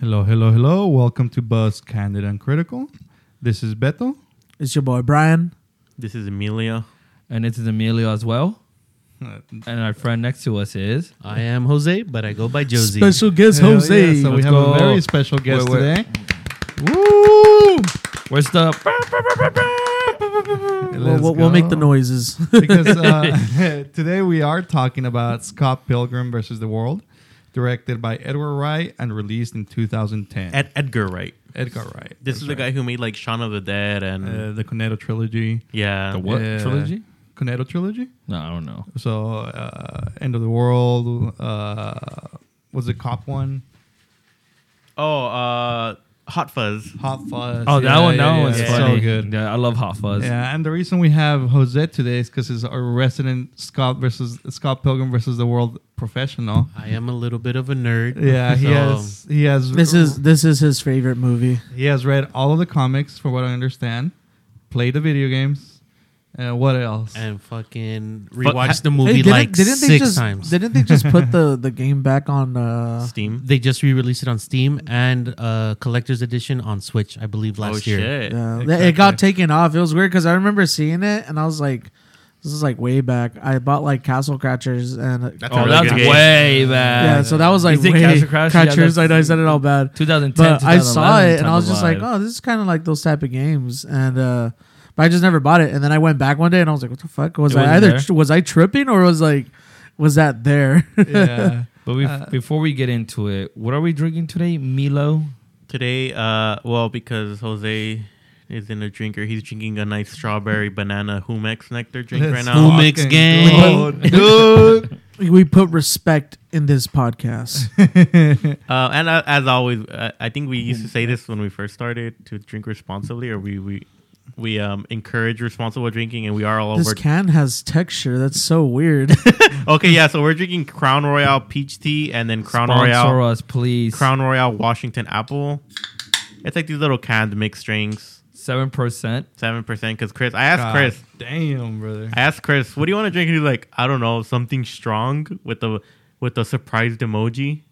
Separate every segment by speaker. Speaker 1: Hello, hello, hello. Welcome to Buzz Candid and Critical. This is Beto.
Speaker 2: It's your boy Brian.
Speaker 3: This is Emilio.
Speaker 4: And this is Emilio as well. And our friend next to us is
Speaker 3: I am Jose, but I go by Josie.
Speaker 2: Special guest
Speaker 1: Hell
Speaker 2: Jose.
Speaker 1: yeah, So we
Speaker 4: Let's
Speaker 1: have
Speaker 4: go.
Speaker 1: a very special guest
Speaker 4: Wait, wait.
Speaker 1: today. Woo!
Speaker 4: where's the
Speaker 2: we'll, we'll- we'll make the noises.
Speaker 1: because uh, today we are talking about Scott Pilgrim versus the World, directed by Edward Wright and released in 2010.
Speaker 3: Ed- Edgar Wright.
Speaker 1: Edgar Wright.
Speaker 3: This is the guy who made like Shaun of the Dead and
Speaker 1: Uh, the Cornetto trilogy.
Speaker 3: yeah,
Speaker 4: the what
Speaker 1: Yeah.
Speaker 4: trilogy?
Speaker 1: Cornetto trilogy.
Speaker 4: No, I don't know.
Speaker 1: So uh, End of the World. Uh, was the cop one?
Speaker 3: Oh, uh, Hot Fuzz.
Speaker 1: Hot Fuzz.
Speaker 4: Oh, that
Speaker 1: Yeah,
Speaker 4: one, that
Speaker 1: yeah,
Speaker 4: one's
Speaker 1: yeah.
Speaker 4: funny.
Speaker 1: So good.
Speaker 4: Yeah, I love Hot Fuzz.
Speaker 1: Yeah, and the reason we have Jose today is because he's a resident Scott versus Scott Pilgrim versus the World professional.
Speaker 3: I am a little bit of a nerd.
Speaker 1: Yeah, he
Speaker 3: so-
Speaker 1: has he has
Speaker 2: this is this is his favorite movie.
Speaker 1: he has read all of the comics, from what I understand. Played the video games, and what else?
Speaker 5: and fucking
Speaker 3: Fuck-
Speaker 5: rewatched
Speaker 3: ha-
Speaker 5: the movie
Speaker 2: didn't,
Speaker 5: like
Speaker 2: didn't they
Speaker 5: six
Speaker 2: just,
Speaker 5: times.
Speaker 2: Didn't they just put the, the game back on? Uh,
Speaker 3: Steam.
Speaker 5: they just re-released it on Steam and uh collector's edition on Switch, I believe, last
Speaker 3: oh
Speaker 5: year.
Speaker 3: shit!
Speaker 2: yeah, It got taken off. It was weird because I remember seeing it and I was like, this is like way back. I bought like Castle Crashers and.
Speaker 4: Oh,
Speaker 3: really
Speaker 4: that's
Speaker 3: good game.
Speaker 4: way bad.
Speaker 2: yeah, so that was like
Speaker 4: You think
Speaker 2: way
Speaker 4: Castle Crashers? Yeah,
Speaker 2: Crashers, I know I
Speaker 4: that's-
Speaker 2: said it all bad.
Speaker 4: 2010.
Speaker 2: but I saw
Speaker 4: 2011
Speaker 2: it and I was
Speaker 4: type
Speaker 2: just
Speaker 4: of
Speaker 2: like,
Speaker 4: vibe.
Speaker 2: oh, this is kind of like those type of games, and uh, but I just never bought it. And then I went back one day and I was like, what the fuck was
Speaker 4: It wasn't
Speaker 2: I either
Speaker 4: there?
Speaker 2: tr- was I tripping or was like was that there?
Speaker 1: yeah,
Speaker 4: But we,
Speaker 1: Uh,
Speaker 4: before we get into it, what are we drinking today? Milo.
Speaker 3: Today, uh, well, because Jose isn't a drinker, he's drinking a nice strawberry banana Humex nectar drink
Speaker 1: Let's
Speaker 3: right now. Oh,
Speaker 5: Humex
Speaker 1: fucking
Speaker 5: gang.
Speaker 1: go, Oh, dude.
Speaker 2: we put respect in this podcast.
Speaker 3: Uh, and uh, as always, uh, I think we used to say this when we first started to drink responsibly, or we we we um, encourage responsible drinking, and we are all
Speaker 2: this
Speaker 3: over
Speaker 2: can has texture. That's so weird.
Speaker 3: Okay, yeah. So we're drinking Crown Royale peach tea and then Crown
Speaker 4: Sponsor
Speaker 3: Royale
Speaker 4: us, please.
Speaker 3: Crown Royale Washington apple. It's like these little canned mixed drinks,
Speaker 4: Seven percent.
Speaker 3: seven percent. Because Chris, I asked
Speaker 1: God
Speaker 3: Chris,
Speaker 1: damn brother.
Speaker 3: I asked Chris, what do you want to drink? And he's like, I don't know, something strong with the with the surprised emoji.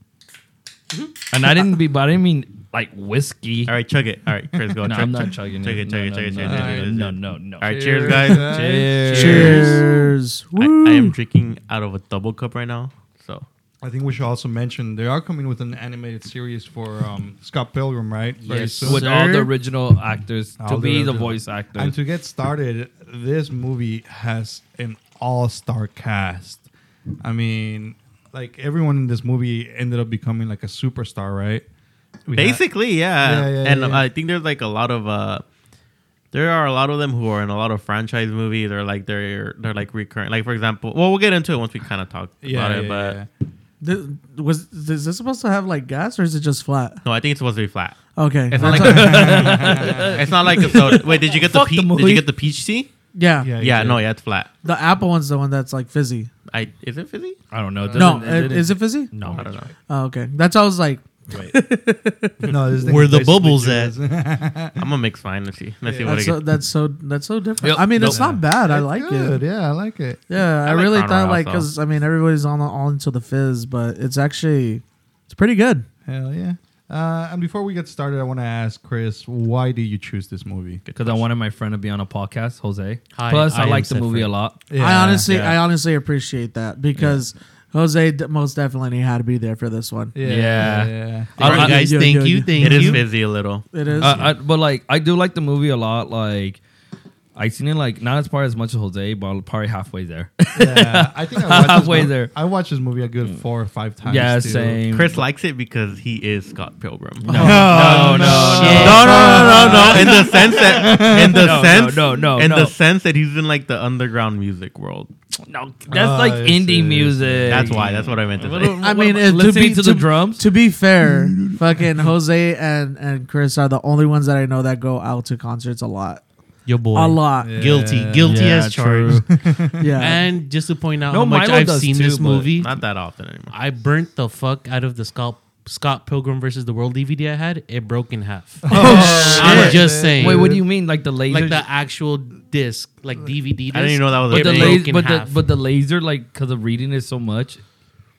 Speaker 4: And I didn't be, but I didn't mean like whiskey.
Speaker 3: All right, chug it. All right, Chris, go.
Speaker 4: no,
Speaker 3: chug,
Speaker 4: I'm not
Speaker 3: chug-
Speaker 4: chugging
Speaker 3: Chug it,
Speaker 4: it.
Speaker 3: chug it,
Speaker 4: No,
Speaker 3: chug it, chug
Speaker 4: no,
Speaker 3: it, chug it, chug it.
Speaker 4: No, no, no.
Speaker 3: All right, cheers,
Speaker 1: Cheers,
Speaker 3: guys.
Speaker 1: guys.
Speaker 4: Cheers.
Speaker 2: Cheers.
Speaker 3: I, I
Speaker 2: Woo.
Speaker 3: am drinking out of a double cup right now. So
Speaker 1: I think we should also mention they are coming with an animated series for um, Scott Pilgrim, right? Very
Speaker 5: Yes.
Speaker 1: soon.
Speaker 4: With all the original actors
Speaker 1: All
Speaker 4: to
Speaker 1: the
Speaker 4: be the
Speaker 1: original.
Speaker 4: voice actors.
Speaker 1: And to get started, this movie has an all-star cast. I mean, like everyone in this movie ended up becoming like a superstar, right? We had-
Speaker 3: Basically, yeah.
Speaker 1: Yeah, yeah,
Speaker 3: and
Speaker 1: yeah.
Speaker 3: I think there's like a lot of uh there are a lot of them who are in a lot of franchise movies or like they're they're like recurrent. Like for example, well we'll get into it once we kind of talk
Speaker 1: yeah,
Speaker 3: about
Speaker 1: yeah,
Speaker 3: it, but
Speaker 1: yeah.
Speaker 2: Th- was is this supposed to have like gas or is it just flat?
Speaker 3: no, I think it's supposed to be flat.
Speaker 2: Okay.
Speaker 3: It's not
Speaker 2: That's-
Speaker 3: like it's not like a soda. Wait, did you get the,
Speaker 4: Fuck the
Speaker 3: pe- did
Speaker 4: movie.
Speaker 3: you get the peach tea?
Speaker 2: yeah.
Speaker 1: Yeah.
Speaker 3: Yeah,
Speaker 1: did.
Speaker 3: no, yeah, it's flat.
Speaker 2: The apple one's the one that's like fizzy.
Speaker 3: I is it fizzy?
Speaker 4: I don't know. It
Speaker 2: No,
Speaker 4: doesn't- it
Speaker 2: uh,
Speaker 4: didn't-
Speaker 2: is it fizzy?
Speaker 4: No,
Speaker 3: I don't know.
Speaker 2: Oh, okay. That's how I was like,
Speaker 1: no, this thing
Speaker 5: Where
Speaker 1: is
Speaker 5: the
Speaker 1: basically
Speaker 5: bubbles
Speaker 1: just-
Speaker 3: I'm gonna mix mine. Let's see. Let's see what I
Speaker 2: that's
Speaker 3: get.
Speaker 2: so, that's so that's so different.
Speaker 4: Yep.
Speaker 2: I mean, it's
Speaker 4: Nope.
Speaker 2: not bad. I
Speaker 1: It's
Speaker 2: like
Speaker 1: good,
Speaker 2: it.
Speaker 1: Yeah, I like it.
Speaker 2: Yeah, I,
Speaker 3: like
Speaker 2: really
Speaker 3: Crown
Speaker 2: thought
Speaker 3: Royal
Speaker 2: like
Speaker 3: though.
Speaker 2: because I mean everybody's on all into the fizz, but it's actually it's pretty good.
Speaker 1: Hell yeah. Uh, and before we get started, I want to ask Chris, why did you choose this movie?
Speaker 4: because I wanted my friend to be on a podcast, Jose.
Speaker 5: Hi,
Speaker 4: Plus,
Speaker 5: I
Speaker 4: I,
Speaker 5: am
Speaker 4: like the
Speaker 5: Seth
Speaker 4: movie
Speaker 5: Frey.
Speaker 4: a lot.
Speaker 2: I honestly,
Speaker 1: yeah,
Speaker 2: I honestly appreciate that because Jose d- most definitely had to be there for this one.
Speaker 1: yeah,
Speaker 4: Yeah.
Speaker 1: yeah.
Speaker 5: All
Speaker 4: I-
Speaker 5: right, guys,
Speaker 2: yo,
Speaker 5: thank
Speaker 2: yo,
Speaker 5: you,
Speaker 2: yo.
Speaker 5: thank
Speaker 3: It
Speaker 5: you.
Speaker 3: is fizzy a little.
Speaker 2: It is.
Speaker 4: Uh, I, but like, I do like the movie a lot. Like, I seen it like not as far as much as Jose, but probably halfway there.
Speaker 1: Yeah, I think I watched this
Speaker 4: Halfway
Speaker 1: mo-
Speaker 4: there.
Speaker 1: I watched this movie a good four or five times.
Speaker 4: yeah,
Speaker 1: too.
Speaker 4: same.
Speaker 3: Chris likes it because he is Scott Pilgrim.
Speaker 4: No, no, no, no.
Speaker 3: No, no, no, no, no. In the sense that, in the
Speaker 4: No, no,
Speaker 3: sense,
Speaker 4: no, no,
Speaker 3: in
Speaker 4: Oh, no.
Speaker 3: the sense that he's in like the underground music world.
Speaker 4: No, that's
Speaker 1: Oh,
Speaker 4: like
Speaker 1: I see.
Speaker 4: indie music.
Speaker 3: That's why. That's what I meant to say.
Speaker 2: I mean, it- to
Speaker 4: listening
Speaker 2: be
Speaker 4: to the drums.
Speaker 2: To be fair, fucking Jose and and Chris are the only ones that I know that go out to concerts a lot,
Speaker 5: Your
Speaker 2: a
Speaker 5: boy.
Speaker 2: lot.
Speaker 1: Yeah.
Speaker 5: Guilty. Guilty
Speaker 4: Yeah,
Speaker 5: as charged.
Speaker 2: Yeah.
Speaker 5: and just to point out
Speaker 4: No,
Speaker 5: how much
Speaker 4: Milo
Speaker 5: I've
Speaker 4: does
Speaker 5: seen
Speaker 4: too,
Speaker 5: this
Speaker 4: but
Speaker 5: movie,
Speaker 3: Not that often anymore.
Speaker 5: I burnt the fuck out of the Scott, Scott Pilgrim versus the World DVD I had. It broke in half. I'm just saying.
Speaker 4: Oh, Wait, what do you mean? Like the laser?
Speaker 5: Like the actual disc, like DVD disc.
Speaker 3: I didn't even know that was
Speaker 4: but
Speaker 3: a
Speaker 4: the
Speaker 5: it
Speaker 3: thing.
Speaker 5: broke
Speaker 4: laser,
Speaker 5: in
Speaker 4: but the,
Speaker 5: half.
Speaker 4: but the laser, like because of reading it so much,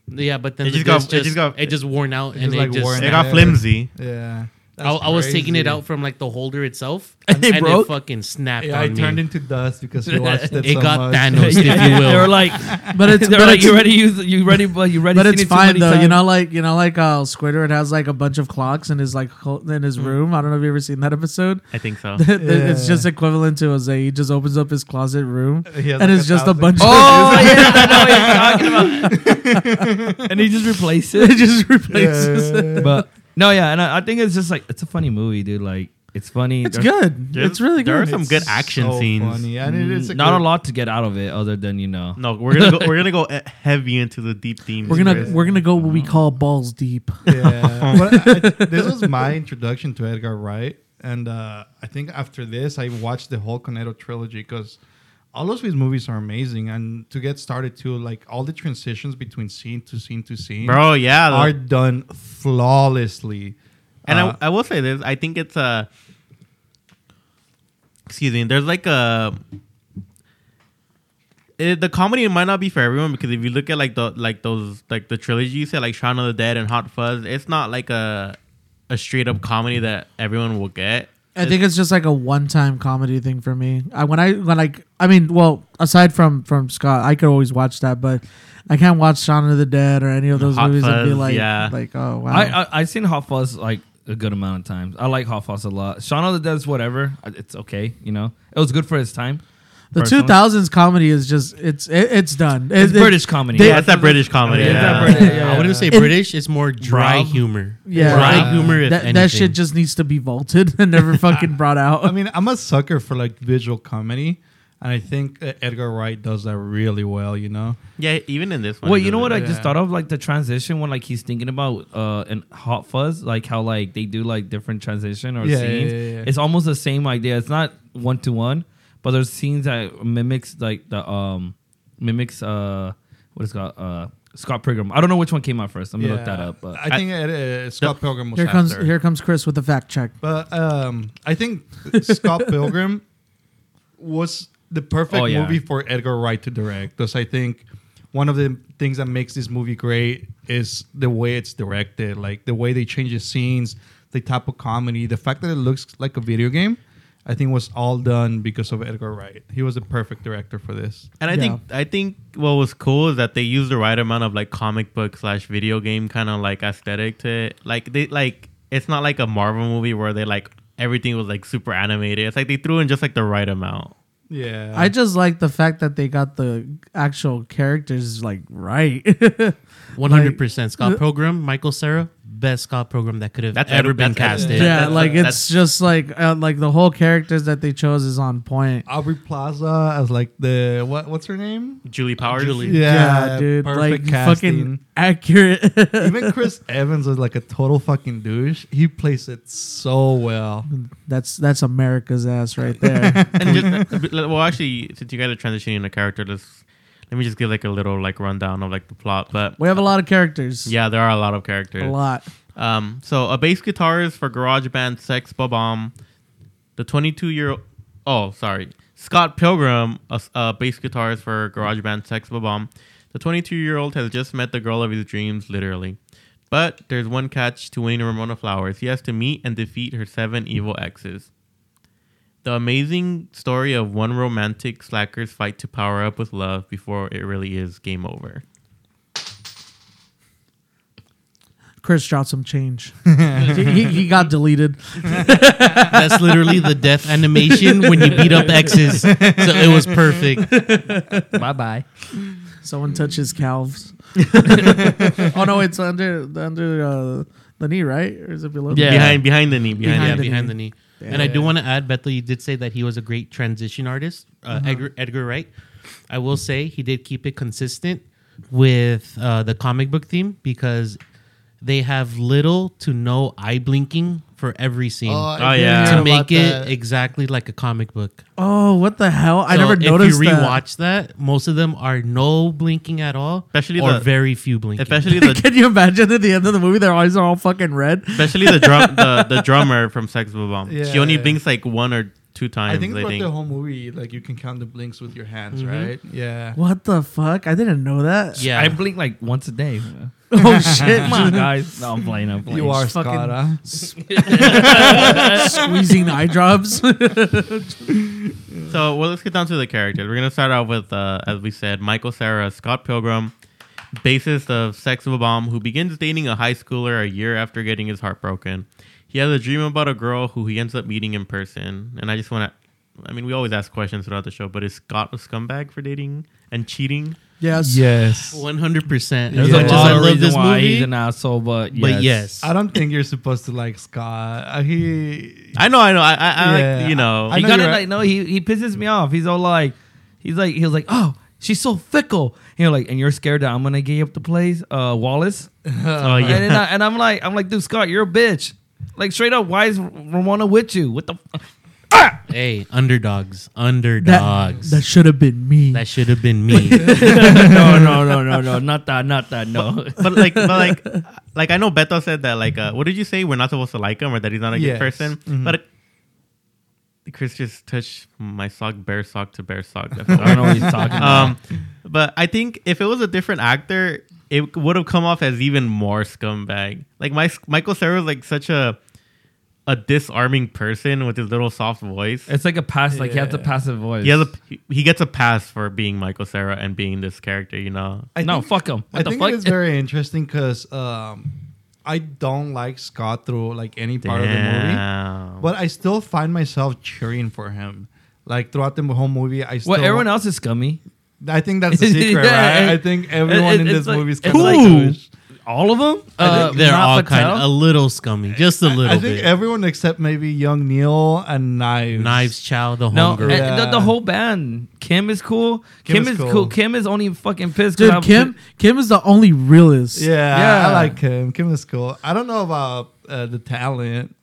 Speaker 5: Yeah, but then
Speaker 3: It
Speaker 5: the
Speaker 3: just got-
Speaker 5: disc
Speaker 3: it just got-
Speaker 5: it just worn out
Speaker 1: it
Speaker 5: and
Speaker 1: just,
Speaker 5: it
Speaker 1: like,
Speaker 5: just
Speaker 1: worn
Speaker 3: It
Speaker 5: I,
Speaker 1: Yeah.
Speaker 3: got flimsy.
Speaker 1: Yeah. That's
Speaker 5: I was taking it
Speaker 1: crazy.
Speaker 5: out from like the holder itself
Speaker 4: And it broke?
Speaker 5: fucking snapped
Speaker 1: Yeah,
Speaker 5: on
Speaker 1: I
Speaker 5: me.
Speaker 1: turned into dust because you watched it.
Speaker 5: It
Speaker 1: so
Speaker 5: got
Speaker 1: much.
Speaker 5: Thanos, if you
Speaker 4: Yeah,
Speaker 5: will.
Speaker 4: they were like,
Speaker 2: But it's
Speaker 4: they were
Speaker 2: but
Speaker 4: like,
Speaker 2: it's-
Speaker 4: you ready? You you ready? But you ready?
Speaker 2: But
Speaker 4: seen
Speaker 2: it's
Speaker 4: it too
Speaker 2: fine
Speaker 4: many
Speaker 2: though. You
Speaker 4: times?
Speaker 2: know, like you know, like uh, Squidward has like a bunch of clocks in his like ho- in his room. I don't know if you have ever seen that episode.
Speaker 3: I think so.
Speaker 2: it's
Speaker 1: Yeah.
Speaker 2: just equivalent to Jose. He just opens up his closet room
Speaker 1: He has
Speaker 2: and
Speaker 1: like
Speaker 2: it's just a
Speaker 1: thousand-
Speaker 2: bunch
Speaker 4: Oh, yeah, I know what you're talking about. and he just replaced
Speaker 2: of.
Speaker 4: it.
Speaker 2: it just replaces
Speaker 1: Yeah.
Speaker 2: it.
Speaker 4: But no, yeah, and I, I think it's just like it's a funny movie, dude. Like it's funny.
Speaker 2: It's
Speaker 4: There's
Speaker 2: good.
Speaker 3: There's-
Speaker 2: It's really
Speaker 3: there are
Speaker 2: good.
Speaker 3: some
Speaker 1: It's
Speaker 3: good action
Speaker 1: so
Speaker 3: scenes.
Speaker 1: Funny. And it is a
Speaker 4: Not
Speaker 1: good-
Speaker 4: a lot to get out of it, other than you know.
Speaker 3: No, we're gonna go, we're gonna go eh, heavy into the deep themes.
Speaker 2: We're gonna
Speaker 3: Chris.
Speaker 2: we're gonna go what we call balls deep.
Speaker 1: Yeah. But I, this was my introduction to Edgar Wright, and uh, I think after this, I watched the whole Coneto trilogy because all of his movies are amazing. And to get started too, like all the transitions between scene to scene to scene
Speaker 3: bro. Yeah, the-
Speaker 1: are done flawlessly.
Speaker 3: and
Speaker 4: Uh-huh.
Speaker 1: Uh,
Speaker 3: I, I will say this. I think it's a. Excuse me. There's like a. It, the comedy might not be for everyone because if you look at like the like those like the trilogy you said like Shaun of the Dead and Hot Fuzz, it's not like a a straight up comedy that everyone will get.
Speaker 2: I think it's just like a one-time comedy thing for me. I when I when like I mean, well, aside from from Scott, I could always watch that, but I can't watch Shaun of the Dead or any of those
Speaker 3: Hot
Speaker 2: movies and be
Speaker 3: Fuzz,
Speaker 2: like,
Speaker 3: yeah.
Speaker 2: like, oh wow.
Speaker 4: I, uh, I I've seen Hot Fuzz like a good amount of times. I like Hot Fuzz a lot. Shaun of the Dead's whatever. I- It's okay, you know. It was good for its time.
Speaker 2: the
Speaker 4: personally.
Speaker 2: two thousands comedy is just it's it, it's done. It-
Speaker 4: It's
Speaker 2: it-
Speaker 4: British comedy.
Speaker 3: yeah, it's that British comedy.
Speaker 4: Yeah,
Speaker 3: Yeah,
Speaker 4: it's that
Speaker 5: Uh,
Speaker 4: British- yeah,
Speaker 5: I wouldn't say
Speaker 2: yeah.
Speaker 5: British. It's more dry
Speaker 4: Brow.
Speaker 5: humor.
Speaker 2: Yeah.
Speaker 5: dry
Speaker 1: Uh,
Speaker 5: humor. If
Speaker 2: that, that
Speaker 5: anything.
Speaker 2: shit just needs to be vaulted and never fucking brought out.
Speaker 1: I mean, I'm a sucker for like visual comedy, and I think uh, Edgar Wright does that really well. You know,
Speaker 3: yeah. Even in this one.
Speaker 4: Well,
Speaker 3: he
Speaker 4: you know
Speaker 3: does
Speaker 4: what
Speaker 3: it.
Speaker 4: I just
Speaker 1: Yeah.
Speaker 4: thought of, like the transition when like he's thinking about uh in Hot Fuzz, like how like they do like different transition or
Speaker 1: Yeah, yeah,
Speaker 4: scenes.
Speaker 1: yeah, yeah.
Speaker 4: It's almost the same idea. It's not one to one, but there's scenes that mimics like the um mimics uh what is it called uh Scott Pilgrim. I don't know which one came out first. I'm gonna look that up. But
Speaker 1: I think uh, Scott Pilgrim was
Speaker 2: here comes
Speaker 1: after.
Speaker 2: here comes Chris with the fact check.
Speaker 1: But um, I think Scott Pilgrim was the perfect
Speaker 4: Oh, yeah.
Speaker 1: movie for Edgar Wright to direct because I think one of the things that makes this movie great is the way it's directed, like the way they change the scenes, the type of comedy, the fact that it looks like a video game. I think was all done because of Edgar Wright. He was the perfect director for this.
Speaker 3: And I
Speaker 2: Yeah.
Speaker 3: think I think what was cool is that they used the right amount of like comic book slash video game kind of like aesthetic to it. Like they like it's not like a Marvel movie where they like everything was like super animated. It's like they threw in just like the right amount.
Speaker 1: Yeah,
Speaker 2: I just like the fact that they got the actual characters like right.
Speaker 5: One hundred percent. Scott Pilgrim, Michael Sarah, best Scott Pilgrim that could have
Speaker 3: That's
Speaker 5: ever
Speaker 3: Ed-
Speaker 5: been
Speaker 3: that's Ed-
Speaker 5: casted.
Speaker 2: yeah,
Speaker 3: that's-
Speaker 2: like
Speaker 3: that's-
Speaker 2: it's just like uh, like the whole characters that they chose is on point.
Speaker 1: Aubrey Plaza as like the what? What's her name?
Speaker 3: Julie Powers.
Speaker 5: Julie.
Speaker 2: Yeah, dude,
Speaker 1: perfect
Speaker 2: like
Speaker 1: casting.
Speaker 2: fucking accurate.
Speaker 1: Even Chris Evans was like a total fucking douche. He plays it so well.
Speaker 2: that's that's America's ass right there.
Speaker 3: And just, well, actually, since you guys are transitioning into character, let's let me just give like a little like rundown of like the plot. But
Speaker 2: we have a lot of characters.
Speaker 3: yeah, there are a lot of
Speaker 2: a
Speaker 3: characters.
Speaker 2: lot.
Speaker 3: Um, so a bass guitarist for garage band Sex Bomb, the 22 year old, oh sorry, Scott Pilgrim, a, s- a bass guitarist for garage band Sex Bomb, the 22 year old has just met the girl of his dreams, literally. But there's one catch to winning Ramona Flowers. He has to meet and defeat her seven evil exes. The amazing story of one romantic slacker's fight to power up with love before it really is game over.
Speaker 2: Chris dropped some change. he, he, he got deleted.
Speaker 5: That's literally the death animation when you beat up exes. So it was perfect.
Speaker 4: bye bye.
Speaker 2: Someone touches calves. oh no, it's under the under uh, the knee, right? Or is it below? the
Speaker 5: Yeah.
Speaker 2: knee?
Speaker 3: Behind behind the knee, behind,
Speaker 5: behind,
Speaker 3: the
Speaker 5: yeah,
Speaker 2: the
Speaker 5: behind
Speaker 2: knee.
Speaker 5: the knee. And I do want to add, Bethel, you did say that he was a great transition artist, uh,
Speaker 2: Mm-hmm.
Speaker 5: Edgar, Edgar Wright. I will say he did keep it consistent with uh, the comic book theme because they have little to no eye blinking for every scene
Speaker 3: Oh, yeah.
Speaker 5: to make it exactly like a comic book.
Speaker 2: Oh, what the hell! I never
Speaker 5: So
Speaker 2: noticed
Speaker 5: If you
Speaker 2: that.
Speaker 5: rewatch that. most of them are no blinking at all,
Speaker 3: Especially
Speaker 5: or
Speaker 3: the-
Speaker 5: very few blinking.
Speaker 3: especially the
Speaker 2: Can you imagine at the end of the movie their eyes are all fucking red?
Speaker 3: Especially the drum, the, the drummer from Sex Bomb.
Speaker 1: Yeah,
Speaker 3: she only
Speaker 1: yeah.
Speaker 3: blinks like one or two times.
Speaker 1: I
Speaker 3: I
Speaker 1: think throughout
Speaker 3: think.
Speaker 1: the whole movie, like you can count the blinks with your hands, right? Yeah.
Speaker 2: What the fuck? I didn't know that.
Speaker 5: Yeah.
Speaker 4: I blink like once a day.
Speaker 2: Oh shit!
Speaker 4: Come on, guys. No, I'm playing. I'm playing.
Speaker 1: You are
Speaker 2: fucking-
Speaker 1: Scott, huh?
Speaker 2: Squeezing eye drops.
Speaker 3: So well, let's get down to the characters. We're gonna start off with, uh, as we said, Michael Sarah, Scott Pilgrim, bassist of Sex of a Bomb, who begins dating a high schooler a year after getting his heart broken. He has a dream about a girl who he ends up meeting in person. And I just want to, I mean, we always ask questions throughout the show, but is Scott a scumbag for dating and cheating?
Speaker 2: yes.
Speaker 1: Yes.
Speaker 5: One hundred percent.
Speaker 1: There's
Speaker 5: As
Speaker 1: a
Speaker 5: much as
Speaker 1: lot
Speaker 5: I
Speaker 1: of
Speaker 5: love this movie,
Speaker 4: he's an asshole, but yes.
Speaker 5: but yes,
Speaker 1: I don't think you're supposed to like Scott. Uh, He.
Speaker 3: I know, I know, I, I, I
Speaker 1: Yeah.
Speaker 3: like, you know,
Speaker 1: I
Speaker 4: he
Speaker 1: know
Speaker 4: got
Speaker 1: you're
Speaker 4: it.
Speaker 1: right.
Speaker 4: Like, no, he he pisses me off. He's all like, he's like, he was like, oh, she's so fickle. And you're like, and you're scared that I'm gonna give up the place, uh, Wallace.
Speaker 3: oh
Speaker 4: And,
Speaker 3: yeah,
Speaker 4: then I, and I'm like, I'm like, dude, Scott, you're a bitch. Like straight up, why is R- Ramona with you? What the? F-?
Speaker 5: hey, underdogs,
Speaker 2: That,
Speaker 5: underdogs.
Speaker 2: that
Speaker 5: That,
Speaker 2: should have been me.
Speaker 5: should have been me.
Speaker 4: no, no, no, no, no, not that, not that, no.
Speaker 3: but like, but like, like I know Beto said that like, uh, what did you say? We're not supposed to like him, or that he's not a
Speaker 1: Yes. Mm-hmm.
Speaker 3: good person. But Chris just touched my sock, bare sock to bare sock. That's all.
Speaker 4: I don't Uh, know what he's talking about.
Speaker 3: um, but I think if it was a different actor, it would have come off as even more scumbag. Like my Michael Cera was like such a a disarming person with his little soft voice.
Speaker 4: It's like a pass. Like he has a
Speaker 1: Yeah.
Speaker 4: passive voice.
Speaker 3: He has a he gets a pass for being Michael Cera and being this character. You know,
Speaker 1: I
Speaker 4: no,
Speaker 1: think-
Speaker 4: fuck him.
Speaker 1: I
Speaker 4: What the
Speaker 1: think
Speaker 4: fuck?
Speaker 1: it is very interesting because um, I don't like Scott through like any part of
Speaker 3: Damn.
Speaker 1: the movie, but I still find myself cheering for him. Like throughout the whole movie, I still.
Speaker 4: well, everyone else is scummy.
Speaker 1: I think that's the secret,
Speaker 4: Yeah.
Speaker 1: right? I think everyone
Speaker 4: It-
Speaker 1: in
Speaker 4: it's
Speaker 1: this
Speaker 4: like-
Speaker 1: movie is
Speaker 4: it's
Speaker 1: kind of
Speaker 4: like- Who? All of them.
Speaker 5: I think they're
Speaker 4: Matt
Speaker 5: all
Speaker 4: Patel?
Speaker 5: kind of a little scummy, just a little
Speaker 1: Uh, I think
Speaker 5: bit.
Speaker 1: everyone except maybe young Neil and Knives.
Speaker 5: Knives Chow, the
Speaker 4: No,
Speaker 5: homegirl.
Speaker 3: eh,
Speaker 1: Yeah.
Speaker 4: and the, the whole band. Kim is cool. Kim, is, cool. Kim is only fucking pissed. 'cause
Speaker 2: Dude,
Speaker 4: I'm-
Speaker 2: Kim. Kim is the only realist.
Speaker 1: Yeah,
Speaker 4: Yeah.
Speaker 1: I like him. Kim is cool. I don't know about uh, the talent.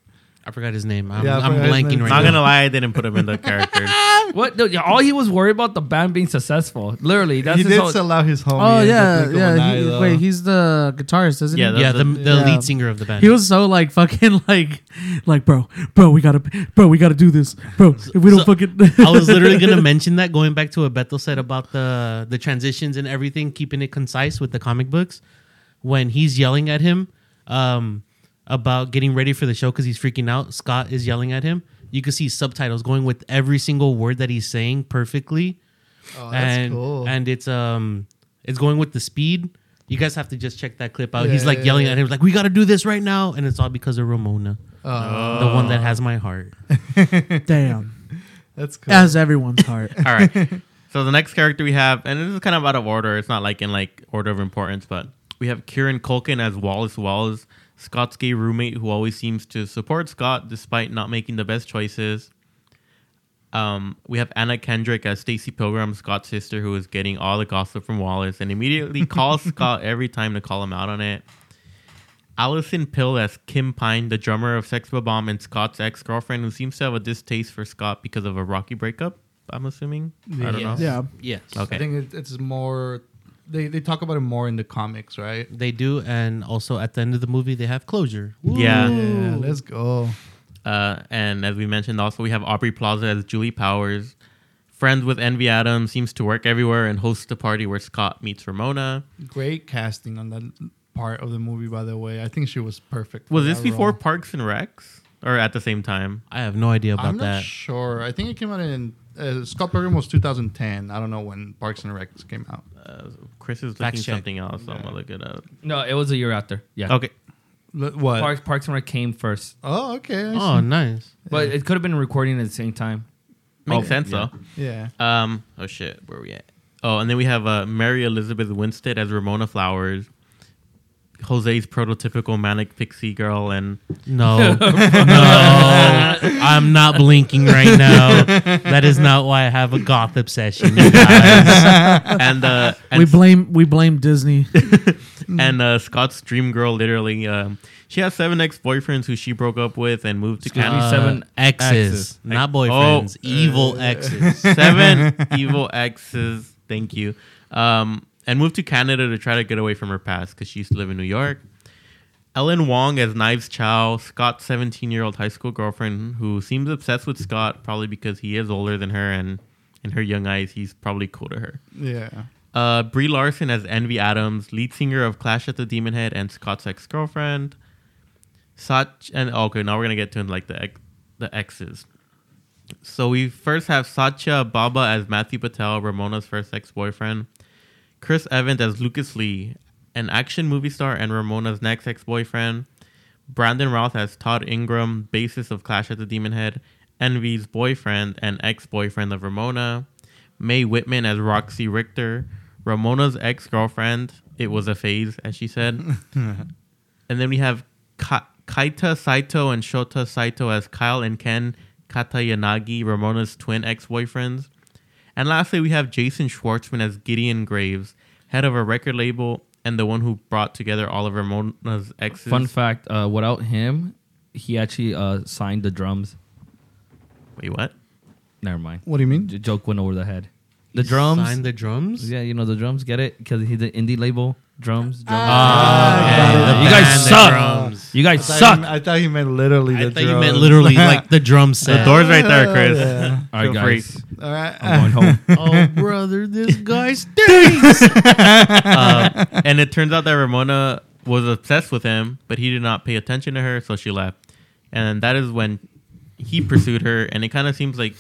Speaker 5: I forgot his name. I'm,
Speaker 1: Yeah, I
Speaker 5: I'm
Speaker 1: forgot his
Speaker 5: blanking
Speaker 1: name.
Speaker 5: right
Speaker 3: Not
Speaker 5: now.
Speaker 3: gonna lie, I didn't put him in the character.
Speaker 4: What? No, yeah, all he was worried about the band being successful. Literally, that's
Speaker 1: he
Speaker 4: his
Speaker 1: did
Speaker 4: whole,
Speaker 1: sell out his homie.
Speaker 2: Oh
Speaker 1: as a
Speaker 2: yeah,
Speaker 1: Flick of
Speaker 2: yeah.
Speaker 1: an
Speaker 2: he-
Speaker 1: Eye, though.
Speaker 2: wait, he's the guitarist, isn't
Speaker 3: Yeah,
Speaker 2: he?
Speaker 5: yeah,
Speaker 3: the-
Speaker 5: the, the
Speaker 2: yeah.
Speaker 5: lead singer of the band.
Speaker 2: He was so like fucking like like bro, bro, we gotta bro, we gotta do this. Bro, if we don't
Speaker 5: so-
Speaker 2: fucking
Speaker 5: I was literally gonna mention that going back to what Bethel said about the the transitions and everything, keeping it concise with the comic books. When he's yelling at him um, about getting ready for the show because he's freaking out, Scott is yelling at him. You can see subtitles going with every single word that he's saying perfectly,
Speaker 1: Oh, that's
Speaker 5: and
Speaker 1: cool.
Speaker 5: and it's um it's going with the speed. You guys have to just check that clip out.
Speaker 1: Yeah,
Speaker 5: he's like
Speaker 1: yeah,
Speaker 5: yelling
Speaker 1: yeah.
Speaker 5: at him, like we got to do this right now, and it's all because of Ramona, the one that has my heart.
Speaker 2: Damn.
Speaker 1: that's cool.
Speaker 2: As everyone's heart.
Speaker 3: All right. So the next character we have, and this is kind of out of order. It's not like in like order of importance, but we have Kieran Culkin as Wallace Wallace, Scott's gay roommate who always seems to support Scott despite not making the best choices. Um, we have Anna Kendrick as Stacy Pilgrim, Scott's sister, who is getting all the gossip from Wallace and immediately calls Scott every time to call him out on it. Allison Pill as Kim Pine, the drummer of Sex Bomb and Scott's ex girlfriend, who seems to have a distaste for Scott because of a rocky breakup. I'm assuming. I don't know.
Speaker 5: Yes.
Speaker 2: Yeah.
Speaker 5: Yes.
Speaker 3: Okay.
Speaker 1: I think it, it's more. They they talk about it more in the comics, right?
Speaker 5: They do, and also at the end of the movie, they have closure. Woo.
Speaker 3: Yeah.
Speaker 1: Yeah, let's go.
Speaker 3: Uh, and as we mentioned, also we have Aubrey Plaza as Julie Powers. Friends with Envy Adams, seems to work everywhere and hosts a party where Scott meets Ramona.
Speaker 1: Great casting on that part of the movie, by the way. I think she was perfect. for
Speaker 3: Was this
Speaker 1: that
Speaker 3: before
Speaker 1: role.
Speaker 3: Parks and Recs or at the same time?
Speaker 5: I have no idea about
Speaker 1: I'm not
Speaker 5: that.
Speaker 1: sure. I think it came out in uh, Scott Pilgrim was 2010. I don't know when Parks and Recs came out.
Speaker 3: Uh, Chris is
Speaker 5: Fact
Speaker 3: looking
Speaker 5: check.
Speaker 3: something else, so I'm gonna look it up.
Speaker 4: no, it was a year after. Yeah.
Speaker 1: Oh,
Speaker 3: Okay,
Speaker 1: L- what?
Speaker 4: Parks Parks and Rec came first,
Speaker 1: Oh, okay. I
Speaker 5: Oh, nice.
Speaker 4: but it could have been recording at the same time.
Speaker 3: makes
Speaker 4: Oh,
Speaker 3: sense
Speaker 4: yeah.
Speaker 1: see. yeah.
Speaker 3: though. Um, oh shit, where we at? Oh, and then we have uh, Mary Elizabeth Winstead as Ramona Flowers, Jose's prototypical manic pixie girl, and
Speaker 5: No, no, I'm not blinking right now. That is not why I have a Uh, goth obsession. you guys.
Speaker 3: and uh, and
Speaker 2: we blame we blame Disney.
Speaker 3: and uh, Scott's dream girl, literally, um, she has seven ex boyfriends who she broke up with and moved to
Speaker 4: Excuse me,
Speaker 3: Canada.
Speaker 5: Uh,
Speaker 4: seven
Speaker 5: exes,
Speaker 4: exes.
Speaker 5: not
Speaker 3: Oh,
Speaker 5: boyfriends,
Speaker 3: uh,
Speaker 5: evil exes.
Speaker 3: Seven evil exes. Thank you. Um, and moved to Canada to try to get away from her past because she used to live in New York. Ellen Wong as Knives Chow, Scott's 17 year old high school girlfriend who seems obsessed with Scott, probably because he is older than her and in her young eyes, he's probably cool to her.
Speaker 1: Yeah.
Speaker 3: Uh, Brie Larson as Envy Adams, lead singer of Clash at the Demon Head and Scott's ex girlfriend. Sach and okay, now we're gonna get to like the ex, the exes. So we first have Satya Baba as Matthew Patel, Ramona's first ex boyfriend. Chris Evans as Lucas Lee, an action movie star and Ramona's next ex boyfriend. Brandon Routh as Todd Ingram, bassist of Clash at the Demon Head, Envy's boyfriend and ex boyfriend of Ramona. Mae Whitman as Roxy Richter, Ramona's ex girlfriend. It was a phase, as she said. and then we have Ka- Kaita Saito and Shota Saito as Kyle and Ken Katayanagi, Ramona's twin ex boyfriends. And lastly, we have Jason Schwartzman as Gideon Graves, head of a record label and the one who brought together all of Ramona's exes.
Speaker 4: Fun fact: uh, without him, he actually uh, signed the drums.
Speaker 3: Wait, what?
Speaker 4: Never mind.
Speaker 1: What do you mean?
Speaker 4: J- joke went over the head. The
Speaker 5: He
Speaker 4: drums.
Speaker 5: Signed the drums.
Speaker 4: yeah, you know the drums. Get it? Because he's an indie label. Drums. drums.
Speaker 3: Uh,
Speaker 5: Ah,
Speaker 4: you
Speaker 5: okay.
Speaker 4: guys
Speaker 5: The
Speaker 4: suck.
Speaker 5: drums.
Speaker 4: You
Speaker 1: I
Speaker 4: guys
Speaker 1: thought,
Speaker 4: suck.
Speaker 1: He, I thought he meant literally
Speaker 5: I
Speaker 1: the
Speaker 5: thought you
Speaker 1: drums.
Speaker 5: meant literally like the drum set.
Speaker 3: The door's right there, Chris.
Speaker 1: Yeah.
Speaker 4: All right,
Speaker 3: Feel free.
Speaker 4: guys.
Speaker 1: All right.
Speaker 4: I'm going home.
Speaker 5: oh, brother, this guy stinks.
Speaker 3: Uh, and it turns out that Ramona was obsessed with him, but he did not pay attention to her, so she left. And that is when he pursued her, and it kind of seems like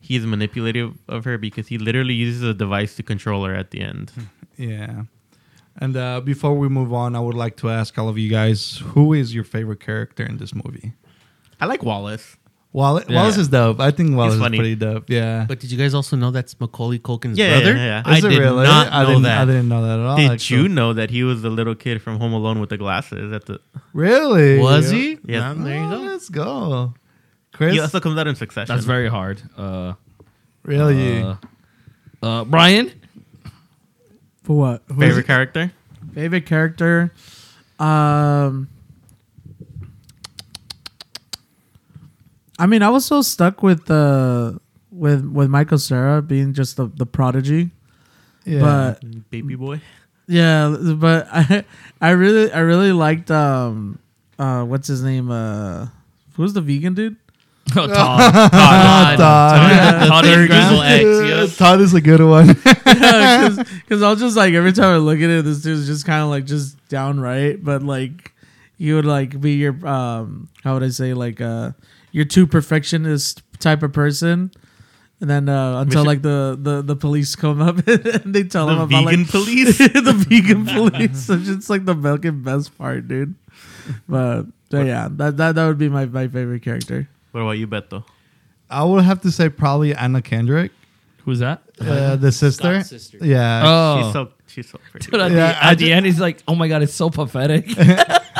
Speaker 3: he's manipulative of her because he literally uses a device to control her at the end.
Speaker 1: Yeah. And uh, before we move on, I would like to ask all of you guys who is your favorite character in this movie?
Speaker 3: I like Wallace.
Speaker 1: Wallace,
Speaker 4: Yeah.
Speaker 1: Wallace is dope. I think Wallace is
Speaker 3: funny.
Speaker 1: pretty dope. Yeah.
Speaker 5: but did you guys also know that's Macaulay Culkin's
Speaker 3: Yeah,
Speaker 5: brother?
Speaker 3: yeah, yeah.
Speaker 5: I
Speaker 1: Is it
Speaker 5: did
Speaker 1: really?
Speaker 5: not
Speaker 1: I
Speaker 5: know
Speaker 1: didn't,
Speaker 5: that.
Speaker 1: I didn't know that at all.
Speaker 3: Did
Speaker 1: actually.
Speaker 3: you know that he was the little kid from Home Alone with the glasses? At the
Speaker 1: Really?
Speaker 5: Was he?
Speaker 3: Yeah.
Speaker 5: Nah, there you
Speaker 1: Oh,
Speaker 5: go.
Speaker 1: Let's go. Chris?
Speaker 3: he also comes out in Succession.
Speaker 4: That's very hard. Uh,
Speaker 1: really?
Speaker 4: uh, uh, Brian.
Speaker 2: For what? Who is
Speaker 3: favorite
Speaker 2: it?
Speaker 3: character.
Speaker 2: Favorite character? Um. I mean, I was so stuck with uh, with with Michael Sarah being just the, the prodigy,
Speaker 1: yeah.
Speaker 2: but
Speaker 3: Baby boy.
Speaker 2: Yeah, but I I really I really liked um uh what's his name uh who's the vegan dude?
Speaker 4: Oh, Todd.
Speaker 1: Ah, Todd.
Speaker 5: The
Speaker 4: Todd
Speaker 5: third
Speaker 4: Ingram.
Speaker 5: evil ex,
Speaker 1: Uh,
Speaker 5: yes.
Speaker 1: Todd is a good one.
Speaker 2: Because I'll just like every time I look at it, this dude's just kind of like just downright, but like you would like be your um how would I say like uh you're too perfectionist type of person. And then uh, until
Speaker 3: should-
Speaker 2: like the, the, the police come up and they tell him
Speaker 3: The
Speaker 2: about like
Speaker 3: vegan police.
Speaker 2: the vegan police. It's just like the fucking best part, dude. But so yeah, that, that that would be my, my favorite character.
Speaker 3: what about you, Beto?
Speaker 1: I would have to say probably Anna Kendrick,
Speaker 4: Who's that?
Speaker 1: uh, the sister.
Speaker 5: sister.
Speaker 1: Yeah.
Speaker 4: Oh,
Speaker 3: Uh, She's so she's so pretty.
Speaker 4: Dude, at,
Speaker 1: Yeah,
Speaker 4: the,
Speaker 1: I
Speaker 4: at the
Speaker 1: ju-
Speaker 4: end, he's like, "Oh my god, it's so pathetic."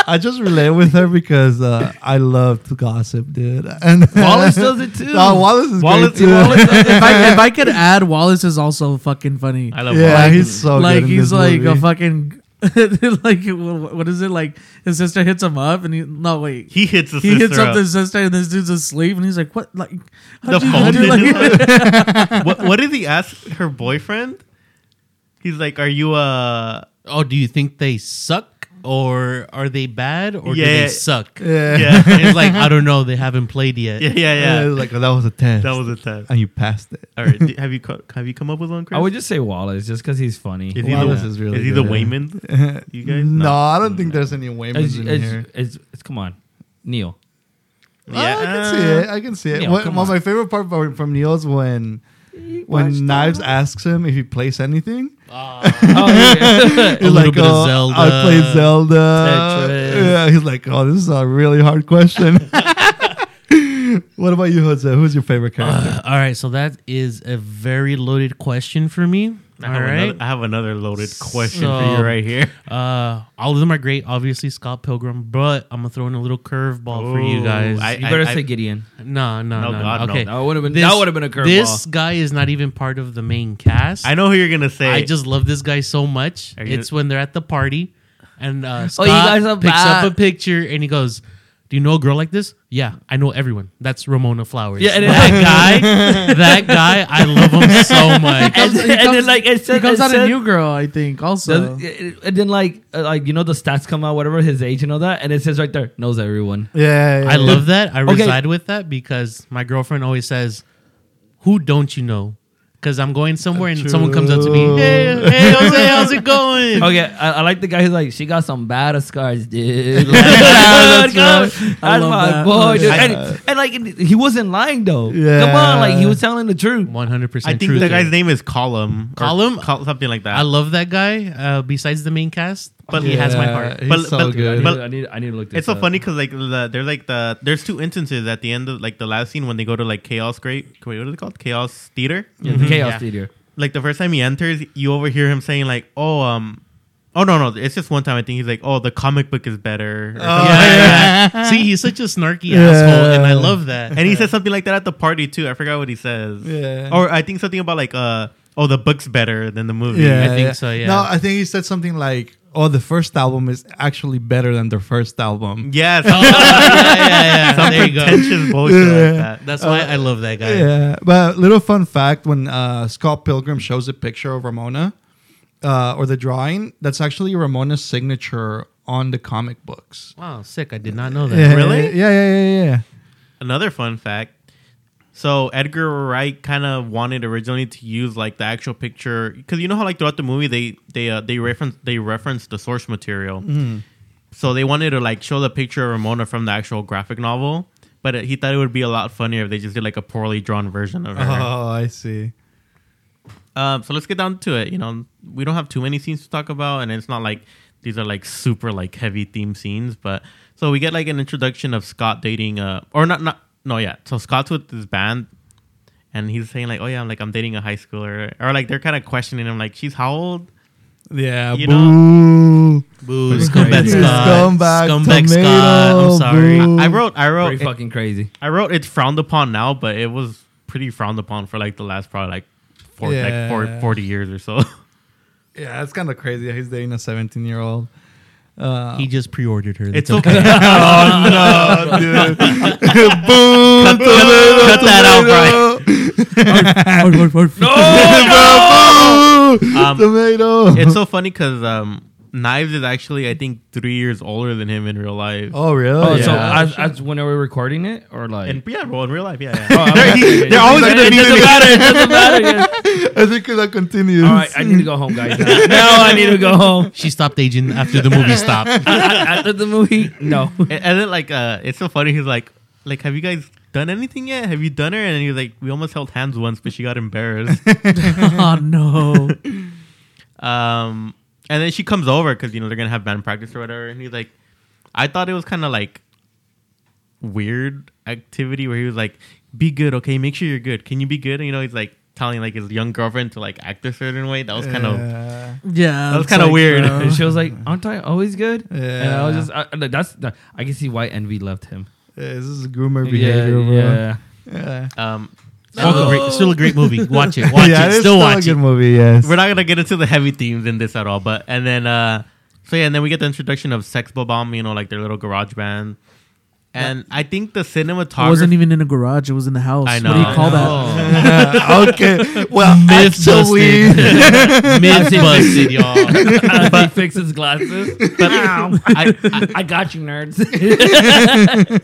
Speaker 1: I just relate with her because uh, I love to gossip, dude. And
Speaker 4: Wallace does it too.
Speaker 1: No, Wallace is
Speaker 4: Wallace-
Speaker 1: great too.
Speaker 4: Wallace does it.
Speaker 2: if I if I could add, Wallace is also fucking funny.
Speaker 3: I love
Speaker 1: yeah,
Speaker 3: Wallace.
Speaker 1: he's so
Speaker 2: like
Speaker 1: good. in
Speaker 2: he's
Speaker 1: this
Speaker 2: like a
Speaker 1: movie.
Speaker 2: fucking like wh- what is it like? His sister hits him up, and he no wait.
Speaker 3: He hits his
Speaker 2: He
Speaker 3: sister
Speaker 2: hits up
Speaker 3: up.
Speaker 2: the sister, and this dude's asleep, and he's like, "What? Like,
Speaker 3: The
Speaker 2: how'd you
Speaker 3: phone
Speaker 2: do
Speaker 3: didn't
Speaker 2: like-
Speaker 3: what, what did he ask her boyfriend? He's like, "Are you uh
Speaker 5: Oh, do you think they suck or are they bad or do
Speaker 3: Yeah.
Speaker 5: they suck?
Speaker 1: yeah. Yeah,
Speaker 3: yeah
Speaker 5: And it's like I don't know. They haven't played yet.
Speaker 3: yeah yeah
Speaker 1: it
Speaker 3: yeah?"
Speaker 1: was like oh, that was a test,
Speaker 3: That was a test.
Speaker 1: and you passed it.
Speaker 3: All right, do- have you co- have you come up with one, Chris?
Speaker 4: I would just say Wallace just because he's funny.
Speaker 3: is he
Speaker 1: Wallace
Speaker 3: the,
Speaker 1: is really
Speaker 3: is he the
Speaker 1: good, yeah.
Speaker 3: Wayman? You guys?
Speaker 1: no, I don't think there's any Waymans
Speaker 4: It's,
Speaker 1: in
Speaker 4: it's-
Speaker 1: here.
Speaker 4: it's- it's- come on, Neil.
Speaker 1: Yeah. Oh, I can see
Speaker 5: uh,
Speaker 1: it. I can see it.
Speaker 4: Neil,
Speaker 1: What-
Speaker 4: come
Speaker 1: well,
Speaker 4: on.
Speaker 1: my favorite part from from Neil's when when Knives asks him if he plays anything. "Oh,
Speaker 4: Oh, yeah.
Speaker 5: Ah. A little bit of Zelda.
Speaker 1: I play Zelda.
Speaker 4: Tetris.
Speaker 1: Yeah, he's like, oh, this is a really hard question. what about you, Jose? Who's your favorite character?
Speaker 5: Uh, all right, so that is a very loaded question for me.
Speaker 3: I
Speaker 5: All
Speaker 3: have,
Speaker 5: right.
Speaker 3: another, I have another loaded question for
Speaker 5: So-
Speaker 3: you right here.
Speaker 5: Uh, all of them are great, obviously Scott Pilgrim, but I'm gonna throw in a little curveball for you
Speaker 3: Ooh,
Speaker 5: guys.
Speaker 3: I-
Speaker 4: you better
Speaker 3: I-
Speaker 4: say Gideon.
Speaker 5: no,
Speaker 3: No,
Speaker 5: no, no, no.
Speaker 3: God, no.
Speaker 5: Okay,
Speaker 4: That would have been
Speaker 5: This-
Speaker 4: that would have been a
Speaker 5: This
Speaker 4: curveball.
Speaker 5: guy is not even part of the main cast.
Speaker 3: I know who you're gonna say.
Speaker 5: I just love this guy so much.
Speaker 3: Are you-
Speaker 5: It's when they're at the party, and uh, Scott
Speaker 4: Oh, guys are
Speaker 5: picks
Speaker 4: bad.
Speaker 5: up a picture and he goes, Do you know a girl like this? Yeah, I know everyone. That's Ramona Flowers.
Speaker 4: Yeah, and then-
Speaker 5: that guy, that guy, I love him so much.
Speaker 4: and,
Speaker 2: comes- he
Speaker 4: and then
Speaker 2: comes-
Speaker 4: like it said,
Speaker 2: He comes
Speaker 4: it
Speaker 2: out
Speaker 4: said-
Speaker 2: a new girl, I think. Also,
Speaker 4: does- it- it- and then like uh, like you know the stats come out, whatever his age and all that, and it says right there knows everyone.
Speaker 1: Yeah,
Speaker 5: I love that. I
Speaker 4: Okay.
Speaker 5: reside with that because my girlfriend always says, "Who don't you know?" Because I'm going somewhere and someone comes up to me,
Speaker 1: True.
Speaker 5: "Hey, hey, Jose, how's it going?"
Speaker 4: Okay, I, I like the guy who's like she got some bad scars, dude. Like,
Speaker 2: That's
Speaker 4: God,
Speaker 2: right. I
Speaker 4: that's
Speaker 2: love
Speaker 4: my
Speaker 2: that.
Speaker 4: boy, dude.
Speaker 1: I-
Speaker 4: and, and, like he wasn't lying though.
Speaker 1: Yeah.
Speaker 4: Come on, like he was telling the truth.
Speaker 5: One hundred
Speaker 3: I
Speaker 5: percent.
Speaker 3: think the guy's name is Column. or
Speaker 5: Column?
Speaker 3: Col- something like that.
Speaker 5: I love that guy. Uh, besides the main cast, but he has my
Speaker 1: Yeah,
Speaker 5: heart.
Speaker 1: he's
Speaker 3: But-
Speaker 1: so
Speaker 3: but-
Speaker 1: good.
Speaker 3: but-
Speaker 4: I need I need to look. This
Speaker 3: it's so
Speaker 4: up.
Speaker 3: funny because like the, there's like the there's two instances at the end of like the last scene when they go to like chaos great wait what is it called chaos theater
Speaker 4: Mm-hmm. Yeah, the chaos
Speaker 5: Yeah.
Speaker 4: theater.
Speaker 3: like the first time he enters you overhear him saying like oh um oh no no it's just one time I think he's like oh the comic book is better or
Speaker 1: Oh.
Speaker 3: something.
Speaker 5: Yeah, yeah. See, he's such a snarky asshole, and I love that.
Speaker 3: and he says something like that at the party too I forgot what he says
Speaker 1: Yeah.
Speaker 3: or I think something about like uh oh the book's better than the movie
Speaker 1: Yeah,
Speaker 5: I think so, yeah.
Speaker 1: no, I think he said something like, "Oh, the first album is actually better than their first album."
Speaker 3: yes
Speaker 5: Oh, yeah, yeah, yeah. There you go. Uh,
Speaker 3: pretentious bullshit like that
Speaker 5: That's why I love that guy.
Speaker 1: Yeah, but little fun fact: when uh, Scott Pilgrim shows a picture of Ramona uh, or the drawing, that's actually Ramona's signature on the comic books.
Speaker 5: Wow, sick! I did not know that.
Speaker 1: Yeah,
Speaker 3: Really?
Speaker 1: Yeah, yeah, yeah, yeah.
Speaker 3: Another fun fact. So Edgar Wright kind of wanted originally to use like the actual picture because you know how like throughout the movie they they uh, they reference they reference the source material. So they wanted to like show the picture of Ramona from the actual graphic novel, but uh, he thought it would be a lot funnier if they just did like a poorly drawn version of her.
Speaker 1: Oh, I see.
Speaker 3: Um, so let's get down to it. You know, we don't have too many scenes to talk about, and it's not like these are like super like heavy theme scenes. But so we get like an introduction of Scott dating, uh, or not, not, no, yeah. So Scott's with this band, and he's saying like, oh yeah, I'm like I'm dating a high schooler, or like they're kind of questioning him, like she's how old?
Speaker 1: Yeah,
Speaker 3: You
Speaker 1: boo.
Speaker 5: Boo,
Speaker 1: Pretty
Speaker 5: scumbag
Speaker 1: crazy.
Speaker 5: Scott.
Speaker 1: Scumbag tomato,
Speaker 5: Scott. I'm sorry.
Speaker 1: boo.
Speaker 3: I wrote, I wrote,
Speaker 4: Pretty fucking crazy.
Speaker 3: I wrote it's frowned upon now, but it was pretty frowned upon for like the last probably like four,
Speaker 1: Yeah.
Speaker 3: like four, 40 years or so.
Speaker 1: Yeah, it's kind of crazy. that He's dating a 17 year old.
Speaker 5: He just pre-ordered her.
Speaker 3: It's
Speaker 5: That's
Speaker 3: okay. oh no, dude. cut, cut- cut that out, Brian. Um,
Speaker 1: tomato.
Speaker 3: it's so funny because um, Knives is actually, I think, three years older than him in real life.
Speaker 1: oh, really?
Speaker 4: Oh,
Speaker 1: yeah.
Speaker 4: so as, as when are we recording it or like?
Speaker 3: And yeah, well, in real life, yeah. yeah.
Speaker 4: Oh,
Speaker 3: they're,
Speaker 4: okay, okay,
Speaker 3: they're
Speaker 4: yeah.
Speaker 3: always
Speaker 4: It
Speaker 3: gonna be
Speaker 4: doesn't
Speaker 3: the
Speaker 4: matter. It doesn't matter. yeah.
Speaker 1: I think that continues.
Speaker 4: All right, I need to go home, guys. Now I need to go home.
Speaker 5: she stopped aging after the movie stopped.
Speaker 4: After the movie, no.
Speaker 3: And, and then like, uh, it's so funny. He's like, like, have you guys done anything yet? Have you done her? And he was like, we almost held hands once, but she got embarrassed.
Speaker 2: oh no,
Speaker 3: Um, and then she comes over because you know they're gonna have band practice or whatever, and he's like, I thought it was kind of like weird activity where he was like, "Be good, okay? Make sure you're good. Can you be good?" And, you know, he's like telling like his young girlfriend to like act a certain way. That was kind of
Speaker 1: Yeah.
Speaker 2: yeah,
Speaker 3: That was
Speaker 2: it's
Speaker 3: kinda
Speaker 2: like,
Speaker 3: weird.
Speaker 2: bro.
Speaker 4: And she was like, "Aren't I always good?" And I was
Speaker 1: Yeah.
Speaker 4: just, I, I- that's, I can see why envy left him.
Speaker 1: Yeah, this is groomer behavior,
Speaker 4: yeah,
Speaker 1: bro.
Speaker 4: yeah.
Speaker 1: Yeah.
Speaker 3: um.
Speaker 5: Still, a great, still a great movie. Watch it. Watch
Speaker 1: Yeah,
Speaker 5: it.
Speaker 1: it's
Speaker 5: Still, watch
Speaker 1: a good
Speaker 5: it.
Speaker 1: movie. Yes.
Speaker 3: We're not gonna get into the heavy themes in this at all, but and then uh, so yeah, and then we get the introduction of Sex Bomb, you know, like their little garage band, and I think the
Speaker 2: It
Speaker 3: cinematography
Speaker 2: wasn't even in a garage. It was in the house.
Speaker 3: I
Speaker 2: What do
Speaker 3: know.
Speaker 2: you call that?
Speaker 5: Oh,
Speaker 1: Yeah, okay. Well,
Speaker 5: Myth
Speaker 1: actually,
Speaker 5: myth busted, y'all.
Speaker 4: As he fixes glasses.
Speaker 3: but- I-
Speaker 4: I, I got you, nerds.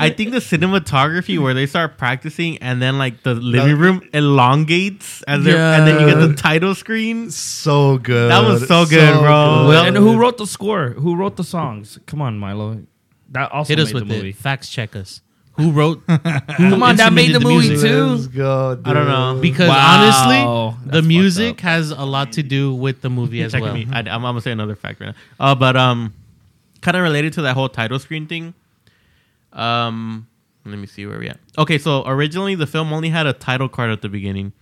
Speaker 3: I think the cinematography where they start practicing and then like the living room elongates as they're and then you get the title screen.
Speaker 1: so good.
Speaker 3: That was so good, bro.
Speaker 1: good.
Speaker 3: Well,
Speaker 4: and who wrote Oh, the score? Who wrote the songs? Come on, Milo. That also
Speaker 5: Hit
Speaker 4: made
Speaker 5: us with
Speaker 4: the
Speaker 5: the
Speaker 4: movie.
Speaker 5: facts. Check us. Who wrote?
Speaker 4: Come on, that made the movie
Speaker 5: music?
Speaker 1: Let's
Speaker 4: too.
Speaker 1: go, dude.
Speaker 3: I don't know.
Speaker 5: Because
Speaker 4: Wow,
Speaker 5: honestly,
Speaker 4: that's
Speaker 5: the
Speaker 4: fucked
Speaker 5: music
Speaker 4: up.
Speaker 5: has a lot to do with the movie as
Speaker 3: Check
Speaker 5: well.
Speaker 3: me. I, am gonna say another fact right now. Uh, but um, kind of related to that whole title screen thing. Um, let me see where we at. Okay, so originally the film only had a title card at the beginning.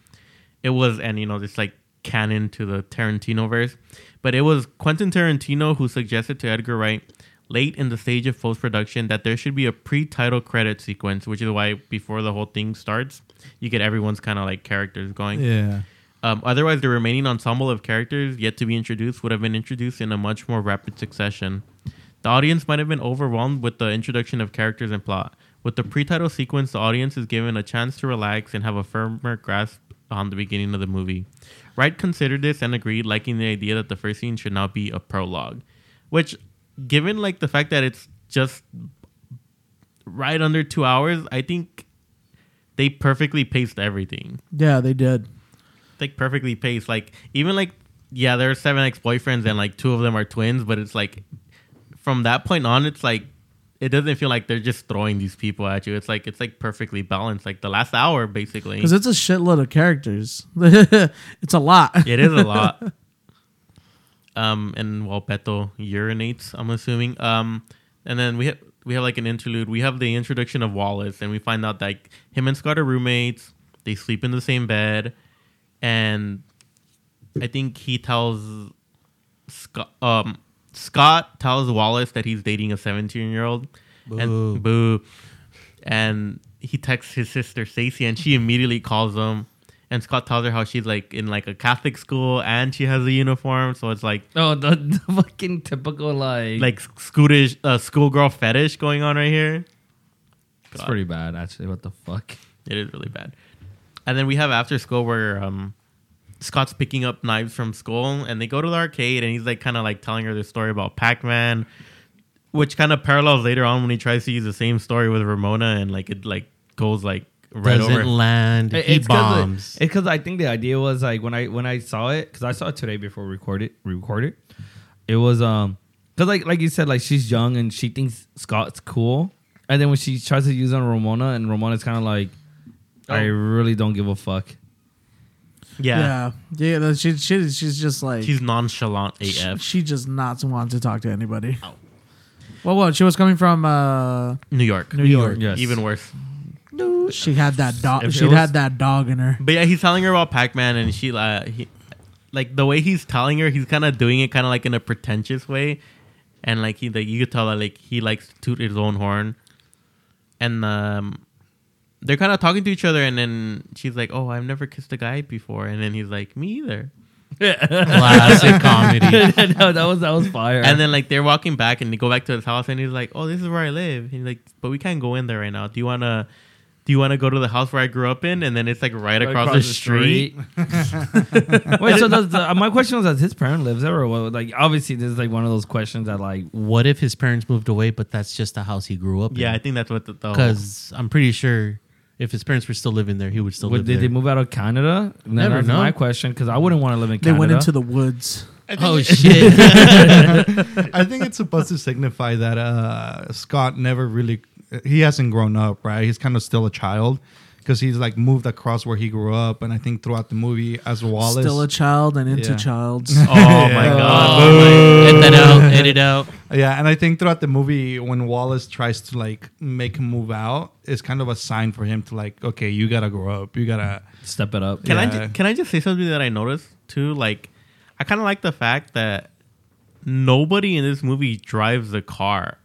Speaker 3: It was, and you know, this like canon to the Tarantino verse, but it was Quentin Tarantino who suggested to Edgar Wright late in the stage of post production that there should be a pre-title credit sequence, which is why before the whole thing starts, you get everyone's kind of like characters going.
Speaker 1: Yeah.
Speaker 3: Um, otherwise, the remaining ensemble of characters yet to be introduced would have been introduced in a much more rapid succession. The audience might have been overwhelmed with the introduction of characters and plot. With the pre-title sequence, the audience is given a chance to relax and have a firmer grasp on the beginning of the movie. Wright considered this and agreed, liking the idea that the first scene should not be a prologue, which, given like the fact that it's just right under two hours, I think they perfectly paced everything.
Speaker 2: Yeah, they did.
Speaker 3: Like perfectly paced. Like even like yeah, there are seven ex boyfriends and like two of them are twins, but it's like from that point on, it's like it doesn't feel like they're just throwing these people at you. It's like it's like perfectly balanced. Like the last hour, basically.
Speaker 2: Because it's a shitload of characters. it's a lot.
Speaker 3: It is a lot. um, and while Beto urinates, I'm assuming. Um, and then we have we have like an interlude. We have the introduction of Wallace, and we find out like him and Scott are roommates. They sleep in the same bed, and I think he tells Scott. Um, Scott tells Wallace that he's dating a 17 year old, and boo, and he texts his sister Stacy, and she immediately calls him. And Scott tells her how she's like in like a Catholic school, and she has a uniform, so it's like
Speaker 4: Oh, the, the fucking typical like
Speaker 3: like scooters, uh, schoolgirl fetish going on right here.
Speaker 4: it's pretty bad actually. What the fuck?
Speaker 3: It is really bad. And then we have after school where um, Scott's picking up knives from school, and they go to the arcade, and he's like kind of like telling her the story about Pac Man, which kind of parallels later on when he tries to use the same story with Ramona, and like it like goes like right
Speaker 5: doesn't
Speaker 3: over.
Speaker 5: land.
Speaker 4: It-
Speaker 5: he
Speaker 4: it's 'cause it-
Speaker 5: bombs.
Speaker 4: It's because I think the idea was like when I when I saw it because I saw it today before we recorded we recorded. It was um because like like you said like she's young and she thinks Scott's cool, and then when she tries to use on Ramona and Ramona's kind of like,
Speaker 5: Oh.
Speaker 4: I really don't give a fuck.
Speaker 3: yeah.
Speaker 2: Yeah. Yeah. no, she, she, she's just like.
Speaker 3: she's nonchalant
Speaker 2: she,
Speaker 3: AF.
Speaker 2: she just not want to talk to anybody. Well, well, she was coming from uh,
Speaker 3: New York,
Speaker 2: New York.
Speaker 4: Yes.
Speaker 3: even worse.
Speaker 2: She had that dog.
Speaker 4: If it
Speaker 2: She
Speaker 4: was-
Speaker 2: had that dog in her.
Speaker 3: But yeah, he's telling her about Pac Man, and she uh, he, like the way he's telling her, he's kind of doing it kind of like in a pretentious way, and like he like you could tell that like he likes to toot his own horn, and um, they're kind of talking to each other, and then she's like, "Oh, I've never kissed a guy before," and then he's like, "Me either,"
Speaker 5: Classic comedy.
Speaker 4: no, that was that was fire.
Speaker 3: and then like they're walking back, and they go back to his house, and he's like, "Oh, this is where I live," and he's like, "But we can't go in there right now. Do you wanna?" Do you want to go to the house where I grew up in, and then it's like right, across, the, street.
Speaker 4: street. Wait, so does the, uh, my question was: Does his parent lives there, or what? Like, obviously, this is like one of those questions that like
Speaker 5: what if his parents moved away, but that's just the house he grew up
Speaker 3: Yeah, I
Speaker 5: in?
Speaker 3: think that's what the, the whole-
Speaker 5: Because I'm pretty sure if his parents were still living there, he would still
Speaker 4: Would-
Speaker 5: live
Speaker 4: did they
Speaker 5: there.
Speaker 4: move out of Canada? No,
Speaker 5: Never
Speaker 4: that's
Speaker 5: know.
Speaker 4: my question because I wouldn't want to live in
Speaker 2: They
Speaker 4: Canada.
Speaker 2: went into the woods.
Speaker 5: oh shit!
Speaker 1: I think it's supposed to signify that uh, Scott never really he hasn't grown up, right? He's kind of still a child because he's like moved across where he grew up, and I think throughout the movie as Wallace,
Speaker 2: Still a child and into
Speaker 1: Yeah.
Speaker 2: childs.
Speaker 3: Oh my god.
Speaker 5: Edit that out. Edit out.
Speaker 1: yeah, and I think throughout the movie when Wallace tries to like make him move out, it's kind of a sign for him to like, okay, you gotta grow up, you gotta.
Speaker 4: Step it up.
Speaker 3: Can I
Speaker 1: Yeah.
Speaker 3: ju- can I just say something that I noticed too? Like, I kind of like the fact that nobody in this movie drives a car.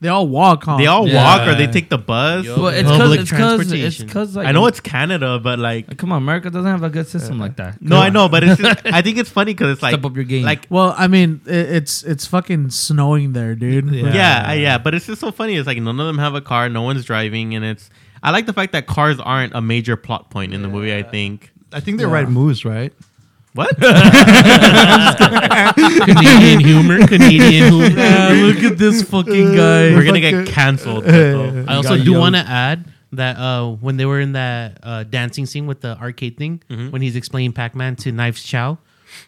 Speaker 2: They all walk on.
Speaker 3: They all
Speaker 4: Yeah.
Speaker 3: walk or they take the bus.
Speaker 5: Yup.
Speaker 4: Well, it's
Speaker 5: Public
Speaker 4: because it's
Speaker 5: transportation.
Speaker 4: because like
Speaker 3: I know it's Canada, but like,
Speaker 4: Come on, America doesn't have a good system like that.
Speaker 3: no, I know, but it's just, I think it's funny because it's like
Speaker 4: Step up your game.
Speaker 3: Like,
Speaker 2: Well, I mean, it, it's it's fucking snowing there, dude.
Speaker 1: Yeah.
Speaker 3: yeah, yeah, but it's just so funny. It's like none of them have a car, no one's driving, and it's. I like the fact that cars aren't a major plot point in the movie. I think
Speaker 1: I think they're
Speaker 2: Yeah.
Speaker 1: right moves, right?
Speaker 3: what
Speaker 5: Canadian humor. Canadian humor.
Speaker 2: Yeah, look at this fucking guy.
Speaker 3: we're gonna get canceled. Beto.
Speaker 5: I also do want to add that uh, when they were in that uh, dancing scene with the arcade thing, when he's explaining Pac-Man to Knives Chow,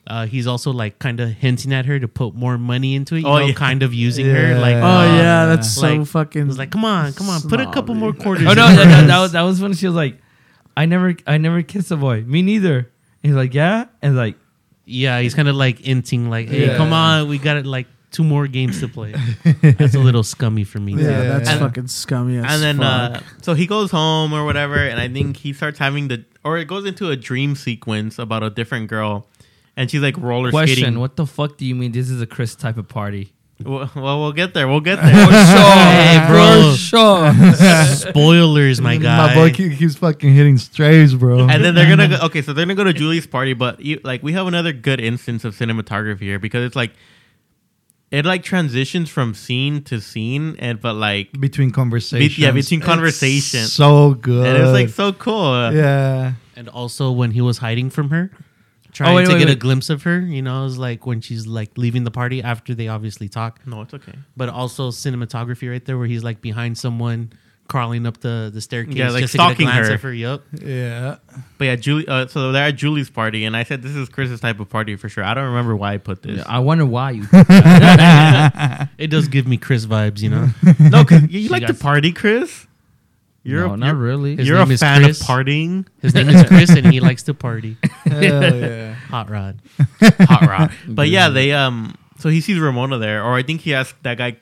Speaker 5: uh, he's also like kind of hinting at her to put more money into it. You
Speaker 3: Oh,
Speaker 5: know,
Speaker 3: yeah.
Speaker 5: kind of using
Speaker 1: Yeah.
Speaker 5: her. Like,
Speaker 2: Oh
Speaker 5: uh,
Speaker 2: yeah, that's so
Speaker 5: like-
Speaker 2: fucking.
Speaker 5: He's like, come on, come on, put a couple more quarters.
Speaker 4: Oh no, that,
Speaker 5: in first."
Speaker 4: that, that was, that was when she was like, "I never, I never kissed a boy. Me neither." And he's like, "Yeah," and like,
Speaker 5: yeah, he's kind of like inting, like, hey,
Speaker 1: Yeah.
Speaker 5: come on, we got it. Like two more games to play. that's a little scummy for me.
Speaker 2: yeah, that's
Speaker 3: And-
Speaker 2: fucking scummy. As
Speaker 3: and then
Speaker 2: fuck.
Speaker 3: uh, so he goes home or whatever and i think he starts having the or it goes into a dream sequence about a different girl and she's like roller
Speaker 4: question:
Speaker 3: skating
Speaker 4: What the fuck do you mean this is a Chris type of party?
Speaker 3: well we'll get there we'll get there
Speaker 5: Hey, bro.
Speaker 4: sure.
Speaker 5: Spoilers, my guy.
Speaker 1: My boy keep- keeps fucking hitting strays, bro.
Speaker 3: and then they're gonna go okay so they're gonna go to julie's party but you, like we have another good instance of cinematography here because it's like it like transitions from scene to scene, and but like
Speaker 1: between conversations.
Speaker 3: between
Speaker 1: It's
Speaker 3: conversation.
Speaker 1: so good.
Speaker 3: and it was like so cool. Uh,
Speaker 1: yeah.
Speaker 5: And also when he was hiding from her, trying
Speaker 4: wait,
Speaker 5: to
Speaker 4: wait,
Speaker 5: get a
Speaker 4: wait.
Speaker 5: glimpse of her, you know, it was like when she's like leaving the party after they obviously talk.
Speaker 3: No, it's okay.
Speaker 5: But also cinematography right there where he's like behind someone crawling up the, the staircase
Speaker 3: Yeah, like
Speaker 5: just to get a
Speaker 3: stalking
Speaker 5: glance
Speaker 3: her.
Speaker 5: of her. Yup.
Speaker 1: Yeah.
Speaker 3: But yeah, Julie. Uh, so they're at Julie's party, and I said this is Chris's type of party for sure. I don't remember why I put this.
Speaker 4: I wonder why you.
Speaker 5: It does give me Chris vibes, you know.
Speaker 3: no, 'cause you, you like to
Speaker 5: got-
Speaker 3: party, Chris. You're
Speaker 4: no,
Speaker 3: a,
Speaker 4: not
Speaker 3: you're,
Speaker 4: really.
Speaker 5: His
Speaker 3: you're
Speaker 5: name
Speaker 3: a
Speaker 5: is
Speaker 3: fan
Speaker 5: Chris.
Speaker 3: of partying.
Speaker 5: His name is Chris and he likes to party.
Speaker 1: Hell yeah.
Speaker 5: Hot rod.
Speaker 3: hot rock. But yeah, they um. So he sees Ramona there, or I think he asked that guy.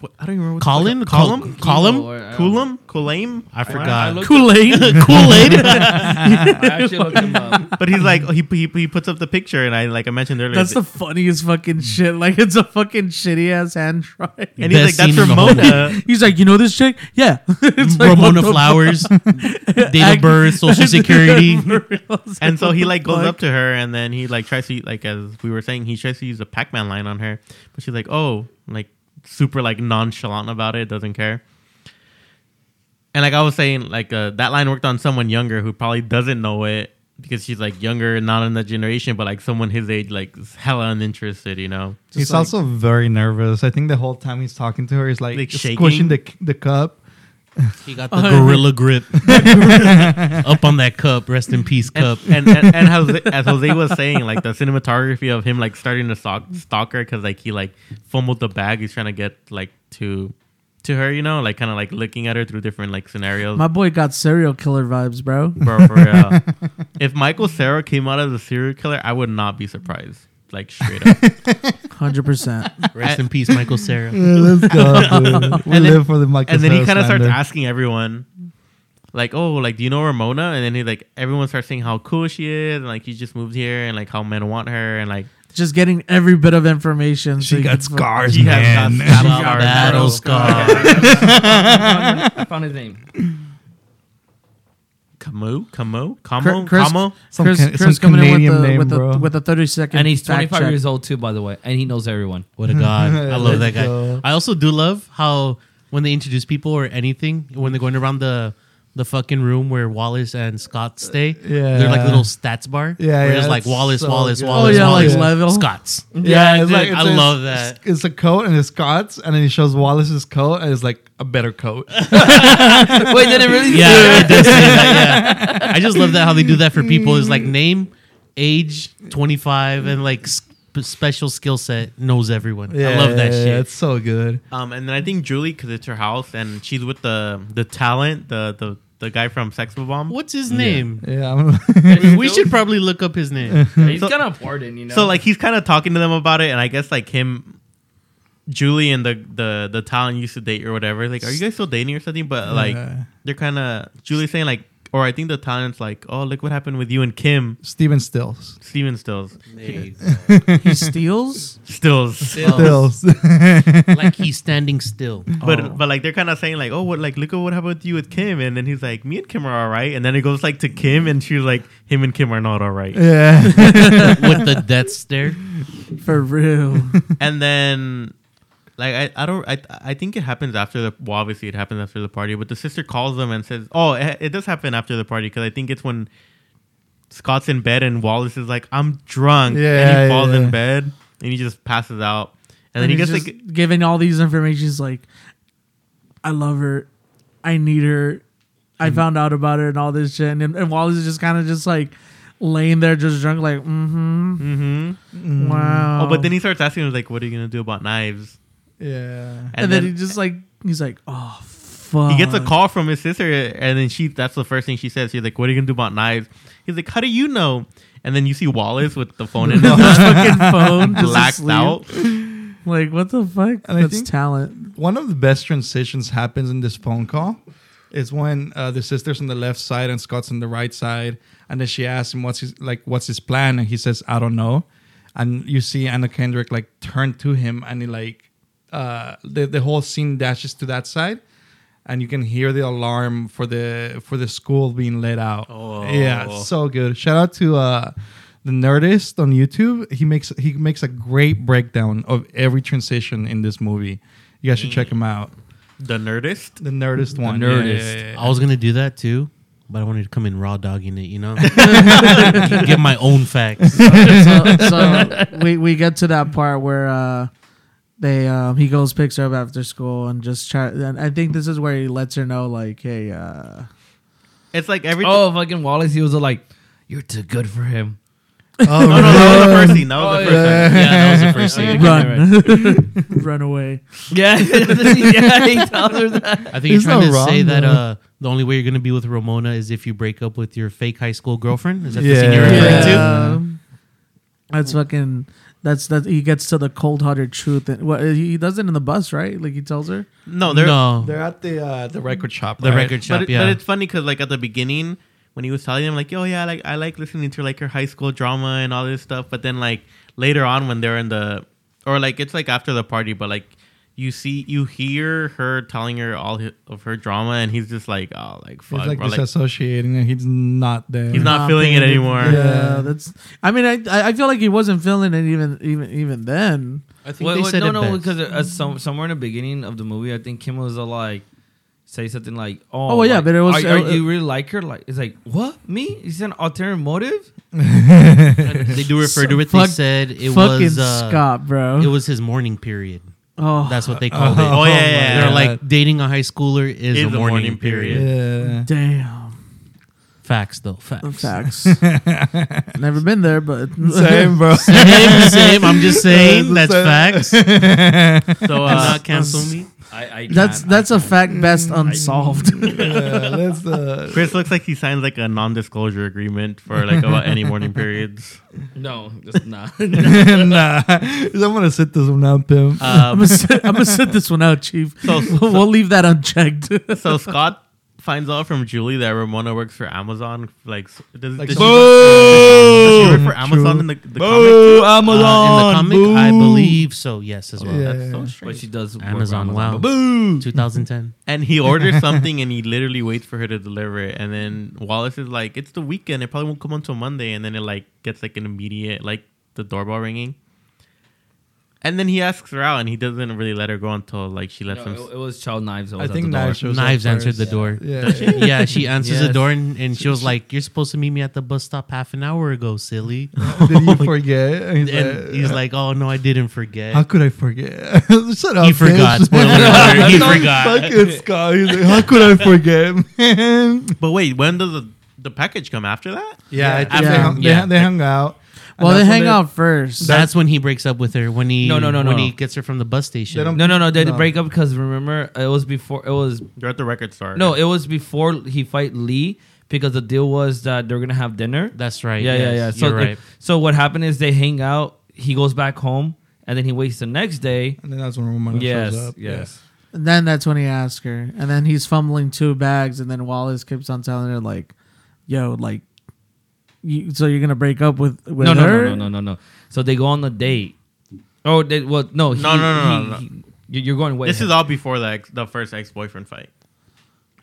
Speaker 3: What, I don't even remember. what-
Speaker 5: Colin?
Speaker 3: Colum,
Speaker 4: Col-
Speaker 3: Colum,
Speaker 4: Kilo, or I don't
Speaker 3: Coulum, Coulame.
Speaker 5: I
Speaker 4: I
Speaker 5: forgot.
Speaker 4: looked
Speaker 5: Kool Aid. Kool Aid.
Speaker 4: I actually looked him up.
Speaker 3: But he's like he, he he puts up the picture, and I like I mentioned earlier.
Speaker 2: That's the funniest fucking shit. Like it's a fucking shitty ass hand drive.
Speaker 3: and uh, he's like
Speaker 5: Best
Speaker 3: that's
Speaker 5: scene in the whole
Speaker 3: Ramona.
Speaker 2: He's like, you know this chick? Yeah. It's like, what
Speaker 5: Ramona
Speaker 2: the
Speaker 5: Flowers, date
Speaker 2: Ag-
Speaker 5: of birth, social security.
Speaker 2: fuck?
Speaker 3: and so he like goes
Speaker 2: Fuck.
Speaker 3: up to her, and then he like tries to like as we were saying, he tries to use a Pac Man line on her, but she's like oh like super like nonchalant about it, doesn't care. And like I was saying, like uh, that line worked on someone younger who probably doesn't know it because she's like younger, not in that generation, but like someone his age, like is hella uninterested, you know.
Speaker 1: he's also very nervous. I think the whole time he's talking to her, he's like,
Speaker 3: Like, shaking.
Speaker 1: squishing the the cup.
Speaker 5: He got the gorilla grip up on that cup. Rest in peace, cup.
Speaker 3: and and, and Jose, as Jose was saying, like the cinematography of him like starting to stalk, stalk her because like he like fumbled the bag. He's trying to get like to to her, you know, like kind of like looking at her through different like scenarios.
Speaker 2: My boy got serial killer vibes, bro.
Speaker 3: Bro, for real. if Michael Sarah came out as a serial killer, I would not be surprised. Like straight up.
Speaker 2: Hundred percent.
Speaker 5: Rest in peace, Michael Sarah.
Speaker 1: Yeah, let's go, dude. We
Speaker 3: And then-
Speaker 1: live for the Michael
Speaker 3: and then he kind
Speaker 1: Cera
Speaker 3: of starts
Speaker 1: slander.
Speaker 3: asking everyone like oh like do you know ramona and then he like everyone starts saying how cool she is and like he just moved here and like how men want her and like
Speaker 2: Just getting every bit of information. so
Speaker 1: She
Speaker 2: you
Speaker 1: got
Speaker 2: can fuck-
Speaker 1: scars,
Speaker 3: He has got
Speaker 1: man.
Speaker 3: scars.
Speaker 5: Battle,
Speaker 3: Battle
Speaker 5: battle
Speaker 4: scar.
Speaker 5: scar.
Speaker 4: I found his name.
Speaker 3: Camus, Camus,
Speaker 2: Cr-
Speaker 3: Camo,
Speaker 2: Chris,
Speaker 3: Camo.
Speaker 1: Some
Speaker 2: Chris,
Speaker 1: Can-
Speaker 2: Chris
Speaker 1: some
Speaker 2: coming
Speaker 1: Canadian
Speaker 2: in with the,
Speaker 1: name,
Speaker 2: with,
Speaker 1: bro.
Speaker 2: the, with the thirty second
Speaker 4: And he's
Speaker 2: fact
Speaker 4: 25
Speaker 2: check.
Speaker 4: years old too, by the way, and he knows everyone.
Speaker 5: What a god! I love that guy.
Speaker 1: Let's go.
Speaker 5: I also do love how when they introduce people or anything when they're going around the the fucking room where Wallace and Scott stay.
Speaker 1: Yeah.
Speaker 5: they're like little stats bar.
Speaker 1: Yeah,
Speaker 5: where
Speaker 1: yeah,
Speaker 5: it's like
Speaker 1: that's
Speaker 5: Wallace,
Speaker 1: so
Speaker 5: Wallace,
Speaker 1: good.
Speaker 5: Wallace,
Speaker 2: Oh, yeah, like
Speaker 5: Wallace,
Speaker 2: level.
Speaker 5: Scots.
Speaker 1: Yeah, it's
Speaker 5: dude,
Speaker 1: like, it's
Speaker 5: I
Speaker 1: a-
Speaker 5: love that.
Speaker 1: It's a coat and it's Scott's, and then he shows Wallace's coat, and it's like a better coat.
Speaker 4: Wait, did it really?
Speaker 5: Yeah, it does say that, yeah. I just love that how they do that for people. Is
Speaker 1: Mm.
Speaker 5: like name, age, twenty five, and like sp- special skill set knows everyone. I love that
Speaker 1: Yeah,
Speaker 5: shit.
Speaker 1: It's so good.
Speaker 3: Um, and then I think Julie, because it's her house, and she's with the the talent, the the, the guy from Sex Bomb.
Speaker 5: What's his name?
Speaker 1: Yeah, I'm,
Speaker 5: We should probably look up his name.
Speaker 4: He's
Speaker 3: So-
Speaker 4: kind of important, you know.
Speaker 3: So like he's kind of talking to them about it, and I guess like him, Julie and the the the talent used to date or whatever. Like, are you guys still dating or something? But like
Speaker 1: Yeah.
Speaker 3: they're kind of Julie's saying like, or I think the talent's like, oh look what happened with you and Kim
Speaker 1: Steven Stills.
Speaker 3: Steven Stills
Speaker 2: He steals.
Speaker 3: Stills.
Speaker 1: Stills.
Speaker 5: like he's standing still.
Speaker 3: But
Speaker 2: Oh.
Speaker 3: but like they're kind of saying like oh what like look at what happened with you with Kim and then he's like me and Kim are all right and then it goes like to Kim and she's like him and Kim are not all right
Speaker 1: yeah.
Speaker 5: with the death stare.
Speaker 2: For real.
Speaker 3: and then like I, I don't I I think it happens after the well obviously it happens after the party but the sister calls them and says oh it, it does happen after the party because I think it's when Scott's in bed and Wallace is like I'm drunk and
Speaker 1: Yeah,
Speaker 3: he falls
Speaker 1: yeah.
Speaker 3: in bed and he just passes out and, then he
Speaker 2: he's
Speaker 3: gets
Speaker 2: just
Speaker 3: like
Speaker 2: giving all these information. He's like, I love her. I need her. I found out about her and all this shit. And, and Wallace is just kind of just like laying there, just drunk, like, mm-hmm,
Speaker 3: mm-hmm.
Speaker 2: wow.
Speaker 3: oh but then he starts asking him like what are you gonna do about knives
Speaker 1: Yeah.
Speaker 2: and, then, he just like, he's like, oh, fuck.
Speaker 3: he gets a call from his sister and then she that's the first thing she says she's like what are you gonna do about knives he's like how do you know and then you see wallace with the phone in his
Speaker 2: His
Speaker 3: hand,
Speaker 2: fucking phone just
Speaker 3: blacked
Speaker 2: asleep.
Speaker 3: out
Speaker 2: Like, what the fuck?
Speaker 1: And I
Speaker 2: That's
Speaker 1: think-
Speaker 2: talent.
Speaker 1: One of the best transitions happens in this phone call. Is when uh, the sister's on the left side and Scott's on the right side, and then she asks him what's his like what's his plan, and he says I don't know, and you see Anna Kendrick like turn to him, and he like uh, the the whole scene dashes to that side, and you can hear the alarm for the for the school being let out.
Speaker 3: Oh.
Speaker 1: yeah, it's so good. Shout out to uh, the Nerdist on YouTube. He makes he makes a great breakdown of every transition in this movie. You guys should check him out.
Speaker 3: The Nerdist.
Speaker 1: The Nerdist one. Yeah,
Speaker 4: Nerdist.
Speaker 1: yeah, yeah, yeah.
Speaker 5: I was gonna do that too, but I wanted to come in raw dogging it, you know. Get my own facts.
Speaker 2: so, so we we get to that part where uh, they um, he goes picks her up after school and just try. And I think this is where he lets her know like, hey, uh,
Speaker 3: It's like every.
Speaker 4: Oh, fucking Wallace, he was like, "You're too good for him."
Speaker 3: no, no, that was the first scene. That was
Speaker 4: Oh,
Speaker 3: the first
Speaker 6: Yeah,
Speaker 3: scene.
Speaker 4: yeah.
Speaker 6: that was the first thing.
Speaker 2: run, run away.
Speaker 4: Yeah, yeah, he tells her that.
Speaker 5: I think you're
Speaker 1: It's
Speaker 5: trying
Speaker 1: not
Speaker 5: to
Speaker 1: wrong,
Speaker 5: say that
Speaker 1: though.
Speaker 5: uh, the only way you're gonna be with Ramona is if you break up with your fake high school girlfriend. Is that the scene you're
Speaker 1: Yeah.
Speaker 5: referring to?
Speaker 2: Um, That's fucking. That's that he gets to the cold hearted truth. And, what he does it in the bus, right? Like he tells her.
Speaker 3: No, they're.
Speaker 5: no,
Speaker 1: They're at the uh, the record shop.
Speaker 5: the
Speaker 1: right?
Speaker 5: record shop.
Speaker 3: But, it,
Speaker 5: yeah,
Speaker 3: but it's funny because like at the beginning when he was telling him like, oh yeah, like I like listening to like her high school drama and all this stuff. But then like later on when they're in the or like it's like after the party, but like you see you hear her telling her all hi- of her drama, and he's just like, oh like
Speaker 1: He's
Speaker 3: fuck,
Speaker 1: like
Speaker 3: bro, like,
Speaker 1: disassociating, and he's not there.
Speaker 3: he's not feeling it anymore.
Speaker 2: Yeah, that's. I mean, I- I I feel like he wasn't feeling it even even even then.
Speaker 5: I think
Speaker 4: Wait,
Speaker 5: they
Speaker 4: wait,
Speaker 5: said
Speaker 4: no,
Speaker 5: it
Speaker 4: no,
Speaker 5: best.
Speaker 4: because uh, some, somewhere in the beginning of the movie, I think Kim was uh, like, say something like, "Oh,
Speaker 2: Oh, well, yeah,
Speaker 4: like,
Speaker 2: but it was-
Speaker 4: are, are
Speaker 2: uh,
Speaker 4: you really like her?" Like, it's like, "What? Me? Is an alternative motive?"
Speaker 5: they do refer to it.
Speaker 2: Fuck-
Speaker 5: they said it
Speaker 2: fucking
Speaker 5: was uh,
Speaker 2: Scott, bro.
Speaker 5: It was his morning period.
Speaker 2: oh,
Speaker 5: That's what they called
Speaker 3: Oh,
Speaker 5: it.
Speaker 3: yeah, yeah,
Speaker 5: They're
Speaker 3: yeah.
Speaker 5: like dating a high schooler is a morning, period.
Speaker 1: Yeah.
Speaker 2: damn
Speaker 5: Facts though, facts.
Speaker 2: facts. Never been there, but
Speaker 1: Same, bro.
Speaker 5: Same, same. I'm just saying that's
Speaker 1: Same.
Speaker 5: facts.
Speaker 3: So
Speaker 5: Do
Speaker 3: uh,
Speaker 5: not cancel me.
Speaker 4: I, I
Speaker 2: that's
Speaker 4: can't-
Speaker 2: that's a fact best unsolved.
Speaker 1: Yeah, that's, uh,
Speaker 3: Chris looks like he signs like a non-disclosure agreement for like about any morning periods.
Speaker 4: no, just not.
Speaker 1: nah, I'm gonna sit this one out, Pim.
Speaker 2: I'm
Speaker 3: Um,
Speaker 2: gonna sit, I'm gonna sit this one out, Chief.
Speaker 3: So-
Speaker 2: we'll, we'll leave that unchecked.
Speaker 3: so Scott finds out from Julie that Ramona works for Amazon. Like, s- does,
Speaker 1: Like
Speaker 3: does
Speaker 1: some-
Speaker 3: she, does she work
Speaker 1: True.
Speaker 3: for Amazon in the, the comics?
Speaker 4: Boo,
Speaker 5: Uh, in the
Speaker 4: Amazon.
Speaker 5: comic,
Speaker 4: boo.
Speaker 5: I believe so. Yes, as well.
Speaker 1: Yeah.
Speaker 3: That's so
Speaker 4: But
Speaker 3: strange.
Speaker 4: she does work for
Speaker 5: Amazon, wow.
Speaker 4: Boo.
Speaker 5: 2010.
Speaker 3: And he orders something and he literally waits for her to deliver it. And then Wallace is like, it's the weekend. It probably won't come until Monday. And then it like gets like an immediate, like the doorbell ringing. And then he asks her out and he doesn't really let her go until like she lets
Speaker 4: No,
Speaker 3: him.
Speaker 4: it, it was child knives. that
Speaker 1: I
Speaker 4: was at
Speaker 1: think
Speaker 4: the door.
Speaker 1: knives shows up
Speaker 5: Knives answered the
Speaker 1: first.
Speaker 5: door.
Speaker 1: Yeah.
Speaker 5: Yeah, she answers the
Speaker 4: Yes.
Speaker 5: door and, and she was like, "You're supposed to meet me at the bus stop half an hour ago, silly."
Speaker 1: Did you forget? And he's,
Speaker 5: and he's like, "Oh no, I didn't forget."
Speaker 1: "How could I forget?" Shut up.
Speaker 5: He forgot.
Speaker 1: bitch.
Speaker 5: Spoiler alert, he forgot.
Speaker 1: Fucking Scott. He's like, "How could I forget, man?"
Speaker 3: But wait, when does the, the package come after that?
Speaker 1: Yeah, I think
Speaker 5: After-
Speaker 1: they, hung,
Speaker 5: yeah.
Speaker 1: They, they hung out. And
Speaker 2: well, they
Speaker 1: that's when
Speaker 2: hang out first.
Speaker 5: That's when he breaks up with her. When he
Speaker 4: No, no, no, no.
Speaker 5: when he gets her from the bus station.
Speaker 1: They don't-
Speaker 4: No, no, no. They had
Speaker 1: No.
Speaker 4: to break up because remember it was before. It was
Speaker 3: They're at the record store.
Speaker 4: no, it was before he fight Lee because the deal was that they're gonna have dinner.
Speaker 5: That's right.
Speaker 4: yeah, yeah,
Speaker 5: yes,
Speaker 4: yeah. So,
Speaker 5: you're
Speaker 4: they-
Speaker 5: right.
Speaker 4: so what happened is they hang out. He goes back home, and then he waits the next day.
Speaker 1: And then that's when Ramona
Speaker 4: Yes,
Speaker 1: shows up.
Speaker 4: yes.
Speaker 2: And then that's when he asks her, and then he's fumbling two bags, and then Wallace keeps on telling her like, "Yo, like, you, so you're gonna break up with with
Speaker 4: No, no,
Speaker 2: her?"
Speaker 4: no, no, no, no, no. So they go on the date. Oh, they, well, no, he,
Speaker 3: No, no, no,
Speaker 4: he-
Speaker 3: no, no.
Speaker 4: he- you- you're going way.
Speaker 3: This is
Speaker 4: ahead.
Speaker 3: all before the, ex, the first ex boyfriend fight.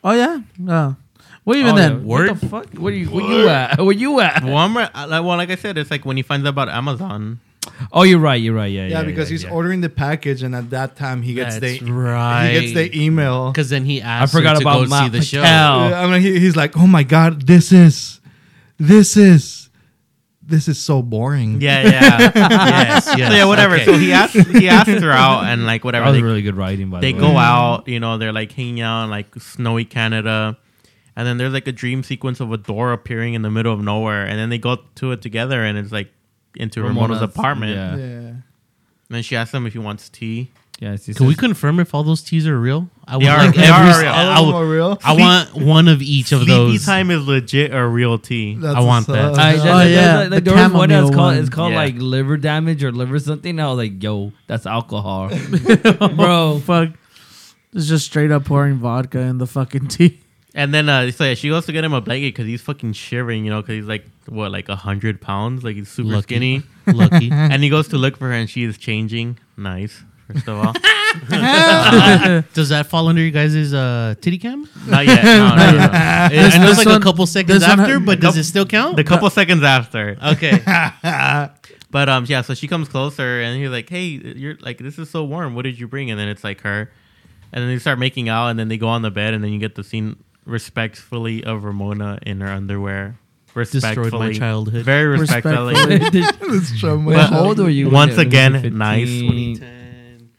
Speaker 2: Oh yeah, no. Well, even
Speaker 4: Oh,
Speaker 2: then,
Speaker 4: yeah.
Speaker 5: Word?
Speaker 4: What the fuck? Where you? Where you at? Where you at?
Speaker 3: Well, I'm, right- I- uh, like- well, like I said, it's like when he finds out about Amazon.
Speaker 4: Oh, you're right. You're right. Yeah, yeah.
Speaker 1: Yeah, because he's
Speaker 4: yeah.
Speaker 1: ordering the package, and at that time he gets
Speaker 5: That's
Speaker 1: the
Speaker 5: right.
Speaker 1: he gets the email.
Speaker 5: Because then he asked
Speaker 4: forgot
Speaker 5: her to
Speaker 4: about
Speaker 5: go
Speaker 4: Matt
Speaker 5: see the show.
Speaker 4: Patel.
Speaker 1: Yeah, I mean, he, he's like, "Oh my god, this is, this is, this is so boring."
Speaker 3: Yeah, yeah, yes,
Speaker 5: yes,
Speaker 3: So yeah, whatever.
Speaker 5: okay.
Speaker 3: So he asks, he asks her out, and like whatever,
Speaker 4: That was
Speaker 3: they,
Speaker 4: really good writing. By
Speaker 3: they
Speaker 4: the way.
Speaker 3: go out. You know, they're like hanging out in like snowy Canada, and then there's like a dream sequence of a door appearing in the middle of nowhere, and then they go to it together, and it's like into Ramona's,
Speaker 4: Ramona's-
Speaker 3: apartment.
Speaker 4: yeah.
Speaker 1: Yeah.
Speaker 3: And then she asks him if he wants tea.
Speaker 4: Yeah, she
Speaker 5: Can we
Speaker 4: says-
Speaker 5: confirm if all those teas are real? I would
Speaker 3: They are-
Speaker 5: like
Speaker 3: they
Speaker 5: every.
Speaker 3: are real.
Speaker 5: I,
Speaker 1: All of
Speaker 5: would-
Speaker 1: them are Oh, real.
Speaker 5: I want one of each of
Speaker 3: Sleepy
Speaker 5: those.
Speaker 3: time is legit or real tea.
Speaker 1: That's
Speaker 5: I want
Speaker 1: what's
Speaker 5: that.
Speaker 1: up.
Speaker 4: I,
Speaker 2: Oh,
Speaker 4: that- that-
Speaker 2: yeah,
Speaker 4: that-
Speaker 2: the
Speaker 4: like, there was one
Speaker 2: chamomile
Speaker 4: that's called
Speaker 2: one.
Speaker 4: it's called
Speaker 3: Yeah.
Speaker 4: like liver damage or liver something. I was like, yo, that's alcohol, bro.
Speaker 2: fuck, it's just straight up pouring vodka in the fucking tea.
Speaker 3: And then uh, so yeah, she goes to get him a blanket because he's fucking shivering, you know, because he's like what, like a hundred pounds, like he's super
Speaker 5: Lucky.
Speaker 3: skinny.
Speaker 5: Lucky.
Speaker 3: and he goes to look for her, and she is changing. Nice, first of all.
Speaker 5: Does that fall under you guys' uh, titty cam?
Speaker 3: Not yet. No,
Speaker 5: Oh,
Speaker 3: no, no, no.
Speaker 5: It- I know it's
Speaker 2: this
Speaker 5: like
Speaker 2: one-
Speaker 5: a couple seconds
Speaker 2: this one-
Speaker 5: after, but does
Speaker 3: Nope.
Speaker 5: it still count?
Speaker 3: The couple seconds after.
Speaker 5: okay.
Speaker 3: But um, yeah. So she comes closer, and he's like, "Hey, you're like, this is so warm. What did you bring?" And then it's like her, and then they start making out, and then they go on the bed, and then you get the scene respectfully of Ramona in her underwear. Respectfully,
Speaker 5: Destroyed my childhood.
Speaker 3: Very respectfully.
Speaker 1: That's so much.
Speaker 4: Wait, how old were you? when
Speaker 3: Once
Speaker 4: it was
Speaker 3: again,
Speaker 4: 15?
Speaker 3: nice.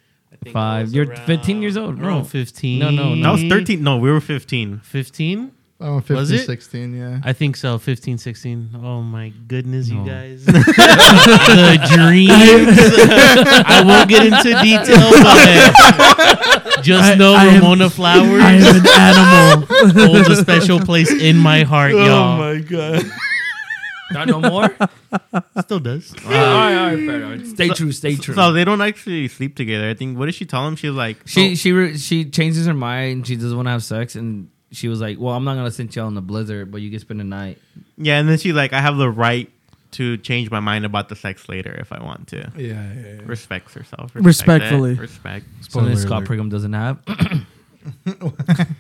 Speaker 4: Five. You're 15 years old, bro.
Speaker 5: Around 15.
Speaker 4: No, no,
Speaker 3: That was thirteen. No, we were fifteen.
Speaker 5: 15?
Speaker 1: I'm 15,
Speaker 5: Was it?
Speaker 1: 16, yeah.
Speaker 5: I think so. 15, 16. Oh my goodness, you guys. the dreams. I won't get into detail, but just
Speaker 2: I-
Speaker 5: know
Speaker 2: I am-
Speaker 5: Ramona Flowers
Speaker 2: I am an animal. Oh,
Speaker 5: holds a special place in my heart,
Speaker 1: Oh
Speaker 5: y'all.
Speaker 3: god.
Speaker 4: Not no more.
Speaker 5: Still does.
Speaker 4: all right, all right, fair enough. Stay true. Stay true.
Speaker 3: So they don't actually sleep together. I think. What did she tell him? She's like, "Oh."
Speaker 4: she she re- she changes her mind. She doesn't want to have sex, and she was like, "Well, I'm not gonna send y'all in the blizzard, but you can spend the night."
Speaker 3: Yeah, and then she's like, I have the right to change my mind about the sex later if I want to.
Speaker 1: yeah, yeah, yeah.
Speaker 3: Respects herself.
Speaker 2: Respectfully.
Speaker 3: it, Respect.
Speaker 4: Something
Speaker 1: Spoiler
Speaker 4: Scott
Speaker 1: alert.
Speaker 4: Brigham doesn't have.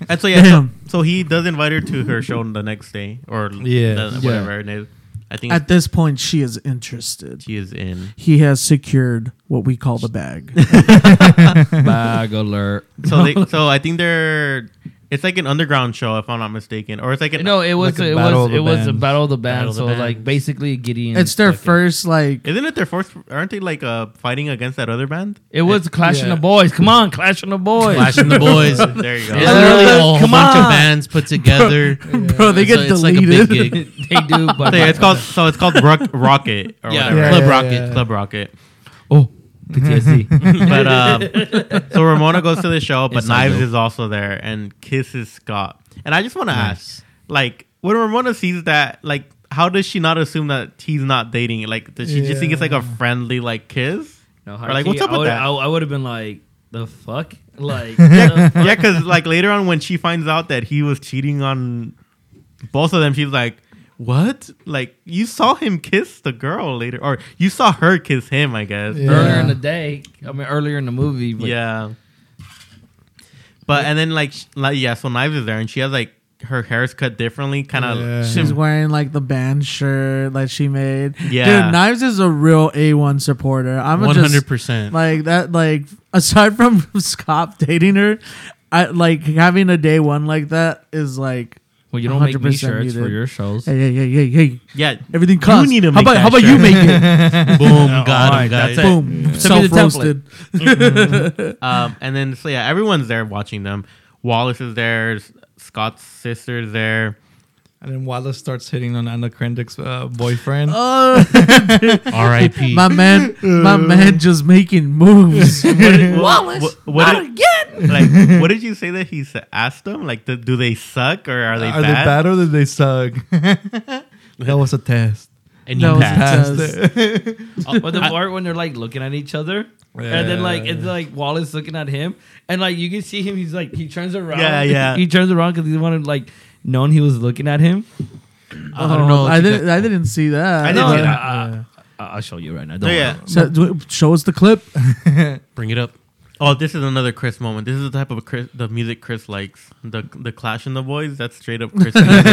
Speaker 3: And so yeah, so,
Speaker 2: Damn.
Speaker 3: so he does invite her to her show the next day or
Speaker 1: Yeah.
Speaker 3: the-
Speaker 1: Yeah.
Speaker 3: whatever it is. I think
Speaker 2: At this point, she is interested.
Speaker 3: she is in.
Speaker 2: He has secured what we call the bag.
Speaker 4: Bag alert.
Speaker 3: So they, so I think they're. It's like an underground show, if I'm not mistaken, or it's like an.
Speaker 4: No, it was
Speaker 1: Like a
Speaker 4: it
Speaker 1: battle of
Speaker 4: was
Speaker 1: the
Speaker 4: it was a
Speaker 1: bands.
Speaker 4: battle of the band.
Speaker 5: Battle of the
Speaker 4: So like
Speaker 5: bands.
Speaker 4: basically Gideon.
Speaker 2: it's their
Speaker 4: second.
Speaker 2: first like.
Speaker 3: Isn't it their first? Aren't they like uh fighting against that other band?
Speaker 4: It was clashing
Speaker 1: yeah.
Speaker 4: the boys. Come on, clashing the boys.
Speaker 5: Flashing the boys. It's
Speaker 3: There you go.
Speaker 4: Yeah.
Speaker 5: literally a whole
Speaker 4: Uh, Come
Speaker 5: bunch of
Speaker 4: on.
Speaker 5: bands put together.
Speaker 2: Bro, they get
Speaker 5: So it's like a
Speaker 2: deleted.
Speaker 5: big gig.
Speaker 4: they do, but
Speaker 3: So, yeah, it's called. So it's called Rock, Rocket or
Speaker 5: Yeah,
Speaker 3: whatever.
Speaker 5: Club
Speaker 1: Yeah, yeah,
Speaker 5: Rocket.
Speaker 1: yeah.
Speaker 3: Club Rocket.
Speaker 4: oh PTSD.
Speaker 3: but um, so Ramona goes to the show, but
Speaker 5: It's not
Speaker 3: Knives
Speaker 5: dope.
Speaker 3: is also there and kisses Scott. And I just want to
Speaker 5: Nice.
Speaker 3: ask, like, when Ramona sees that, like, how does she not assume that he's not dating? Like, does she just think it's like a friendly like kiss?
Speaker 4: no,
Speaker 3: Or, like, what's up
Speaker 4: I
Speaker 3: with
Speaker 4: would,
Speaker 3: that?
Speaker 4: I, would have been like, the fuck, like
Speaker 3: yeah, because like later on when she finds out that he was cheating on both of them, she's like. What? Like you saw him kiss the girl later, or you saw her kiss him? I guess.
Speaker 1: Yeah.
Speaker 4: earlier in the day. I mean, earlier in the movie. But
Speaker 3: yeah. But and then like, sh- like yeah, so Knives is there and she has like her hair's cut differently, kind of.
Speaker 1: Yeah.
Speaker 2: She's wearing like the band shirt that she made.
Speaker 3: Yeah.
Speaker 2: Dude, Knives is a real A1 supporter. I'm a
Speaker 5: One
Speaker 2: just
Speaker 5: hundred percent.
Speaker 2: like that like aside from Scott dating her, I like having a day one like that is like
Speaker 4: Well, you don't make me
Speaker 2: 100%
Speaker 4: shirts
Speaker 2: you
Speaker 4: for
Speaker 2: did.
Speaker 4: your shows.
Speaker 2: hey hey hey hey hey
Speaker 3: Yeah,
Speaker 2: everything
Speaker 3: you
Speaker 2: costs.
Speaker 3: need to
Speaker 2: how
Speaker 3: make
Speaker 2: about
Speaker 3: that
Speaker 2: how about you
Speaker 3: shirt.
Speaker 2: make it?
Speaker 5: Boom, got him,
Speaker 4: alright,
Speaker 5: guys.
Speaker 4: that's it.
Speaker 2: Boom.
Speaker 4: Send me the
Speaker 2: Self roasted.
Speaker 3: Um, and then so yeah, everyone's there watching them. Wallace is there. S- Scott's sister's there.
Speaker 1: And then Wallace starts hitting on Anna Krendick's uh, boyfriend.
Speaker 2: Oh,
Speaker 5: R.I.P.
Speaker 2: my man,
Speaker 3: Uh.
Speaker 2: my man, just making moves. Wallace,
Speaker 3: What, what
Speaker 2: not
Speaker 3: did,
Speaker 2: again.
Speaker 3: like, what did you say that he s- asked them? Like, th- do they suck or are they
Speaker 1: Are they
Speaker 3: bad?
Speaker 1: bad or did they suck? that was a test.
Speaker 5: And
Speaker 2: That
Speaker 5: you
Speaker 2: was
Speaker 5: passed.
Speaker 1: Passed
Speaker 2: Test.
Speaker 1: it.
Speaker 4: but uh, the part when they're like looking at each other, and then like it's like Wallace looking at him, and like you can see him. He's like he turns around.
Speaker 3: Yeah, yeah.
Speaker 4: he turns around because he wanted like known he was looking at him.
Speaker 5: I don't know.
Speaker 2: Oh, I didn't. I didn't see that.
Speaker 3: I didn't see
Speaker 2: Uh,
Speaker 3: that.
Speaker 4: I- I'll show you right now.
Speaker 3: So
Speaker 4: Don't worry.
Speaker 3: yeah.
Speaker 2: So, do- show us the clip.
Speaker 5: Bring it up.
Speaker 3: Oh, this is another Chris moment. This is the type of Chris, the music Chris likes. The the Clash and the Boys. That's straight up Chris. music.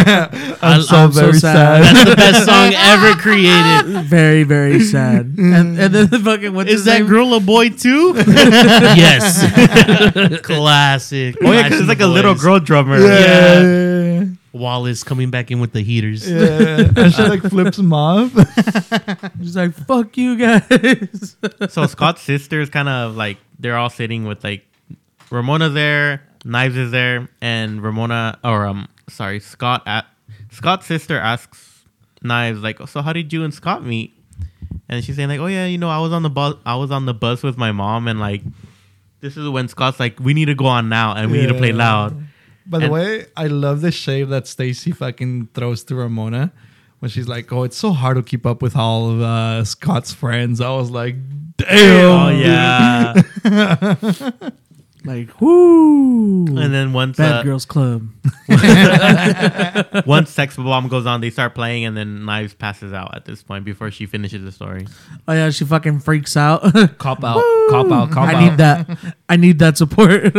Speaker 1: I'm so
Speaker 2: I'm so
Speaker 1: very
Speaker 2: sad.
Speaker 1: sad.
Speaker 5: That's the best song ever created.
Speaker 2: Very, very sad. and, and then the fucking what's
Speaker 5: Is
Speaker 2: his
Speaker 5: that
Speaker 2: name?
Speaker 5: gorilla boy too? yes. Classic.
Speaker 3: oh yeah,
Speaker 5: Clash
Speaker 3: because
Speaker 5: of
Speaker 3: it's like
Speaker 5: the
Speaker 3: a little
Speaker 5: Boys.
Speaker 3: girl drummer.
Speaker 5: Yeah.
Speaker 1: yeah.
Speaker 5: Wallace coming back in with the heaters.
Speaker 1: Yeah. And she like flips him off.
Speaker 2: She's like, "Fuck you guys."
Speaker 3: so Scott's sisters kind of like they're all sitting with like Ramona there, Knives is there, and Ramona or um sorry Scott at Scott's sister asks Knives like, so how did you and Scott meet? And she's saying like, oh yeah, you know I was on the bus, I was on the bus with my mom, and like this is when Scott's like, we need to go on now, and we need to play
Speaker 1: Yeah.
Speaker 3: loud.
Speaker 1: By the
Speaker 3: And-
Speaker 1: way, I love the shade that Stacy fucking throws to Ramona when she's like, "Oh, it's so hard to keep up with all of uh,
Speaker 4: Oh,
Speaker 1: Scott's friends." I was like, "Damn,
Speaker 3: Oh yeah.
Speaker 2: Like, whoo.
Speaker 3: And then once
Speaker 2: Bad
Speaker 3: uh,
Speaker 2: Girls Club.
Speaker 3: once Sex Bomb goes on, they start playing, and then Knives passes out at this point before she finishes the story.
Speaker 2: Oh yeah, she fucking freaks out.
Speaker 4: Cop out, cop out, cop
Speaker 2: I
Speaker 4: out.
Speaker 2: need that. I need that support.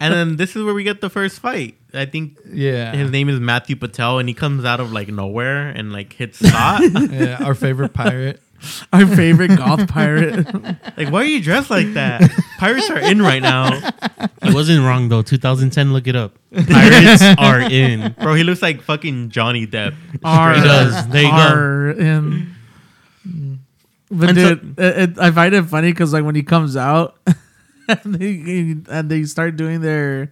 Speaker 3: and then this is where we get the first fight. I think
Speaker 1: Yeah.
Speaker 3: his name is Matthew Patel, and he comes out of like nowhere and like hits Scott.
Speaker 1: yeah. Our favorite pirate.
Speaker 2: Our favorite goth pirate.
Speaker 3: like, why are you dressed like that? Pirates are in right now.
Speaker 5: I wasn't wrong though. 2010, look it up.
Speaker 3: Pirates are in, bro. He looks like fucking Johnny Depp.
Speaker 2: R
Speaker 5: He does. There you go.
Speaker 2: R in. But
Speaker 3: And so-
Speaker 2: dude, it, it, I find it funny because like when he comes out, and they and they start doing their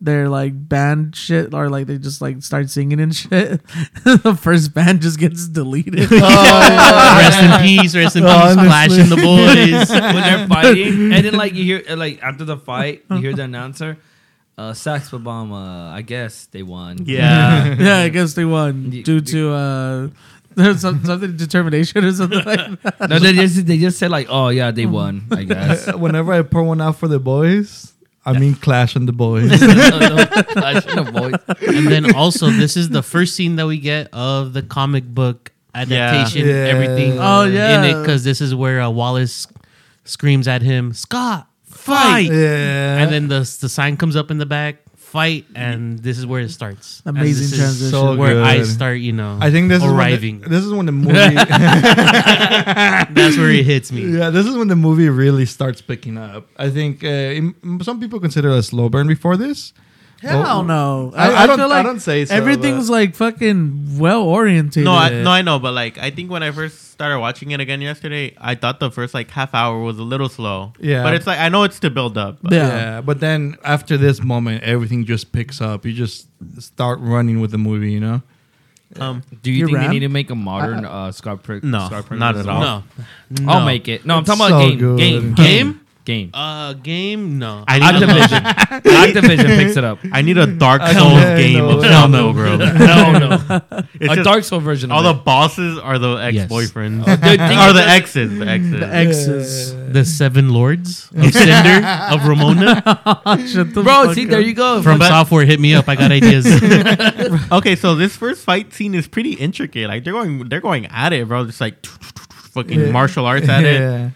Speaker 2: their like band shit or like they just like start singing and shit. the first band just gets deleted.
Speaker 5: Rest in peace. Rest in peace. Flash and the boys.
Speaker 4: when they're fighting, and then like you hear uh, like after the fight, you hear the announcer, uh, Sax Bomb. Uh, I guess they won.
Speaker 3: Yeah.
Speaker 2: yeah, I guess they won
Speaker 4: You-
Speaker 2: due to uh there's some, something determination or something like that.
Speaker 4: No, they just they just said like, oh yeah, they won. I guess.
Speaker 1: Uh, Whenever I pour one out for the boys, I mean Clash and the boys.
Speaker 4: I should have voiced.
Speaker 5: and then also, this is the first scene that we get of the comic book adaptation,
Speaker 1: Yeah.
Speaker 5: everything.
Speaker 1: Oh,
Speaker 2: yeah.
Speaker 5: In it, because this is where uh, Wallace screams at him, Scott, fight.
Speaker 1: yeah.
Speaker 5: And then the, the sign comes up in the back, fight. And this is where it starts. And
Speaker 2: Amazing
Speaker 5: this is
Speaker 2: transition.
Speaker 1: so
Speaker 5: Where I
Speaker 1: good.
Speaker 5: start, you know,
Speaker 1: I think this is
Speaker 5: arriving.
Speaker 1: when the, this is when the movie
Speaker 5: That's where it hits me.
Speaker 1: yeah this is when the movie really starts picking up. I think uh, im- some people consider it a slow burn before this.
Speaker 2: Hell
Speaker 1: Well,
Speaker 2: no.
Speaker 1: I- I don't- I don't say so,
Speaker 2: everything's
Speaker 1: but-
Speaker 2: like fucking well oriented.
Speaker 3: No, I, no, I know, but like, I think when I first started watching it again yesterday, I thought the first like half hour was a little slow.
Speaker 1: Yeah.
Speaker 3: but it's like I know it's to build up. But
Speaker 2: Yeah.
Speaker 1: Yeah. but then after this moment, everything just picks up. You just start running with the movie, you know.
Speaker 3: um,
Speaker 4: Do you
Speaker 2: You
Speaker 4: think
Speaker 2: ram?
Speaker 4: they need to make a modern uh, Scott Prick?
Speaker 3: No,
Speaker 4: Scott Pilgrim
Speaker 3: not at
Speaker 4: as
Speaker 3: all.
Speaker 4: well?
Speaker 5: No. no.
Speaker 4: I'll make it. No, I'm talking
Speaker 1: It's
Speaker 4: about
Speaker 1: so
Speaker 4: game,
Speaker 1: good.
Speaker 4: game,
Speaker 5: Game?
Speaker 4: game.
Speaker 5: Uh, game? No.
Speaker 3: I need a,
Speaker 4: Activision, Activision picks it up.
Speaker 3: I need a Dark
Speaker 1: I
Speaker 3: Souls
Speaker 1: don't
Speaker 3: game
Speaker 1: know.
Speaker 3: of Hell No, bro.
Speaker 4: No, no,
Speaker 3: It's
Speaker 4: a
Speaker 3: just-
Speaker 4: Dark Soul version.
Speaker 3: all the
Speaker 4: of Oh,
Speaker 3: bosses are the ex-boyfriends
Speaker 4: the thing
Speaker 3: or the
Speaker 4: is that-
Speaker 3: exes. The exes.
Speaker 2: the exes.
Speaker 5: the Seven Lords of Cinder of Ramona
Speaker 2: Shut the
Speaker 4: it. bro.
Speaker 2: fuck
Speaker 4: See,
Speaker 2: up.
Speaker 4: there you go.
Speaker 5: from
Speaker 3: But-
Speaker 5: Software. Hit me up. I got ideas.
Speaker 3: okay, so this first fight scene is pretty intricate. Like they're going, they're going at it, bro. Just like fucking
Speaker 1: Yeah.
Speaker 3: martial arts at it.
Speaker 1: yeah.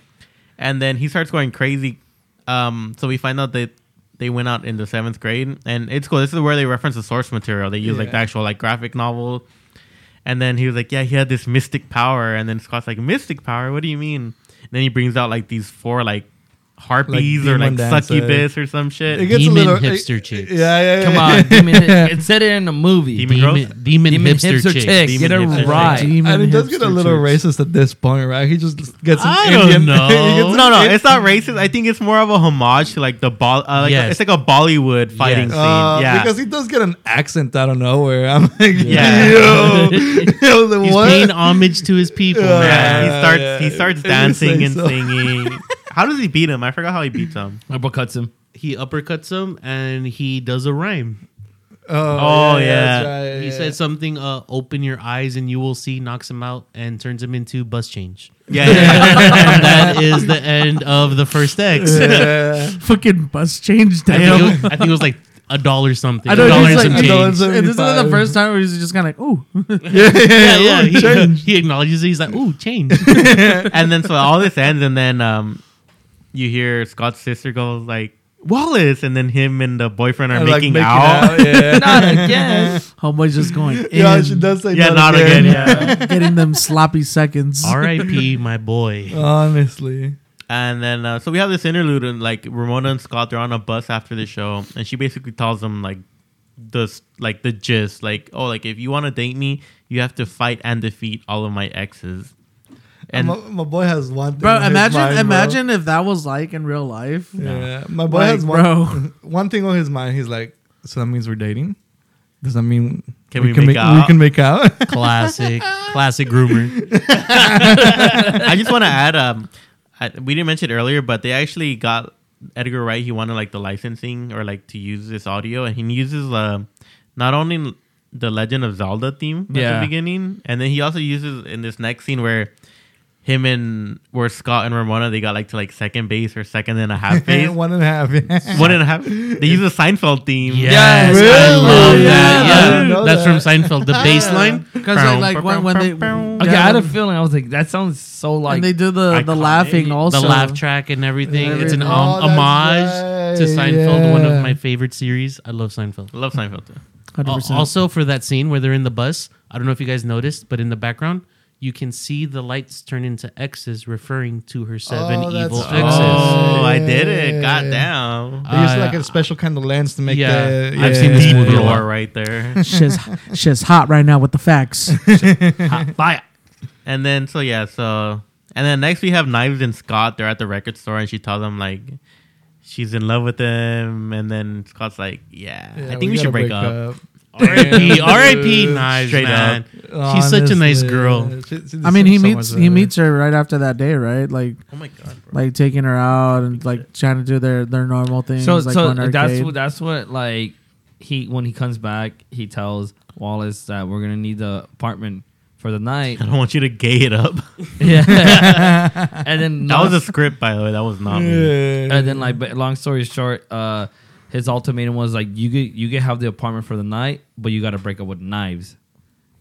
Speaker 3: and then he starts going crazy. Um, so we find out that they went out in the seventh grade, and it's cool. This is where they reference the source material. They use like the
Speaker 1: Yeah.
Speaker 3: actual like graphic novel. And then he was like, "Yeah, he had this mystic power." And then Scott's like, "Mystic power? What do you mean?" And then he brings out like these four like harpies or
Speaker 1: demon
Speaker 3: like
Speaker 1: dancer.
Speaker 3: succubus or some
Speaker 1: It
Speaker 3: shit.
Speaker 1: gets a
Speaker 5: Demon
Speaker 1: little
Speaker 5: hipster
Speaker 1: it-
Speaker 5: chicks.
Speaker 1: Yeah, yeah, yeah.
Speaker 4: Come on, demon, it said it in a movie.
Speaker 3: Demon
Speaker 5: Demon, demon,
Speaker 4: Demon
Speaker 5: hipster,
Speaker 4: hipster
Speaker 5: chick.
Speaker 4: chicks.
Speaker 3: Demon
Speaker 4: Get it
Speaker 3: hipster chicks.
Speaker 4: right.
Speaker 2: Demon
Speaker 1: And it does get a
Speaker 2: hipster
Speaker 1: little
Speaker 2: chicks.
Speaker 1: racist at this point, right? He just gets some
Speaker 5: I don't
Speaker 1: Indian. he
Speaker 5: know.
Speaker 1: gets
Speaker 3: Oh. No,
Speaker 1: some
Speaker 3: no,
Speaker 1: Indian-
Speaker 3: it's not racist. I think it's more of a homage to like the ball. Uh, like,
Speaker 5: Yes.
Speaker 3: It's like a Bollywood fighting scene.
Speaker 5: Yes.
Speaker 1: Uh,
Speaker 3: yeah,
Speaker 1: because he does get an accent out of nowhere. I'm like,
Speaker 3: Yeah.
Speaker 1: yo, I was like,
Speaker 5: He's
Speaker 1: what?
Speaker 5: paying homage to his people,
Speaker 1: Oh, Yeah.
Speaker 3: Yeah,
Speaker 5: man.
Speaker 3: he starts
Speaker 1: yeah.
Speaker 3: he starts
Speaker 1: If you
Speaker 3: dancing
Speaker 1: say
Speaker 3: and
Speaker 1: so.
Speaker 3: singing. How does he beat him? I forgot how he beats him.
Speaker 1: Oh,
Speaker 4: Uppercuts him.
Speaker 5: He uppercuts him and he does a rhyme.
Speaker 3: Oh, yeah.
Speaker 1: that's right,
Speaker 5: He
Speaker 1: yeah.
Speaker 5: said something, uh, open your eyes and you will see, knocks him out and turns him into bus change.
Speaker 3: Yeah, yeah,
Speaker 5: and that is the end of the first X.
Speaker 1: Yeah.
Speaker 2: Fucking bus change.
Speaker 5: I, think
Speaker 2: Damn.
Speaker 5: it was, I think it was like a dollar something.
Speaker 2: I
Speaker 5: A
Speaker 2: know
Speaker 5: dollar
Speaker 2: he's
Speaker 5: and
Speaker 2: like,
Speaker 5: some
Speaker 1: a dollar and
Speaker 5: change.
Speaker 1: some-
Speaker 2: and this is the
Speaker 1: 75.
Speaker 2: first time where he's just kind of like, ooh,
Speaker 5: Yeah, yeah.
Speaker 1: Ooh,
Speaker 5: He,
Speaker 1: change.
Speaker 5: he acknowledges it. He's like, ooh, change.
Speaker 3: yeah. And then so all this ends, and then um, you hear Scott's sister goes like Wallace, and then him and the boyfriend are
Speaker 1: And,
Speaker 3: making,
Speaker 1: like, making
Speaker 3: out.
Speaker 1: out, yeah.
Speaker 4: Not again.
Speaker 2: homeboy's just going in,
Speaker 1: yeah, she does say
Speaker 3: Yeah,
Speaker 1: not,
Speaker 3: not again. yeah.
Speaker 2: getting them sloppy seconds.
Speaker 5: R.I.P. My boy.
Speaker 1: Honestly.
Speaker 3: And then uh, so we have this interlude, and like Ramona and Scott, they're on a bus after the show, and she basically tells them like the s- like the gist, like oh, like if you want to date me, you have to fight and defeat all of my exes.
Speaker 1: And
Speaker 3: And
Speaker 1: my, my boy has one thing.
Speaker 2: Bro,
Speaker 1: on his
Speaker 2: imagine
Speaker 1: mind, bro.
Speaker 2: imagine if that was like in real life.
Speaker 1: Yeah, my boy
Speaker 2: Like,
Speaker 1: has one,
Speaker 2: bro.
Speaker 1: one thing on his mind. He's like, so that means we're dating. Does that mean
Speaker 3: Can we
Speaker 1: can
Speaker 3: make
Speaker 1: We
Speaker 3: out?"
Speaker 1: can make out.
Speaker 5: Classic, classic groomer.
Speaker 3: I just want to add, um, I, we didn't mention it earlier, but they actually got Edgar Wright. He wanted like the licensing or like to use this audio, and he uses uh, not only the Legend of Zelda theme at
Speaker 4: Yeah.
Speaker 3: the beginning, and then he also uses in this next scene where him and where Scott and Ramona they got like to like second base or second and a half base. one
Speaker 1: One and a half.
Speaker 3: and a half. They use a Seinfeld theme.
Speaker 5: Yes,
Speaker 1: Really?
Speaker 5: I love that.
Speaker 1: Yeah. I
Speaker 5: Yeah,
Speaker 1: didn't know
Speaker 5: that's
Speaker 1: that.
Speaker 5: from Seinfeld. The baseline,
Speaker 2: Because like, like when, when they
Speaker 4: Okay,
Speaker 2: yeah,
Speaker 4: I had a feeling. I was like, that sounds so like.
Speaker 2: and they do the, the
Speaker 3: iconic.
Speaker 2: laughing
Speaker 3: The
Speaker 2: also
Speaker 5: the laugh track and everything. It's
Speaker 2: Everything.
Speaker 5: an um,
Speaker 1: Oh, that's
Speaker 5: homage to
Speaker 1: right.
Speaker 5: Seinfeld, one
Speaker 1: Yeah.
Speaker 5: of my favorite series. I love Seinfeld.
Speaker 3: love Seinfeld. too.
Speaker 2: 100%.
Speaker 5: Al- Also, for that scene where they're in the bus, I don't know if you guys noticed, but in the background, you can see the lights turn into X's, referring to her seven
Speaker 1: Oh, that's
Speaker 5: evil
Speaker 1: right.
Speaker 5: exes.
Speaker 3: Oh, I did it!
Speaker 1: Yeah.
Speaker 3: Goddamn.
Speaker 1: They use like
Speaker 5: Uh,
Speaker 1: a special kind of lens to make
Speaker 5: yeah.
Speaker 1: the.
Speaker 5: I've seen this
Speaker 1: yeah.
Speaker 5: movie a lot.
Speaker 3: lore right there.
Speaker 2: she's she's hot right now with the facts.
Speaker 3: Hot fire. And then so yeah, so and then next we have Knives and Scott. They're at the record store, and she tells him like she's in love with him. And then Scott's like, "Yeah,
Speaker 1: Yeah,
Speaker 3: I think we,
Speaker 1: gotta
Speaker 3: should break, up."
Speaker 5: R.I.P. R.I.P. Knives,
Speaker 3: Straight
Speaker 5: man.
Speaker 3: up.
Speaker 5: She's such a nice
Speaker 1: Honestly,
Speaker 5: girl.
Speaker 1: yeah. She- she
Speaker 2: I mean, he
Speaker 1: deserves so
Speaker 2: meets
Speaker 1: much
Speaker 2: he
Speaker 1: better.
Speaker 2: meets her right after that day, right? Like
Speaker 3: Oh my god, bro.
Speaker 2: like taking her out and like trying to do their their normal things.
Speaker 4: so
Speaker 2: like
Speaker 4: so
Speaker 2: going to
Speaker 4: that's
Speaker 2: arcade.
Speaker 4: what that's what like he when he comes back he tells Wallace that we're gonna need the apartment for the night.
Speaker 3: I don't want you to gay it up.
Speaker 4: yeah, and then
Speaker 3: That was
Speaker 4: long-
Speaker 3: a script, by the way. That was not me.
Speaker 4: and then like but long story short, uh, his ultimatum was like you could you could have the apartment for the night, but you got to break up with knives.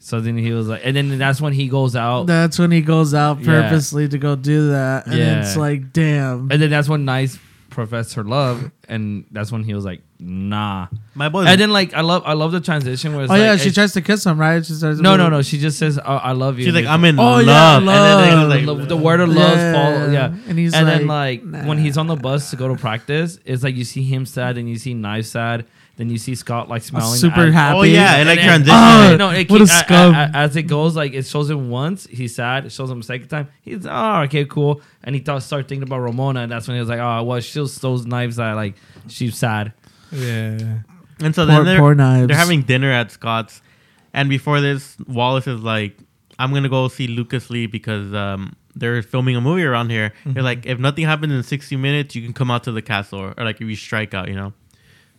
Speaker 4: So then he was like, and then that's when he goes out,
Speaker 2: That's when he goes out
Speaker 4: Yeah.
Speaker 2: purposely to go do that, and
Speaker 4: Yeah.
Speaker 2: it's like, damn.
Speaker 4: and then that's when knives professed her love, and that's when he was like, nah.
Speaker 3: My boy.
Speaker 4: And then like I love I love the transition where
Speaker 2: Oh
Speaker 4: it's like,
Speaker 2: yeah, she
Speaker 4: it's-
Speaker 2: tries to kiss him, right? She starts
Speaker 4: No, no, no. She just says, "I, I love you."
Speaker 3: she's like,
Speaker 4: And
Speaker 3: "I'm in
Speaker 2: Oh,
Speaker 3: love."
Speaker 2: yeah,
Speaker 3: And then
Speaker 4: it's
Speaker 3: they was
Speaker 4: like, the,
Speaker 3: like,
Speaker 4: the word of love
Speaker 2: Yeah.
Speaker 4: follow, yeah.
Speaker 2: And he's
Speaker 4: and then
Speaker 2: like,
Speaker 4: like when
Speaker 2: nah.
Speaker 4: he's on the bus to go to practice, it's like you see him sad, and you see Knife sad, then you see Scott like smiling,
Speaker 2: super
Speaker 4: at-
Speaker 2: happy.
Speaker 3: "Oh yeah," and like
Speaker 4: then-
Speaker 3: transition.
Speaker 2: Oh,
Speaker 4: no, it
Speaker 2: what
Speaker 4: keep,
Speaker 2: a scum.
Speaker 4: as it goes, like it shows him once, he's sad. It shows him second time, he's oh okay, cool. And he thought start thinking about Ramona, and that's when he was like, oh well, she was those knives that like she's sad.
Speaker 1: Yeah.
Speaker 3: And so
Speaker 2: Poor-
Speaker 3: then they're,
Speaker 2: poor knives.
Speaker 3: they're having dinner at Scott's. And before this, Wallace is like, I'm going to go see Lucas Lee because um, they're filming a movie around here.
Speaker 2: Mm-hmm.
Speaker 3: They're like, if nothing happens in 60 minutes, you can come out to the castle or, or like if you strike out, you know?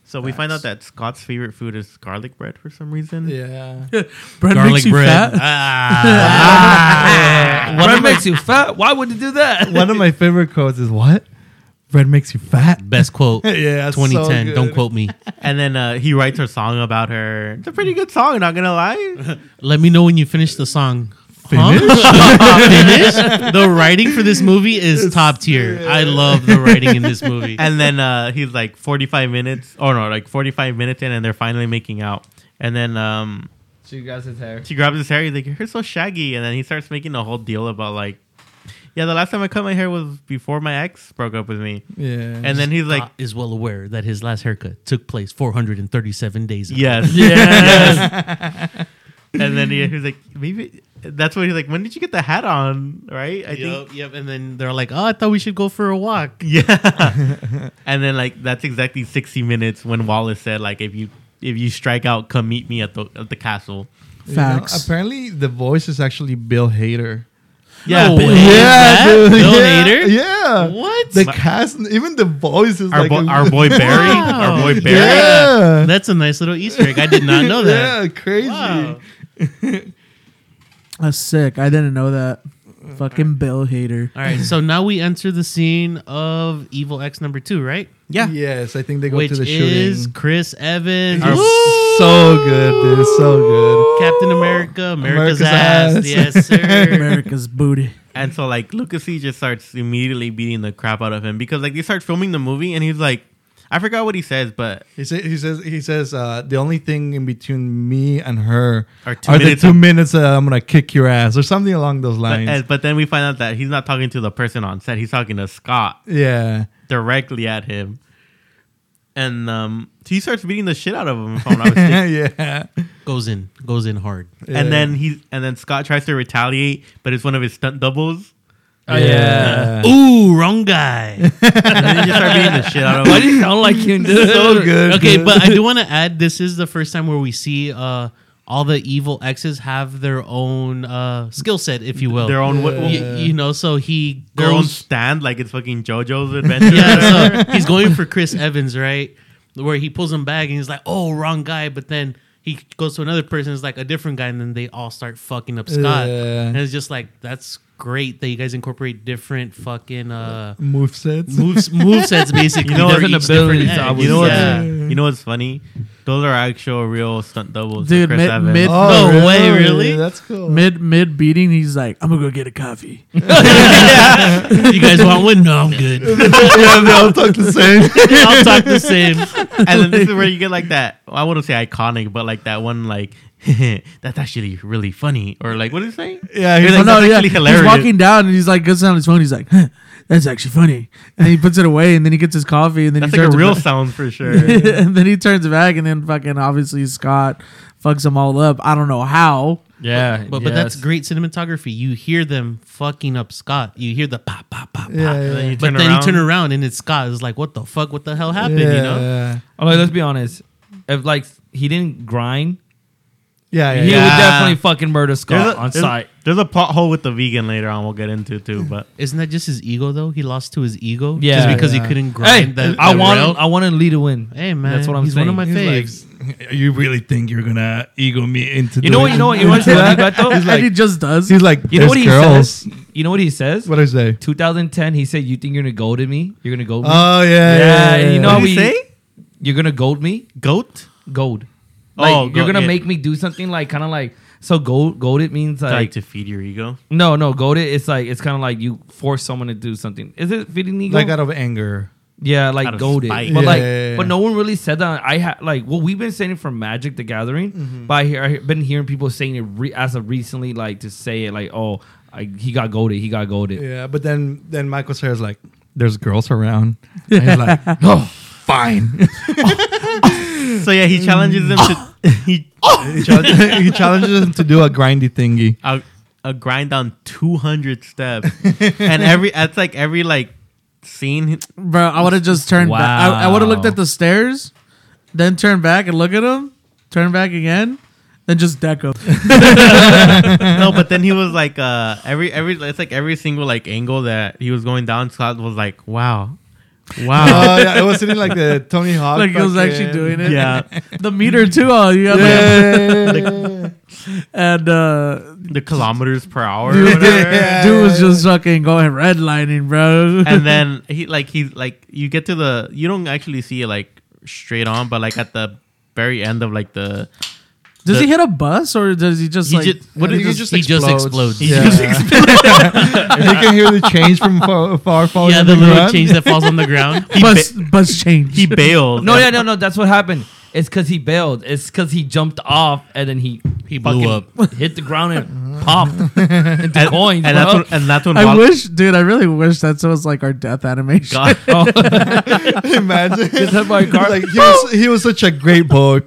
Speaker 3: So we find out that Scott's favorite food is garlic bread for some reason.
Speaker 1: Yeah.
Speaker 2: bread makes you fat.
Speaker 3: Ah.
Speaker 4: What makes you fat? Why would you do that?
Speaker 1: One of my favorite quotes is what? Bread makes you fat.
Speaker 5: Best quote.
Speaker 1: Yeah, that's so
Speaker 5: 2010.
Speaker 1: good.
Speaker 5: Don't quote me.
Speaker 3: and then uh, he writes her song about her. It's a pretty good song, not going to lie.
Speaker 5: Let me know when you finish the song.
Speaker 1: Finish?
Speaker 5: Huh? Finish? The writing for this movie is top tier. I love the writing in this movie.
Speaker 3: and then uh, he's like 45 minutes, or no, like 45 minutes in, and they're finally making out. And then um,
Speaker 4: She grabs his hair.
Speaker 3: She grabs his hair. He's like, "Your hair's so shaggy," and then he starts making a whole deal about like, "Yeah, the last time I cut my hair was before my ex broke up with me."
Speaker 1: Yeah.
Speaker 3: And then he's like,
Speaker 5: Scott is well aware that his last haircut took place 437 days ago.
Speaker 3: "Yes, yes." and then he, he's like, "Maybe." That's what he's like. When did you get the hat on? Right? I
Speaker 5: yep, yep. And then they're like, "Oh, I thought we should go for a walk."
Speaker 3: Yeah. and then like that's exactly sixty minutes when Wallace said like, "If you if you strike out, come meet me at the at the castle."
Speaker 1: You know,
Speaker 2: Facts.
Speaker 1: apparently, the voice is actually Bill Hader.
Speaker 3: Yeah,
Speaker 5: No way.
Speaker 1: dude.
Speaker 5: Bill
Speaker 1: yeah,
Speaker 5: Hader?
Speaker 1: Yeah.
Speaker 5: What?
Speaker 1: The cast, even the voice is
Speaker 3: our,
Speaker 1: like
Speaker 3: bo-
Speaker 1: a-
Speaker 3: our boy Barry,
Speaker 5: Wow.
Speaker 3: our boy Barry.
Speaker 1: Yeah.
Speaker 5: That's a nice little Easter egg. I did not know that.
Speaker 1: Yeah, crazy.
Speaker 5: Wow.
Speaker 2: That's sick. I didn't know that. Fucking Bill hater.
Speaker 5: All right, so now we enter the scene of Evil X number two, right?
Speaker 1: Yes, I think they go
Speaker 5: Which
Speaker 1: to the
Speaker 5: is
Speaker 1: shooting.
Speaker 5: Chris Evans,
Speaker 1: Our-
Speaker 5: Woo!
Speaker 1: so good, dude. So good.
Speaker 5: Captain America, America's,
Speaker 1: America's
Speaker 5: ass.
Speaker 1: ass.
Speaker 5: Yes, sir.
Speaker 2: America's booty.
Speaker 3: And so like Lucas Lee just starts immediately beating the crap out of him because like they start filming the movie and he's like, I forgot what he says, but
Speaker 1: He, say, he says he says uh, the only thing in between me and her
Speaker 3: Are two minutes
Speaker 1: the two
Speaker 3: of-
Speaker 1: minutes that I'm gonna kick your ass or something along those
Speaker 3: but,
Speaker 1: lines.
Speaker 3: and- but then we find out that he's not talking to the person on set. He's talking to Scott
Speaker 1: yeah,
Speaker 3: directly at him. And um, he starts beating the shit out of him. If I'm not mistaken.
Speaker 1: yeah.
Speaker 5: Goes in, goes in hard.
Speaker 1: Yeah.
Speaker 3: And then he and then Scott tries to retaliate, but it's one of his stunt doubles.
Speaker 4: Oh, yeah.
Speaker 5: Ooh, wrong guy.
Speaker 3: And then he just starts beating the shit out of
Speaker 4: Why
Speaker 3: him.
Speaker 4: do you sound like him? dude?
Speaker 1: so good.
Speaker 5: okay,
Speaker 1: dude.
Speaker 5: but I do want to add this is the first time where we see uh, all the evil exes have their own uh, skill set, if you will.
Speaker 3: Their own what,
Speaker 5: Y- You, know, so he
Speaker 3: their own
Speaker 5: goes.
Speaker 3: stand, like it's fucking JoJo's adventure.
Speaker 5: yeah, so he's going for Chris Evans, right? Where he pulls him back and he's like, "Oh, wrong guy," but then he goes to another person, it's like a different guy, and then they all start fucking up Scott,
Speaker 1: Yeah.
Speaker 5: and it's just like that's great that you guys incorporate different fucking uh,
Speaker 1: Move sets.
Speaker 5: moves move sets basically.
Speaker 3: You know what's
Speaker 5: They're
Speaker 3: an
Speaker 5: each different
Speaker 4: ability,
Speaker 5: ends.
Speaker 4: I would
Speaker 3: You know what's
Speaker 5: Yeah.
Speaker 3: you know what's funny? Those are actual real stunt doubles, for
Speaker 2: Dude,
Speaker 3: Chris
Speaker 2: mid-
Speaker 3: Evans.
Speaker 2: mid-
Speaker 5: No way, really?
Speaker 1: Oh, That's cool.
Speaker 2: Mid mid beating, he's like, "I'm gonna go get a coffee."
Speaker 5: you guys want one? No, I'm good.
Speaker 1: yeah, they all talk the same.
Speaker 5: I'll talk the same.
Speaker 3: and then this is where you get like that. I wouldn't say iconic, but like that one, like that's actually really funny, or like what is it saying?
Speaker 1: Yeah,
Speaker 3: You're
Speaker 1: he's
Speaker 3: like,
Speaker 2: Oh,
Speaker 3: that's actually hilarious.
Speaker 2: He's walking down and he's like, "Good sound his phone." He's like, huh, "That's actually funny," and he puts it away, and then he gets his coffee, and then
Speaker 3: that's
Speaker 2: he
Speaker 3: like a
Speaker 2: turns it
Speaker 3: real
Speaker 2: back-
Speaker 3: sound for sure.
Speaker 2: and then he turns back, and then fucking obviously Scott fucks them all up. I don't know how.
Speaker 4: Yeah,
Speaker 5: But, but that's great cinematography. You hear them fucking up Scott. You hear the pop, pop, pop, pop.
Speaker 1: Yeah, yeah.
Speaker 3: then you
Speaker 5: But
Speaker 3: turn
Speaker 5: then
Speaker 3: around.
Speaker 5: you turn around and it's Scott. It's like, what the fuck? What the hell happened? You know?
Speaker 4: Although oh, let's be honest, if like he didn't grind,
Speaker 1: Yeah, yeah,
Speaker 4: he
Speaker 1: yeah.
Speaker 3: Yeah.
Speaker 4: would definitely fucking murder Scott on
Speaker 3: there's,
Speaker 4: site.
Speaker 3: there's a plot hole with the vegan later on. We'll get into too, but
Speaker 5: Isn't that just his ego though? He lost to his ego just
Speaker 4: Yeah.
Speaker 5: because
Speaker 1: Yeah.
Speaker 5: he couldn't
Speaker 4: Hey,
Speaker 5: grind. that,
Speaker 4: I
Speaker 5: that
Speaker 4: want
Speaker 5: rail?
Speaker 4: I want to lead a win.
Speaker 5: Hey man,
Speaker 4: that's what I'm
Speaker 5: he's
Speaker 4: saying.
Speaker 5: one of my faves.
Speaker 1: He's like, you really think you're gonna ego me into?
Speaker 4: You know what?
Speaker 1: doing
Speaker 4: You know what? You know what's funny, Beto?
Speaker 2: and he just does.
Speaker 1: He's like,
Speaker 4: You know what
Speaker 1: "There's
Speaker 4: he
Speaker 1: girls.
Speaker 4: says? You know what he says?
Speaker 1: What I say?
Speaker 4: 2010, he said, "You think you're gonna gold at me? You're gonna gold me?
Speaker 1: Oh yeah, yeah.
Speaker 4: Yeah, you know
Speaker 1: yeah.
Speaker 4: how
Speaker 3: What'd
Speaker 4: we
Speaker 3: he say?
Speaker 4: You're gonna gold me?
Speaker 3: goat.
Speaker 4: Gold? Like,
Speaker 3: Oh,
Speaker 4: you're
Speaker 3: goat,
Speaker 4: gonna
Speaker 3: yeah.
Speaker 4: make me do something like kind of like so gold? Gold it means
Speaker 3: It's like
Speaker 4: like
Speaker 3: to feed your ego.
Speaker 4: no, no. Gold it. It's like it's kind of like you force someone to do something. Is it feeding ego?
Speaker 1: like out of anger.
Speaker 4: Yeah,
Speaker 3: Out
Speaker 4: like
Speaker 3: of
Speaker 4: goaded.
Speaker 3: spite.
Speaker 4: But
Speaker 1: Yeah,
Speaker 4: like,
Speaker 1: yeah, yeah.
Speaker 4: but no one really said that. I had like, well, we've been saying it from Magic the Gathering,
Speaker 1: Mm-hmm.
Speaker 4: but I hear, I've been hearing people saying it re- as of recently, like to say it like, oh, I, he got goaded, he got goaded.
Speaker 1: Yeah, but then then Michael Sarah's like, "There's girls around." And he's like, "Oh, fine."
Speaker 3: So yeah, he challenges them to he
Speaker 1: he, challenge- he challenges him to do a grindy thingy.
Speaker 3: a, a uh, grind down 200 steps, and every that's like every like scene.
Speaker 2: Bro, I would have just turned back. I, I would have looked
Speaker 4: Wow.
Speaker 2: at the stairs, then turned back and look at him, turn back again, then just deck him.
Speaker 3: no, but then he was like, uh, every every it's like every single like angle that he was going down, Scott was like, wow, wow,
Speaker 1: Oh yeah, it was sitting like the Tony Hawk.
Speaker 2: like he was actually
Speaker 1: fucking-
Speaker 2: doing it.
Speaker 3: yeah.
Speaker 2: The meter too. Oh, you have
Speaker 1: Yeah.
Speaker 2: and uh,
Speaker 3: the kilometers per hour. Or
Speaker 2: dude,
Speaker 3: whatever.
Speaker 1: Yeah.
Speaker 2: dude was just fucking going redlining, bro.
Speaker 3: and then he like he's like you get to the you don't actually see it like straight on, but like at the very end of like the
Speaker 2: does
Speaker 3: the-
Speaker 2: he hit a bus or does he just
Speaker 3: he
Speaker 2: like?
Speaker 3: just what
Speaker 1: he
Speaker 3: is
Speaker 1: just
Speaker 5: he just
Speaker 1: explodes.
Speaker 5: explodes.
Speaker 1: Yeah. And you can hear the change from far, far falling.
Speaker 5: yeah,
Speaker 1: on
Speaker 5: the little
Speaker 1: ground.
Speaker 5: change that falls on the ground.
Speaker 3: he, ba-
Speaker 2: bus bus change.
Speaker 3: he bailed.
Speaker 4: No, yeah, no, no. That's what happened. It's because he bailed. It's because he jumped off and then he
Speaker 5: He blew
Speaker 4: up, hit the ground
Speaker 1: Mm-hmm.
Speaker 4: and popped into coins.
Speaker 3: and that's
Speaker 4: bro.
Speaker 3: when, and that's when
Speaker 2: I
Speaker 3: Wall-
Speaker 2: wish, dude. I really wish that was like our death animation.
Speaker 3: God,
Speaker 4: Oh,
Speaker 1: Imagine.
Speaker 4: Just hit by a car.
Speaker 1: Like he was, he was such a great boy.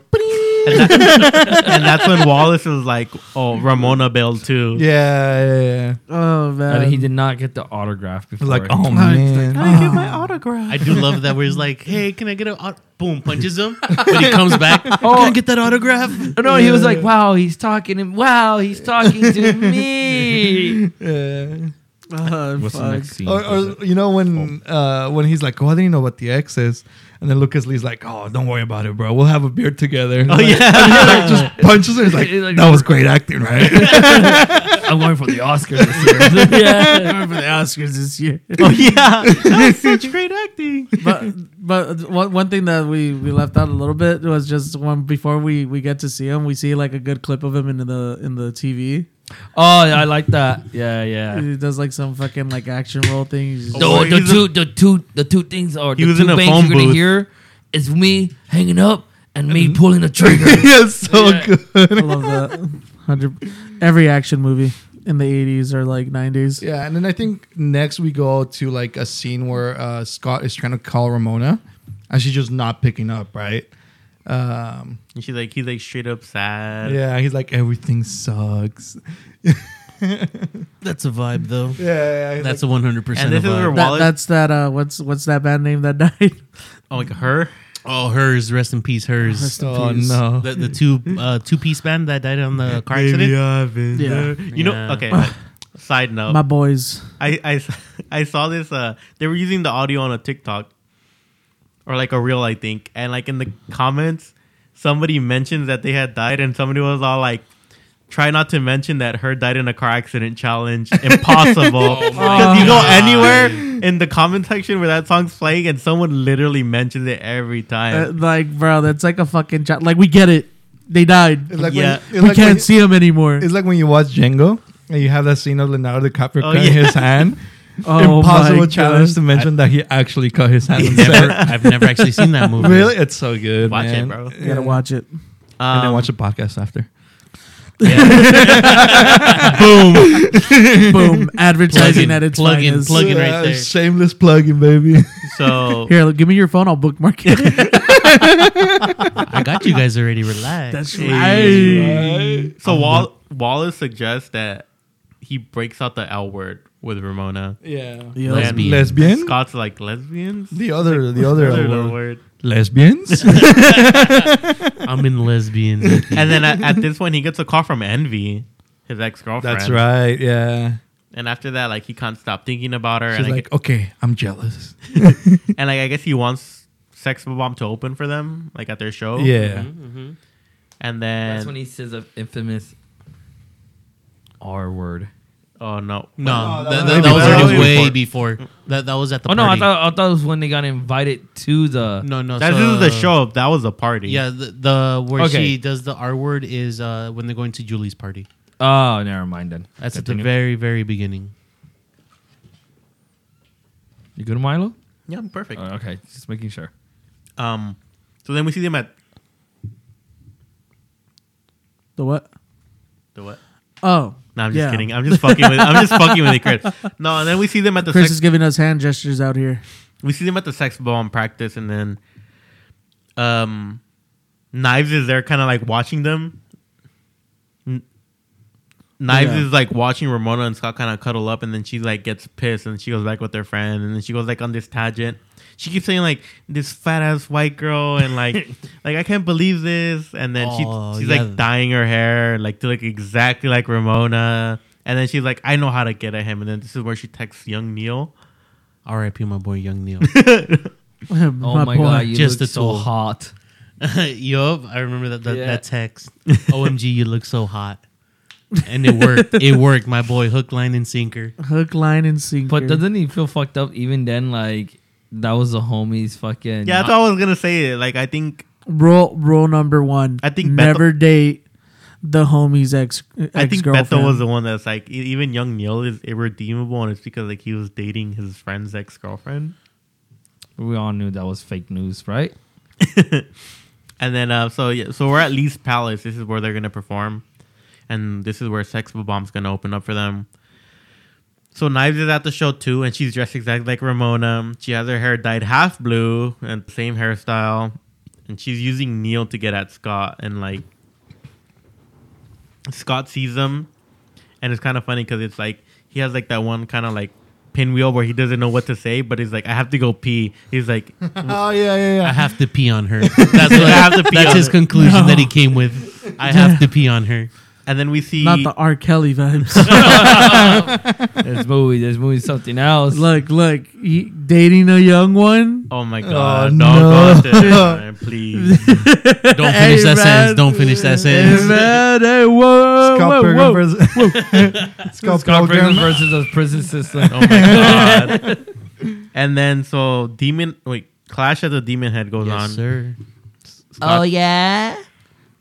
Speaker 3: and, that- and that's when Wallace was like, "Oh, Ramona bailed too."
Speaker 1: Yeah, yeah, yeah.
Speaker 2: Oh man,
Speaker 4: And
Speaker 1: um,
Speaker 4: he did not get the autograph before.
Speaker 1: Like,
Speaker 4: it.
Speaker 1: oh man.
Speaker 2: I get my autograph.
Speaker 5: I do love that where he's like, "Hey, can I get an aut-? boom?" Punches him, but he comes back. Can I get that autograph?
Speaker 4: no, he was like, wow, he's talking and wow, he's talking to me.
Speaker 1: Yeah.
Speaker 2: Oh,
Speaker 4: What's the
Speaker 2: fuck.
Speaker 4: next scene?
Speaker 1: Or, or you know when uh, when he's like, "Oh, I didn't know about the X is," and then Lucas Lee's like, "Oh, don't worry about it, bro. We'll have a beer together."
Speaker 3: Oh
Speaker 1: Like,
Speaker 3: yeah,
Speaker 1: and he, like, just punches her. He's like,
Speaker 4: Like-
Speaker 1: "That was great acting, right?"
Speaker 4: I'm going for the Oscars this year.
Speaker 2: yeah, I remember the Oscars this year.
Speaker 3: oh yeah, that's such great acting.
Speaker 2: But but one, one thing that we, we left out a little bit was just when before we, we get to see him, we see like a good clip of him in the in the TV.
Speaker 4: oh, yeah, I like that. Yeah, yeah.
Speaker 2: He does like some fucking like action role thing. He's just-
Speaker 4: The, the
Speaker 3: Oh, he's
Speaker 4: two, the two, the two things or
Speaker 3: He
Speaker 4: the
Speaker 3: was
Speaker 4: two
Speaker 3: in a
Speaker 4: bangs
Speaker 3: phone
Speaker 4: you're gonna
Speaker 3: booth. Mm-hmm.
Speaker 4: hear is me hanging up and me pulling the trigger.
Speaker 1: Yes, so
Speaker 4: Yeah.
Speaker 1: good.
Speaker 2: I love that. Hundred every action movie in the eighties or like nineties.
Speaker 1: Yeah, and then I think next we go to like a scene where uh, Scott is trying to call Ramona, and she's just not picking up. Right? Um,
Speaker 3: And she's like, he's like straight up sad.
Speaker 1: yeah, he's like, "Everything sucks."
Speaker 5: That's a vibe, though.
Speaker 1: Yeah, yeah, he's
Speaker 5: That's
Speaker 1: like,
Speaker 5: a one hundred percent.
Speaker 3: And this is where
Speaker 5: vibe.
Speaker 2: That,
Speaker 3: Wallace,
Speaker 2: that's that. Uh, what's what's that band name that died?
Speaker 3: oh, like her.
Speaker 5: oh, hers. Rest in peace, hers.
Speaker 1: "Oh no."
Speaker 5: The, the two uh, two piece band that uh, died on the car accident.
Speaker 2: Yeah. there.
Speaker 3: You know,
Speaker 5: Yeah.
Speaker 3: okay. like, side note,
Speaker 2: Uh, My boys.
Speaker 3: I, I s- I saw this. Uh, they were using the audio on a TikTok or like a reel, I think. And like in the comments, somebody mentions that they had died, and somebody was all like, Try not to mention that her died in a car accident challenge. Impossible.
Speaker 1: Oh
Speaker 3: Because you go anywhere in the comment section where that song's playing and someone literally mentions it every
Speaker 2: Uh,
Speaker 3: time.
Speaker 2: like, bro, that's like a fucking child. Like, we get it. They died.
Speaker 1: It's like
Speaker 3: Yeah.
Speaker 1: when, it's
Speaker 2: we
Speaker 1: like when
Speaker 2: can't
Speaker 1: you-
Speaker 2: see them anymore.
Speaker 1: It's like when you watch Django and you have that scene of Leonardo DiCaprio
Speaker 3: Oh,
Speaker 1: cutting
Speaker 3: yeah.
Speaker 1: his hand.
Speaker 2: Oh my
Speaker 1: Impossible challenge
Speaker 2: God.
Speaker 1: to mention that he actually cut his hand. on
Speaker 5: Never,
Speaker 1: set.
Speaker 5: I've never actually seen that movie.
Speaker 1: Really, it's so good.
Speaker 3: Watch
Speaker 1: man.
Speaker 3: it, bro.
Speaker 2: You gotta watch it.
Speaker 1: Uh, And then
Speaker 3: Um,
Speaker 1: watch the podcast after.
Speaker 2: Boom. Advertising
Speaker 5: Plug in,
Speaker 2: at its
Speaker 5: plug in,
Speaker 2: finest.
Speaker 5: plug in right
Speaker 1: Yeah,
Speaker 5: there.
Speaker 1: Shameless plugging, baby.
Speaker 3: So
Speaker 2: Here, look, give me your phone. I'll bookmark it.
Speaker 5: I got you guys already. Relax.
Speaker 2: That's
Speaker 3: Hey.
Speaker 2: right.
Speaker 3: So Wall- Wallace suggests that he breaks out the L word with Ramona.
Speaker 1: yeah.
Speaker 2: Yep.
Speaker 5: Lesbian. Lesbian.
Speaker 1: Lesbian?
Speaker 3: Scott's like lesbians.
Speaker 1: The other, the other,
Speaker 3: Other
Speaker 1: award.
Speaker 3: word.
Speaker 1: lesbians.
Speaker 5: I'm in lesbian.
Speaker 3: And then at, at this point, he gets a call from Envy, his ex girlfriend.
Speaker 1: That's right. Yeah.
Speaker 3: And after that, like he can't stop thinking about her,
Speaker 1: She's
Speaker 3: and
Speaker 1: like,
Speaker 3: I, gue-
Speaker 1: okay, I'm jealous.
Speaker 3: and like I guess he wants Sex Bomb to open for them, like at their show.
Speaker 1: Yeah.
Speaker 3: And then
Speaker 4: That's when he says the infamous R word.
Speaker 3: oh no,
Speaker 5: No,
Speaker 1: No,
Speaker 5: that,
Speaker 1: that- that
Speaker 5: that, that was
Speaker 1: was
Speaker 5: already
Speaker 1: before.
Speaker 5: way before. That that was at the
Speaker 4: Oh no, I
Speaker 5: party.
Speaker 4: thought I thought it was when they got invited to the.
Speaker 5: no, no.
Speaker 3: That's,
Speaker 5: so-
Speaker 3: this is the show. That was a party.
Speaker 5: Yeah, the, the where
Speaker 4: Okay.
Speaker 5: she does the R word is uh, when they're going to Julie's party.
Speaker 4: Oh, never mind then.
Speaker 5: That's at the
Speaker 4: Continue.
Speaker 5: very, very beginning.
Speaker 4: You good, Milo?
Speaker 3: yeah, perfect.
Speaker 4: Oh, okay, just making sure.
Speaker 3: Um, so then we see them at
Speaker 2: The what?
Speaker 3: the what?
Speaker 2: Oh.
Speaker 3: No, I'm just
Speaker 2: Yeah.
Speaker 3: kidding. I'm just fucking with. I'm just fucking with it, Chris. No, and then we see them at the
Speaker 2: Chris
Speaker 3: sex,
Speaker 2: is giving us hand gestures out here.
Speaker 3: we see them at the sex bomb practice, and then, um, knives is there, kind of like watching them. N- Knives
Speaker 2: Yeah.
Speaker 3: is like watching Ramona and Scott kind of cuddle up, and then she like gets pissed, and she goes back with her friend, and then she goes like on this tangent. She keeps saying like this fat ass white girl, and like like I can't believe this, and then
Speaker 5: Oh,
Speaker 3: she she's
Speaker 5: yeah.
Speaker 3: like dyeing her hair like to look exactly like Ramona, and then she's like I know how to get at him, and then this is where she texts young Neil.
Speaker 5: R.I.P. My boy Young Neil.
Speaker 2: oh
Speaker 4: Oh my, god, you
Speaker 5: Just
Speaker 4: just
Speaker 5: a
Speaker 4: look so
Speaker 5: tool.
Speaker 4: hot.
Speaker 5: Yup, I remember that that,
Speaker 4: Yeah.
Speaker 5: that text. OMG, you look so hot, and it worked. it worked, my boy. Hook, line, and sinker.
Speaker 2: Hook, line, and sinker.
Speaker 4: But doesn't he feel fucked up even then? Like that was the homies fucking.
Speaker 3: Yeah, that's all I was gonna say. It like I think
Speaker 2: rule rule number one.
Speaker 3: I think
Speaker 2: never date the homie's ex
Speaker 3: I
Speaker 2: ex
Speaker 3: think Beto was
Speaker 2: girlfriend.
Speaker 3: the one that's like e- even young Neil is irredeemable, and it's because like he was dating his friend's ex girlfriend.
Speaker 4: we all knew that was fake news, right?
Speaker 3: And then uh, so yeah, so we're at Lee's Palace. This is where they're gonna perform, and this is where Sex Bomb's gonna open up for them. So Knives is at the show too, and she's dressed exactly like Ramona. She has her hair dyed half blue and same hairstyle, and she's using Neil to get at Scott. And like Scott sees them, and it's kind of funny because it's like he has like that one kind of like pinwheel where he doesn't know what to say, but he's like, "I have to go pee." He's like,
Speaker 1: Oh yeah, yeah,
Speaker 5: I
Speaker 1: yeah.
Speaker 5: have to pee on her. That's what I have to pee. That's
Speaker 3: on
Speaker 5: his
Speaker 3: her.
Speaker 5: conclusion that he came with. I have to pee on her.
Speaker 3: and then we see
Speaker 2: Not the R. Kelly vibes.
Speaker 4: this movie, this movie, is something else.
Speaker 2: look, look, he, dating a young one.
Speaker 3: Oh my god!
Speaker 1: Oh,
Speaker 3: no,
Speaker 1: no.
Speaker 3: go there, man, please.
Speaker 5: Don't finish
Speaker 2: Hey,
Speaker 5: that
Speaker 2: man.
Speaker 5: sentence. Don't finish that
Speaker 2: Hey,
Speaker 5: sentence.
Speaker 2: man, hey, whoa,
Speaker 1: Scott
Speaker 2: whoa,
Speaker 1: Pilgrim
Speaker 2: whoa.
Speaker 1: versus Scott
Speaker 4: Scott Pilgrim
Speaker 1: Pilgrim.
Speaker 4: versus the prison system.
Speaker 3: Oh my god! and then so demon wait clash at the demon head goes on.
Speaker 5: Yes, sir.
Speaker 3: Scott-
Speaker 4: yeah.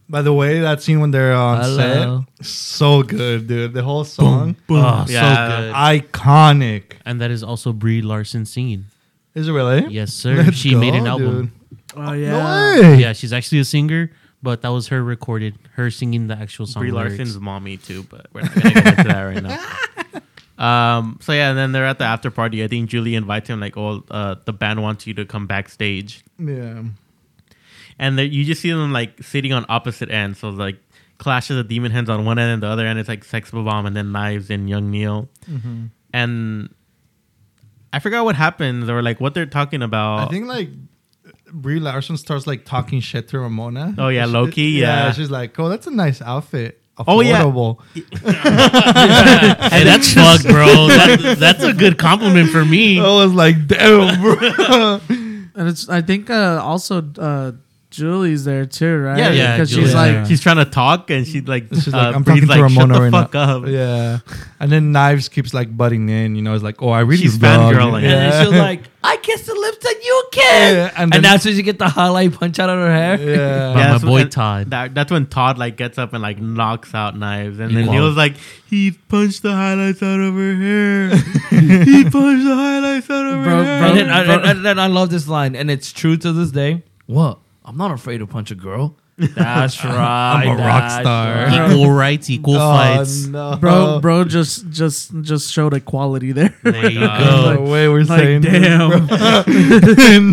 Speaker 1: By the way, that scene when they're on
Speaker 4: Hello.
Speaker 1: set, so good, dude. The whole song,
Speaker 3: Yeah.
Speaker 5: Oh, so good.
Speaker 1: iconic.
Speaker 5: And that is also Brie Larson singing.
Speaker 1: Is it really?
Speaker 5: Yes, sir.
Speaker 1: Let's
Speaker 5: she made an
Speaker 1: go,
Speaker 5: album.
Speaker 2: Oh
Speaker 1: dude.
Speaker 2: yeah.
Speaker 1: No way.
Speaker 5: Yeah, she's actually a singer, but that was her recorded, her singing the actual song.
Speaker 3: Brie
Speaker 5: lyrics.
Speaker 3: Larson's mommy too, but we're not gonna go into that right now. Um. So yeah, and then they're at the after party. I think Julie invites him like, "Oh, uh, the band wants you to come backstage,"
Speaker 1: Yeah.
Speaker 3: and they- you just see them like sitting on opposite ends. So like. Clash of the Demon Heads on one end and the other end it's like Sex Bomb and then Knives and Young Neil. And I forgot what happens or like what they're talking
Speaker 1: I
Speaker 3: about.
Speaker 1: think like Brie Larson starts like talking shit to Ramona.
Speaker 3: Oh, yeah,
Speaker 1: She-
Speaker 3: low-key, yeah.
Speaker 1: She's like, "Oh, that's a nice outfit. Affordable.
Speaker 3: Oh, yeah.
Speaker 5: Hey, that's fucked, bro. That, that's a good compliment for me.
Speaker 1: Oh, I was like, "Damn, bro."
Speaker 2: And it's I think uh, also uh, Julie's there too, right?
Speaker 3: Yeah, yeah,
Speaker 2: Because she's
Speaker 5: Julie's
Speaker 2: like,
Speaker 1: there.
Speaker 3: she's trying to talk and she like,
Speaker 1: She's
Speaker 3: uh,
Speaker 1: like, I'm
Speaker 3: Bree's
Speaker 1: talking
Speaker 3: like,
Speaker 1: to Ramona
Speaker 3: shut the
Speaker 1: right
Speaker 3: fuck
Speaker 1: now.
Speaker 3: up.
Speaker 1: Yeah, and then Knives keeps like butting in. You know, it's like, oh, I really
Speaker 3: She's
Speaker 1: love you.
Speaker 3: fangirling.
Speaker 1: Yeah.
Speaker 4: And then she was like, I kissed the lips that you kissed.
Speaker 1: Yeah, and
Speaker 4: and,
Speaker 1: then-
Speaker 4: that's when she get the highlight punch out of her hair.
Speaker 1: yeah.
Speaker 5: By
Speaker 3: Yeah,
Speaker 5: Oh, my
Speaker 3: so-
Speaker 5: boy
Speaker 3: and
Speaker 5: Todd.
Speaker 3: That, that's when Todd like gets up and like knocks out knives, and then
Speaker 5: Wow.
Speaker 3: he was like, he punched the highlights out of her hair. he punched the highlights out of
Speaker 2: Bro-
Speaker 3: her hair.
Speaker 2: bro-
Speaker 4: And then, I, and, and then I love this line, and it's true to this day. What? I'm not afraid to punch a girl. That's right.
Speaker 1: I'm a rock
Speaker 4: that's
Speaker 1: star.
Speaker 4: right.
Speaker 5: Equal rights, equal
Speaker 1: Oh,
Speaker 5: fights.
Speaker 1: no.
Speaker 2: bro, bro, just just just showed equality there.
Speaker 5: There you
Speaker 1: There's
Speaker 5: go.
Speaker 1: no way we're
Speaker 2: like,
Speaker 1: saying this,
Speaker 2: damn,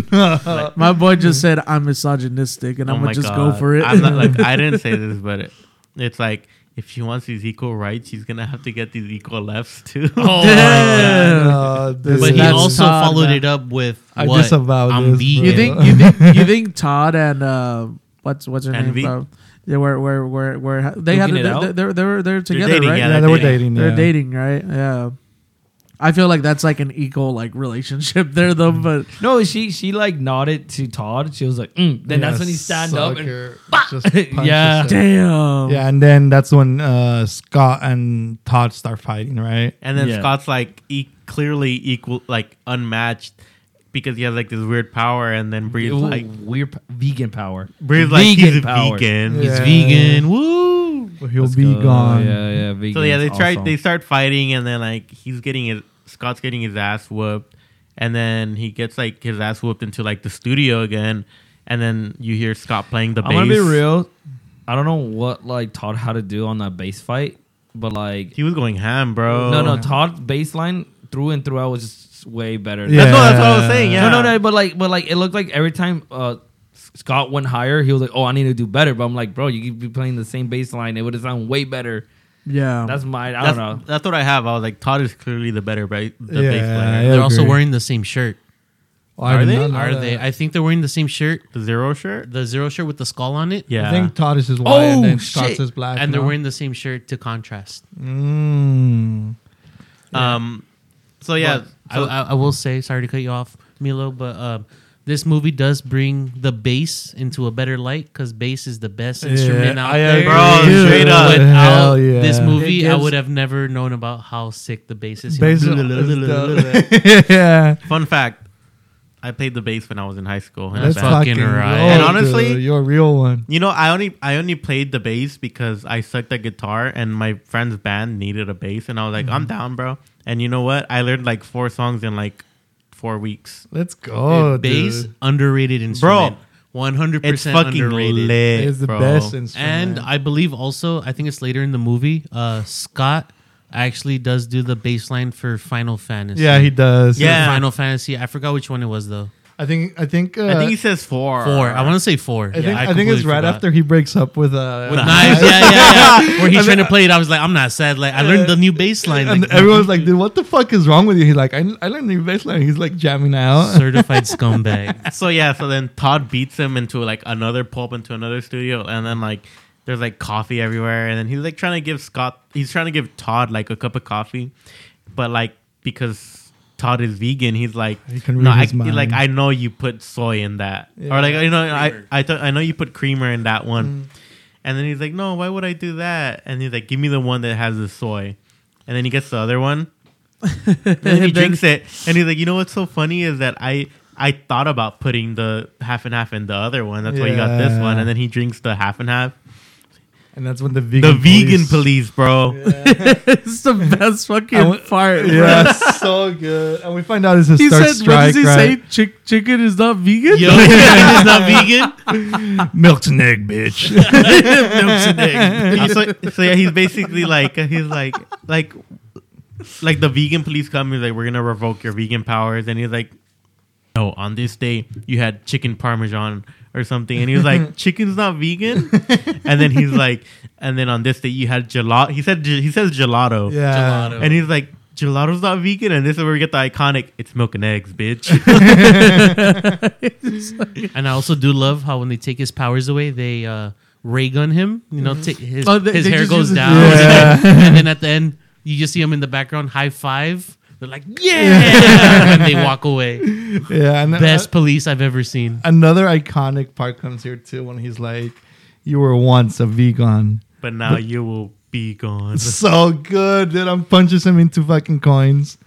Speaker 1: bro.
Speaker 2: my boy
Speaker 1: mm.
Speaker 2: just said I'm misogynistic, and
Speaker 3: Oh
Speaker 2: I'm
Speaker 3: my
Speaker 2: gonna just go
Speaker 3: God.
Speaker 2: for it.
Speaker 3: I'm not like I didn't say this, but it, it's like if she wants these equal rights, she's gonna have to get these equal lefts too.
Speaker 5: Oh,
Speaker 2: Damn.
Speaker 1: No, this
Speaker 5: But he
Speaker 1: is-
Speaker 2: That's
Speaker 5: also
Speaker 2: Todd,
Speaker 5: followed
Speaker 2: man.
Speaker 5: it up with
Speaker 1: I
Speaker 5: what?
Speaker 1: disavow
Speaker 5: I'm
Speaker 1: this,
Speaker 5: vegan.
Speaker 2: you think you think you think Todd and uh, what's what's her name?
Speaker 3: Envy?
Speaker 2: bro? They were were were were they had
Speaker 4: Duking
Speaker 2: they,
Speaker 4: it out?
Speaker 2: they, they, were- they were they were together
Speaker 3: dating,
Speaker 2: right?
Speaker 3: yeah,
Speaker 1: yeah, they were dating.
Speaker 2: They're
Speaker 1: yeah.
Speaker 2: dating right? Yeah. I feel like that's like an equal like relationship there though,
Speaker 3: Mm.
Speaker 2: but
Speaker 4: No, she she like nodded to Todd. She was like, mm. then that's when he stand up. And,
Speaker 1: up. And,
Speaker 4: Yeah.
Speaker 2: damn.
Speaker 1: Yeah, and then that's when uh, Scott and Todd start fighting, right?
Speaker 3: And then
Speaker 4: Yeah.
Speaker 3: Scott's like e- clearly equal, like unmatched, because he has like this weird power. And then Bree's
Speaker 4: Ooh,
Speaker 3: like,
Speaker 4: weird p- vegan power.
Speaker 3: Bree's like
Speaker 4: Vegan
Speaker 3: he's
Speaker 4: power.
Speaker 3: vegan.
Speaker 5: He's
Speaker 1: Yeah.
Speaker 5: vegan. Woo.
Speaker 1: He'll
Speaker 4: Let's
Speaker 1: be
Speaker 4: go.
Speaker 1: gone.
Speaker 4: Yeah, yeah. Vegan
Speaker 3: So yeah, they
Speaker 4: is
Speaker 3: try.
Speaker 4: awesome.
Speaker 3: They start fighting, and then like he's getting his Scott's getting his ass whooped, and then he gets like his ass whooped into like the studio again. And then you hear Scott playing the
Speaker 4: I'm
Speaker 3: bass.
Speaker 4: gonna be real. I don't know what like Todd had to do on that base fight, but like
Speaker 3: He was going ham, bro.
Speaker 4: no, no, Todd's baseline through and throughout was just way better.
Speaker 1: Yeah.
Speaker 3: That's, what, that's what I was saying. Yeah.
Speaker 4: No, no, no. But like, but like, it looked like every time uh, Scott went higher, he was like, "Oh, I need to do better." But I'm like, "Bro, you could be playing the same bass line. It would have sounded way better."
Speaker 2: Yeah.
Speaker 4: That's my. I
Speaker 3: That's,
Speaker 4: don't know.
Speaker 3: that's what I have. I was like, Todd is clearly the better, ba- the
Speaker 1: Yeah,
Speaker 3: bass player.
Speaker 1: yeah.
Speaker 5: They're also
Speaker 1: agree.
Speaker 5: wearing the same shirt.
Speaker 1: Oh, I
Speaker 3: Are
Speaker 1: did
Speaker 3: they?
Speaker 1: not know
Speaker 5: Are
Speaker 1: that.
Speaker 5: they? I think they're wearing the same shirt,
Speaker 3: The zero shirt.
Speaker 5: the zero shirt with the skull on it.
Speaker 3: Yeah.
Speaker 1: I think Todd is his white and
Speaker 4: Oh,
Speaker 1: then Scott's
Speaker 4: shit.
Speaker 1: is black.
Speaker 5: And they're
Speaker 1: no?
Speaker 5: wearing the same shirt to contrast.
Speaker 1: Mm.
Speaker 3: Um. So yeah.
Speaker 5: But I, I, I will say, sorry to cut you off, Milo, but um, this movie does bring the bass into a better light because bass is the best instrument
Speaker 1: Yeah,
Speaker 5: out
Speaker 1: I
Speaker 5: there.
Speaker 1: agree.
Speaker 3: Bro,
Speaker 5: Dude,
Speaker 3: straight up.
Speaker 5: Without
Speaker 1: Hell yeah.
Speaker 5: this movie,
Speaker 2: It
Speaker 5: I
Speaker 2: gives-
Speaker 5: would have never known about how sick the bass is.
Speaker 1: Bass is- yeah.
Speaker 3: Fun fact: I played the bass when I was in high school. And
Speaker 5: That's
Speaker 1: That's
Speaker 3: I-
Speaker 5: fucking
Speaker 1: fucking
Speaker 5: right.
Speaker 1: roll,
Speaker 5: And
Speaker 3: honestly-
Speaker 1: dude. you're a real one.
Speaker 3: you know, I only I only played the bass because I sucked at guitar, and my friend's band needed a bass, and I was like, I'm down, bro. And you know what? I learned like four songs in like four weeks.
Speaker 1: Let's go,
Speaker 5: bass,
Speaker 1: dude.
Speaker 5: underrated instrument. One hundred
Speaker 3: It's
Speaker 5: percent
Speaker 3: fucking
Speaker 5: underrated.
Speaker 3: lit.
Speaker 1: It's the
Speaker 3: bro.
Speaker 1: best instrument.
Speaker 5: And I believe also, I think it's later in the movie. Uh, Scott actually does do the bass line for Final Fantasy.
Speaker 1: yeah, he does.
Speaker 5: For
Speaker 3: Yeah.
Speaker 5: Final Fantasy. I forgot which one it was though.
Speaker 1: I think. I think. Uh,
Speaker 3: I think he says four.
Speaker 5: Four. I want to say four.
Speaker 1: I think, I think it's right after he breaks up with uh
Speaker 5: with knives. Yeah, yeah, yeah. Where he's trying to play it, I was like, I'm not sad. Like I learned the new bass line.
Speaker 1: And
Speaker 5: Like,
Speaker 1: everyone's like, dude, what the fuck is wrong with you? He's like, I, I learned the bass line. He's like jamming out.
Speaker 5: certified scumbag.
Speaker 3: So yeah, so then Todd beats him into like another pulp into another studio, and then like there's like coffee everywhere, and then he's like trying to give Scott, he's trying to give Todd like a cup of coffee, but like because Todd is vegan, he's like,
Speaker 1: He can read
Speaker 3: no, I,
Speaker 1: his mind."
Speaker 3: like I know you put soy in that, or like you know, I I th- I know you put creamer in that
Speaker 1: Mm.
Speaker 3: one, and then he's like, no, why would I do that? And he's like, give me the one that has the soy, and then he gets the other one. And then he drinks it, and he's like, "You know what's so funny is that I I thought about putting the half and half in the other one. That's why you got this
Speaker 1: Yeah.
Speaker 3: one." And then he drinks the half and half.
Speaker 1: And that's when the vegan
Speaker 3: the vegan police, bro.
Speaker 2: it's the best fucking
Speaker 1: I wa-
Speaker 2: part. bro.
Speaker 1: Yeah, so good. And we find out it's his
Speaker 2: He
Speaker 1: third
Speaker 2: said, what
Speaker 1: strike,
Speaker 2: does he
Speaker 1: right?
Speaker 2: say? Chick- chicken is not vegan?
Speaker 5: Yo, it's not vegan.
Speaker 1: Milk's an egg, bitch.
Speaker 3: so, so yeah, he's basically like he's like like like the vegan police come. He's like, "We're gonna revoke your vegan powers," and he's like, "No, on this day you had chicken parmesan." Or something, and he was like, "Chicken's not vegan," and then he's like, "And then on this day you had gelato." He said, "He says gelato."
Speaker 1: yeah.
Speaker 5: Gelato.
Speaker 3: And he's like, gelato's not vegan, and this is where we get the iconic, it's milk and eggs, bitch.
Speaker 5: And I also do love how when they take his powers away, they uh, ray gun him. You
Speaker 1: Mm-hmm.
Speaker 5: know, ta- his,
Speaker 2: Oh, they-
Speaker 5: his
Speaker 2: they
Speaker 5: hair
Speaker 2: just
Speaker 5: goes
Speaker 2: use it-
Speaker 5: down,
Speaker 1: Yeah.
Speaker 5: and then at the end, you just see him in the background high five They're like, yeah, and they walk away.
Speaker 1: Yeah, and
Speaker 5: Best police I've ever seen.
Speaker 1: another iconic part comes here too when he's like, "You were once a vegan."
Speaker 3: But now you will be gone.
Speaker 1: So good, dude. I'm punches him into fucking coins.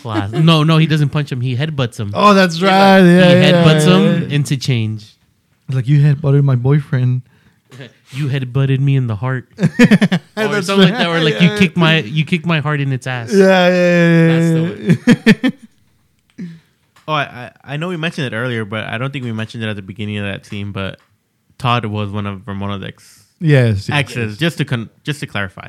Speaker 5: Class. No, no, he doesn't punch him. He headbutts him.
Speaker 1: Oh, that's right.
Speaker 5: he
Speaker 1: Yeah, yeah,
Speaker 5: headbutts
Speaker 1: yeah,
Speaker 5: him
Speaker 1: yeah.
Speaker 5: into change.
Speaker 1: Like you headbutted my boyfriend.
Speaker 5: You headbutted me in the heart, or
Speaker 1: That's
Speaker 5: something Oh, like that, or
Speaker 1: right,
Speaker 5: like
Speaker 1: yeah.
Speaker 5: you kicked my you kicked my heart in its ass.
Speaker 1: Yeah, yeah, yeah. yeah, yeah.
Speaker 3: Oh, I, I I know we mentioned it earlier, but I don't think we mentioned it at the beginning of that scene. But Todd was one of Ramona's ex
Speaker 1: yes. yes.
Speaker 3: exes, just to con- just to clarify,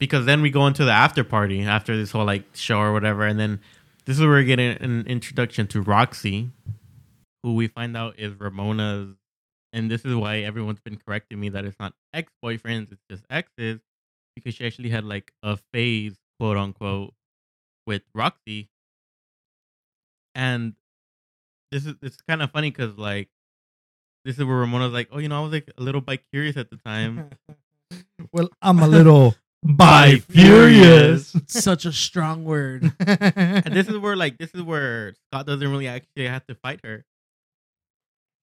Speaker 3: because then we go into the after party after this whole like show or whatever, and then this is where we get an, an introduction to Roxy, who we find out is Ramona's, and this is why everyone's been correcting me that it's not ex boyfriends, it's just exes, because she actually had like a phase, quote unquote, with Roxy, and this is it's kind of funny because like. This is where Ramona's like, oh, you know, I was like a little bit curious at the time,
Speaker 1: Well, I'm a little bi
Speaker 3: Bi-furious.
Speaker 1: furious.
Speaker 2: Such a strong word.
Speaker 3: and this is where like this is where Scott doesn't really actually have to fight her.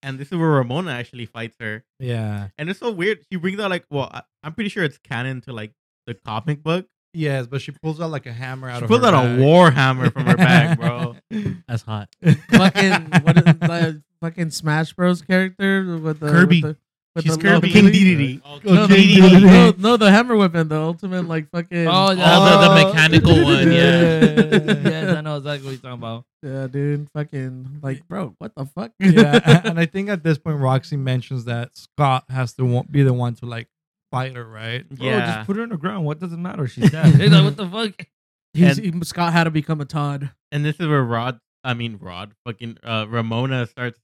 Speaker 3: And this is where Ramona actually fights her.
Speaker 1: yeah.
Speaker 3: And it's so weird. She brings out like, well, I, I'm pretty sure it's canon to like the comic book.
Speaker 1: Yes, but she pulls out like a hammer out
Speaker 3: She
Speaker 1: of.
Speaker 3: pulls
Speaker 1: her
Speaker 3: out
Speaker 1: bag.
Speaker 3: a war hammer from her bag, bro.
Speaker 5: That's hot.
Speaker 2: fucking what is the fucking Smash Bros character with the
Speaker 5: Kirby.
Speaker 2: With the, with
Speaker 5: She's
Speaker 2: the little
Speaker 5: Kirby.
Speaker 1: King
Speaker 2: lady?
Speaker 1: Dedede.
Speaker 3: Oh,
Speaker 2: No,
Speaker 1: King
Speaker 2: the,
Speaker 1: Dedede.
Speaker 2: no, no, the hammer weapon, the ultimate like fucking.
Speaker 4: Oh, yeah.
Speaker 5: Oh, the, the
Speaker 1: Oh.
Speaker 5: mechanical one, yeah.
Speaker 4: yes, I know exactly what you're talking about.
Speaker 2: yeah, dude, fucking like, bro, what the fuck?
Speaker 1: yeah, and I think at this point Roxy mentions that Scott has to wa- be the one to like fight her, right?
Speaker 4: Yeah.
Speaker 3: yeah.
Speaker 4: just put her on the ground. What does it matter? She's dead. He's like, what the fuck?
Speaker 2: He's, he- Scott had to become a Todd.
Speaker 3: and this is where Rod, I mean Rod, fucking uh, Ramona starts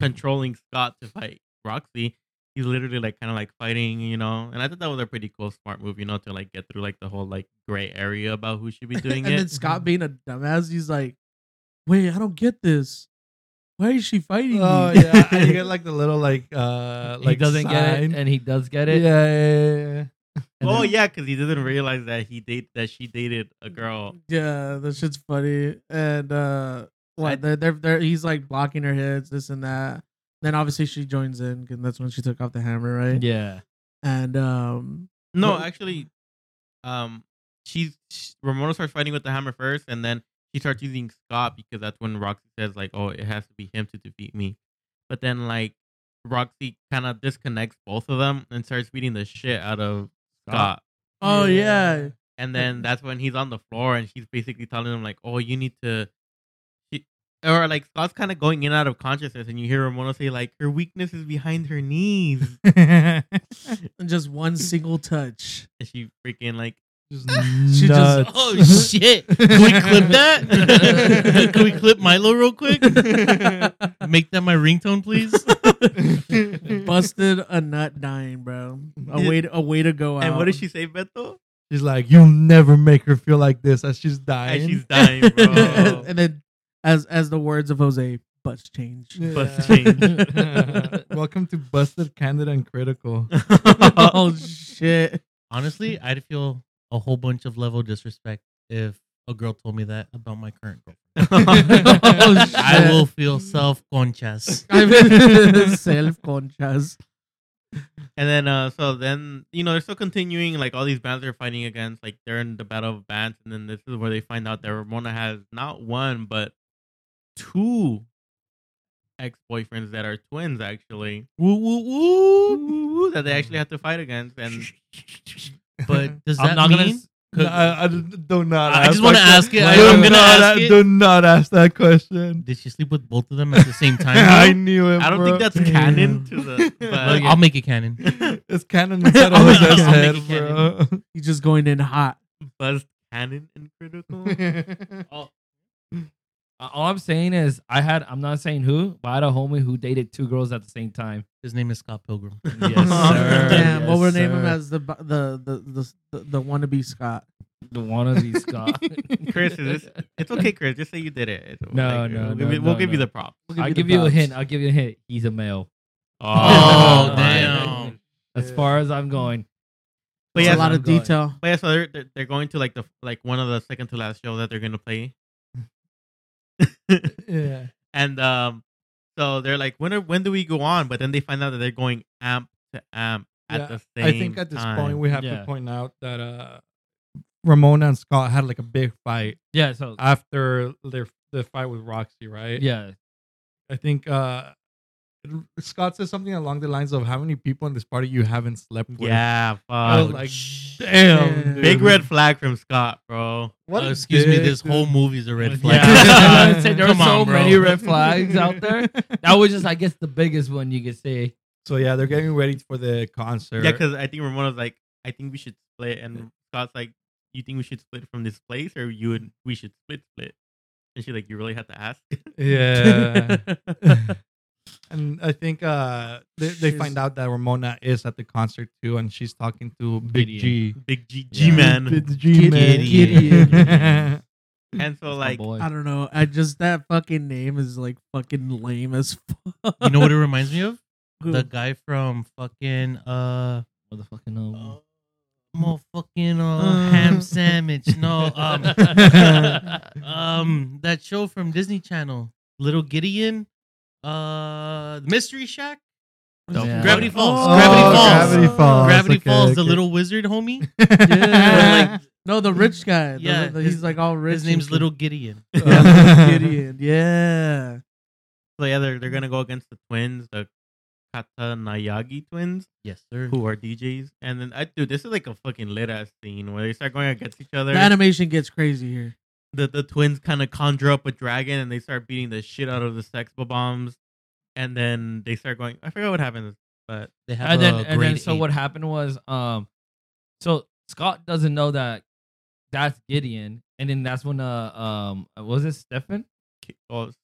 Speaker 3: controlling Scott to fight Roxy. He's literally like kind of like fighting, you know. And I thought that was a pretty cool, smart move, you know, to like get through like the whole like gray area about who should be doing
Speaker 2: and
Speaker 3: it.
Speaker 2: then Scott being a dumbass, he's like, wait, I don't get this. Why is she fighting
Speaker 1: Oh
Speaker 2: me?
Speaker 1: yeah, and you get like the little like uh like
Speaker 4: he doesn't get
Speaker 1: sign.
Speaker 4: it, and he does get
Speaker 1: yeah,
Speaker 4: it.
Speaker 1: yeah, yeah, yeah.
Speaker 4: And
Speaker 3: oh
Speaker 4: then-
Speaker 3: yeah, because he didn't realize that he date that she dated a girl.
Speaker 2: Yeah, that shit's funny. And uh
Speaker 3: I-
Speaker 2: what they're, they're, they're he's like blocking her hits, this and that. Then obviously she joins in and that's when she took off the hammer, right?
Speaker 4: Yeah.
Speaker 2: And um
Speaker 3: No,
Speaker 2: But-
Speaker 3: actually, um, she's sh Ramona starts fighting with the hammer first, and then she starts using Scott because that's when Roxy says like, "Oh, it has to be him to defeat me." But then like Roxy kind of disconnects both of them and starts beating the shit out of Scott.
Speaker 2: oh yeah.
Speaker 3: And then that's when he's on the floor and she's basically telling him like, "Oh, you need to," she, or like Scott's kind of going in and out of consciousness, and you hear Ramona say like, "Her weakness is behind her knees,"
Speaker 2: And just one single touch.
Speaker 3: and she freaking like
Speaker 1: Just
Speaker 2: She just-
Speaker 1: nuts.
Speaker 5: Oh shit! Can we clip that? Can we clip Milo real quick? Make that my ringtone, please.
Speaker 2: Busted a nut dying, bro. A
Speaker 3: Yeah.
Speaker 2: way to, a way to go out.
Speaker 3: And what does she say, Beto?
Speaker 1: she's like, you'll never make her feel like this as she's dying.
Speaker 3: And she's dying, bro.
Speaker 2: and then as as the words of Jose, bus change.
Speaker 3: Bus
Speaker 1: Yeah. Welcome to Busted Candid and Critical.
Speaker 2: oh shit.
Speaker 5: Honestly, I'd feel a whole bunch of level disrespect if a girl told me that about my current girl.
Speaker 2: Oh, shit.
Speaker 5: I will feel self conscious.
Speaker 2: I'm self conscious.
Speaker 3: and then, uh, so then, you know, they're still continuing. Like, all these bands they're fighting against, like, they're in the battle of bands. And then this is where they find out that Ramona has not one, but two ex boyfriends that are twins, actually. Woo, woo, woo, woo, woo, that they actually have to fight against. And
Speaker 5: But does
Speaker 4: I'm
Speaker 5: that
Speaker 4: not gonna.
Speaker 5: mean?
Speaker 4: s-
Speaker 1: No, I, I do not.
Speaker 5: I
Speaker 1: ask
Speaker 5: just wanna
Speaker 1: that que-
Speaker 5: ask it.
Speaker 1: Do
Speaker 5: I- I'm gonna
Speaker 1: not
Speaker 5: ask
Speaker 1: a-
Speaker 5: it.
Speaker 1: Do not ask that question.
Speaker 5: Did she sleep with both of them at the same time?
Speaker 1: I knew it.
Speaker 3: I don't think
Speaker 1: bro.
Speaker 3: that's canon to the. But,
Speaker 5: Look, I'll make it canon.
Speaker 1: It's canon instead of
Speaker 5: I'll
Speaker 1: his
Speaker 5: Oh, make it
Speaker 1: head,
Speaker 5: canon.
Speaker 1: bro.
Speaker 2: He's just going in hot.
Speaker 3: Buzz canon and critical.
Speaker 4: Uh, All I'm saying is, I had. I'm not saying who, but I had a homie who dated two girls at the same time.
Speaker 5: His name is Scott Pilgrim.
Speaker 4: Yes,
Speaker 3: sir.
Speaker 2: Damn,
Speaker 4: Yes,
Speaker 2: Uh-huh. what would name him
Speaker 4: sir.
Speaker 2: as the bu- the the the, the, the wannabe Scott?
Speaker 4: The wannabe Scott.
Speaker 3: Chris, is this, it's okay, Chris. Just say you did it. It's-
Speaker 4: No, no,
Speaker 3: we'll
Speaker 4: no,
Speaker 3: give, you-
Speaker 4: no,
Speaker 3: we'll give
Speaker 4: no.
Speaker 3: you the prop.
Speaker 4: I'll
Speaker 2: the
Speaker 4: give you a
Speaker 2: props.
Speaker 4: hint. I'll give you a hint. He's a male.
Speaker 5: Oh,
Speaker 3: my
Speaker 5: damn.
Speaker 4: As far as I'm going.
Speaker 3: But
Speaker 2: It's
Speaker 3: yeah,
Speaker 2: a lot
Speaker 3: so-
Speaker 2: of detail.
Speaker 3: but yeah, so they're, they're they're going to like the like one of the second to last show that they're gonna play,
Speaker 2: Yeah.
Speaker 3: and um, so they're like, when are, when do we go on? But then they find out that they're going amp to amp at
Speaker 1: Yeah,
Speaker 3: the same.
Speaker 1: I think at this
Speaker 3: time.
Speaker 1: point we have
Speaker 4: Yeah.
Speaker 1: to point out that uh, Ramona and Scott had like a big fight
Speaker 4: Yeah. So
Speaker 1: after their the fight with Roxy, right?
Speaker 4: yeah.
Speaker 1: I think uh, Scott says something along the lines of how many people in this party you haven't slept with.
Speaker 3: yeah,
Speaker 1: I was
Speaker 3: fuck.
Speaker 1: like, damn,
Speaker 2: Yeah.
Speaker 1: dude.
Speaker 3: big red flag from Scott, bro.
Speaker 1: What
Speaker 5: Uh,
Speaker 1: a
Speaker 5: excuse me,
Speaker 1: dick,
Speaker 5: this
Speaker 1: dude.
Speaker 5: whole movie's a red flag.
Speaker 4: yeah. I said there are
Speaker 5: Come
Speaker 4: so
Speaker 5: on, bro.
Speaker 4: many red flags out there. That was just, I guess, the biggest one you could say.
Speaker 1: So yeah, they're getting ready for the concert.
Speaker 3: Yeah, because I think Ramona's like, I think we should split, and Scott's like, you think we should split from this place, or you would we should split split? And she's like, you really had to ask.
Speaker 1: yeah. and I think uh, they, they
Speaker 2: She's-
Speaker 1: find out that Ramona is at the concert too, and she's talking to Big
Speaker 4: Gideon.
Speaker 1: G.
Speaker 3: Big G,
Speaker 4: Yeah.
Speaker 3: G man.
Speaker 1: Big G man.
Speaker 5: Gideon.
Speaker 1: Gideon.
Speaker 3: And so
Speaker 4: My
Speaker 3: like,
Speaker 4: boy.
Speaker 2: I don't know. I just that fucking name is like fucking lame as fuck.
Speaker 5: You know what it reminds me of?
Speaker 2: Who?
Speaker 5: The guy from fucking uh
Speaker 4: Motherfucking, um,
Speaker 5: more fucking uh, ham sandwich. No, um, um, that show from Disney Channel, Little Gideon, uh, Mystery Shack,
Speaker 4: Yeah.
Speaker 5: Gravity Falls,
Speaker 2: Oh,
Speaker 5: Gravity Falls,
Speaker 1: Gravity
Speaker 4: Oh,
Speaker 1: Falls.
Speaker 5: Gravity
Speaker 1: okay,
Speaker 5: Falls, the
Speaker 1: okay.
Speaker 5: little wizard homie.
Speaker 2: Yeah. no, the rich guy. The-
Speaker 5: Yeah,
Speaker 2: the-
Speaker 5: his-
Speaker 2: he's like all rich.
Speaker 5: His
Speaker 2: and
Speaker 5: name's
Speaker 2: shit.
Speaker 5: Little Gideon.
Speaker 2: Yeah, Gideon. Yeah.
Speaker 3: so yeah, they're, they're gonna go against the twins, the Kata Nayagi twins,
Speaker 5: Yes, sir.
Speaker 3: who are DJs. And then I dude, this is like a fucking lit ass scene where they start going against each other.
Speaker 2: The animation gets crazy here.
Speaker 3: the the twins kind of conjure up a dragon and they start beating the shit out of the sex bombs, and then they start going. I forgot what happens, but
Speaker 5: They have
Speaker 4: and then
Speaker 5: a
Speaker 4: and then
Speaker 5: grade
Speaker 4: so
Speaker 5: eight.
Speaker 4: what happened was um so Scott doesn't know that that's Gideon and then that's when uh um was it Stefan
Speaker 3: oh, Stefan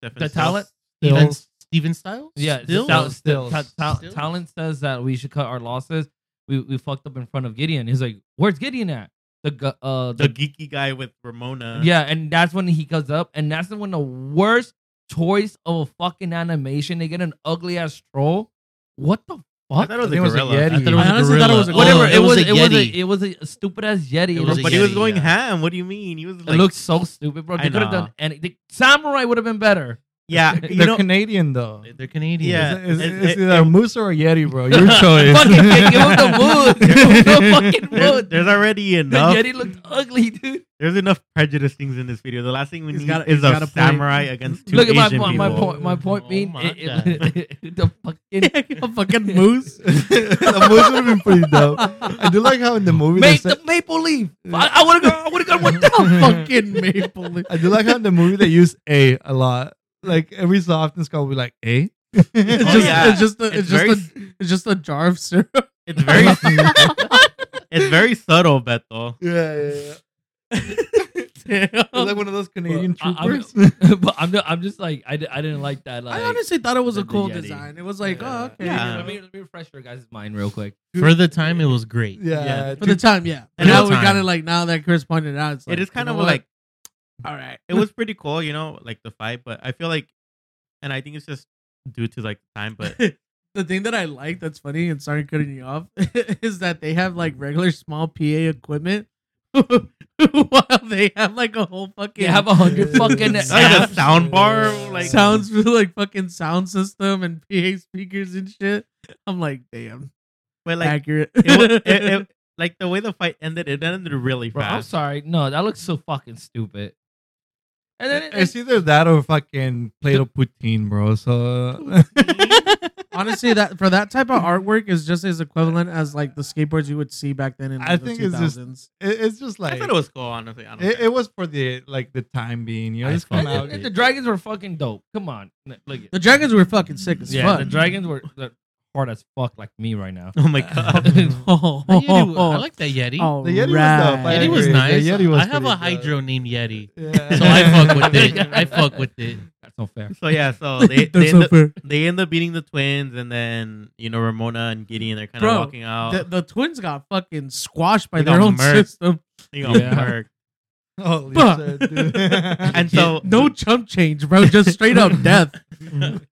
Speaker 4: the
Speaker 3: Stills-
Speaker 4: talent
Speaker 5: Steven, Steven Styles?
Speaker 4: yeah
Speaker 5: Still?
Speaker 4: Tal-
Speaker 1: Stills.
Speaker 4: Ta- Ta-
Speaker 5: Stills?
Speaker 4: talent says that we should cut our losses we we fucked up in front of Gideon he's like where's Gideon at the gu- uh
Speaker 3: the
Speaker 4: the,
Speaker 3: geeky guy with Ramona.
Speaker 4: yeah and that's when he comes up and that's when the worst choice of a fucking animation they get an ugly ass troll what the
Speaker 3: I
Speaker 4: fuck
Speaker 3: thought it was
Speaker 1: I
Speaker 3: a
Speaker 1: think it was a Yeti.
Speaker 3: gorilla.
Speaker 5: I thought it was
Speaker 2: I
Speaker 5: a
Speaker 2: honestly
Speaker 5: gorilla.
Speaker 2: thought it was a
Speaker 5: Oh,
Speaker 4: whatever it, was,
Speaker 5: a
Speaker 4: it was
Speaker 5: Yeti.
Speaker 4: a it was a stupid ass yeti.
Speaker 5: It
Speaker 4: It
Speaker 5: was
Speaker 4: was
Speaker 5: a
Speaker 3: but he was
Speaker 5: Yeti,
Speaker 3: going
Speaker 5: yeah.
Speaker 3: ham. What do you mean? He was
Speaker 4: It
Speaker 3: like,
Speaker 4: looks so stupid, bro.
Speaker 3: I
Speaker 4: They could have
Speaker 3: know.
Speaker 4: done anything. Samurai would have been better.
Speaker 3: yeah, you
Speaker 1: They're
Speaker 3: know,
Speaker 1: Canadian though.
Speaker 5: They're Canadian.
Speaker 3: Yeah.
Speaker 1: Is, is,
Speaker 3: it-
Speaker 1: is
Speaker 3: it-
Speaker 1: either a moose or a yeti, bro? Your choice.
Speaker 4: fucking give him the wood. Give him the fucking
Speaker 3: there's,
Speaker 4: wood.
Speaker 3: there's already
Speaker 4: the
Speaker 3: enough.
Speaker 4: yeti looked ugly, dude.
Speaker 3: There's enough prejudice things in this video. The last thing we
Speaker 2: He's
Speaker 3: need
Speaker 2: got- he's
Speaker 3: is
Speaker 2: got
Speaker 3: a
Speaker 2: a point.
Speaker 3: samurai against two
Speaker 4: Look at
Speaker 3: Asian
Speaker 4: my point. My
Speaker 3: people.
Speaker 4: point. My point
Speaker 5: Oh
Speaker 4: being
Speaker 5: my
Speaker 4: it, it, the fucking
Speaker 2: A fucking moose.
Speaker 1: the moose would have been pretty dope. I do like how in the movie they
Speaker 4: make
Speaker 1: said,
Speaker 4: the maple leaf. I, I would have gone. I would have gone. What the fuck?
Speaker 2: fucking maple. leaf.
Speaker 1: I do like how in the movie they use a a lot. Like every so often, Scott will be like a.
Speaker 2: It's
Speaker 3: Oh,
Speaker 2: just,
Speaker 3: yeah.
Speaker 2: it's just, a, it's, just
Speaker 3: It's very
Speaker 2: a, it's just a jar of syrup.
Speaker 3: It's very, it's very subtle, Beto.
Speaker 1: Yeah, yeah, yeah. It's like one of those Canadian
Speaker 4: Well, I- I'm-
Speaker 1: troopers.
Speaker 4: but I'm not, I'm just like I, di- I didn't like that. Like,
Speaker 2: I honestly thought it was a
Speaker 4: the- the
Speaker 2: cool
Speaker 4: Yeti.
Speaker 2: design. It was like, oh, okay.
Speaker 3: Yeah.
Speaker 4: Let me let me refresh your guys' mind real quick.
Speaker 5: For the time, it was great.
Speaker 1: yeah,
Speaker 3: yeah.
Speaker 2: For the time, yeah. But
Speaker 3: And
Speaker 2: now
Speaker 3: it's
Speaker 2: we got
Speaker 5: time.
Speaker 2: it like now that Chris pointed it out. It's like,
Speaker 3: it is kind
Speaker 2: you
Speaker 3: of
Speaker 2: know what?
Speaker 3: like
Speaker 2: all right.
Speaker 3: it was pretty cool, you know, like the fight. But I feel like, and I think it's just due to like time. But
Speaker 2: the thing that I like that's funny and sorry cutting you off is that they have like regular small PA equipment while they have like a whole fucking
Speaker 4: They have a hundred fucking
Speaker 2: Like
Speaker 3: a sound bar, like-
Speaker 2: sounds like fucking sound system and PA speakers and shit. I'm like, damn,
Speaker 3: but like
Speaker 2: accurate.
Speaker 3: it, wa- it, it, like the way the fight ended, it ended really
Speaker 4: Bro, I'm
Speaker 3: fast.
Speaker 4: sorry. No, that looks so fucking stupid. And then it,
Speaker 1: It's either that or fucking Play-Doh poutine, bro. So
Speaker 2: Honestly, that for that type of artwork is just as equivalent as like the skateboards you would see back then in like,
Speaker 1: I
Speaker 2: the
Speaker 1: think it's
Speaker 2: 2000s.
Speaker 1: just- it, it's just
Speaker 3: I
Speaker 1: like
Speaker 3: thought it was cool, honestly. I don't
Speaker 1: it,
Speaker 3: care.
Speaker 1: it was for the like the time being. You know,
Speaker 5: I
Speaker 1: just
Speaker 5: fuck
Speaker 1: come
Speaker 4: and
Speaker 1: out.
Speaker 4: then- and the dragons were fucking dope. Come on, N- look.
Speaker 2: the dragons were fucking sick as
Speaker 4: yeah,
Speaker 2: fuck.
Speaker 4: the dragons were they're hard as fuck, like me right now.
Speaker 3: oh my god.
Speaker 2: oh,
Speaker 5: That Yeti, I like that Yeti.
Speaker 4: Oh.
Speaker 2: All
Speaker 1: The Yeti was
Speaker 2: right.
Speaker 1: dope. I
Speaker 5: Yeti
Speaker 1: agree.
Speaker 5: was
Speaker 1: The
Speaker 5: nice.
Speaker 1: Yeti was
Speaker 5: I have
Speaker 1: pretty
Speaker 5: a
Speaker 1: good.
Speaker 5: hydro named Yeti,
Speaker 1: Yeah.
Speaker 5: so I fuck with it. I fuck with it.
Speaker 4: That's not fair.
Speaker 3: So yeah, so they
Speaker 2: That's
Speaker 3: they
Speaker 2: so
Speaker 3: end, up,
Speaker 2: fair.
Speaker 3: they end up beating the twins, and then you know Ramona and Gideon they're kind of
Speaker 2: Bro,
Speaker 3: walking out.
Speaker 2: The, the twins got fucking squashed by
Speaker 3: They
Speaker 2: their
Speaker 3: got
Speaker 2: own
Speaker 3: murked.
Speaker 2: system.
Speaker 3: they got
Speaker 4: Yeah.
Speaker 3: murked.
Speaker 1: Holy
Speaker 2: Fuck.
Speaker 1: shit, dude.
Speaker 3: and so
Speaker 2: No chump change, bro. Just straight up death.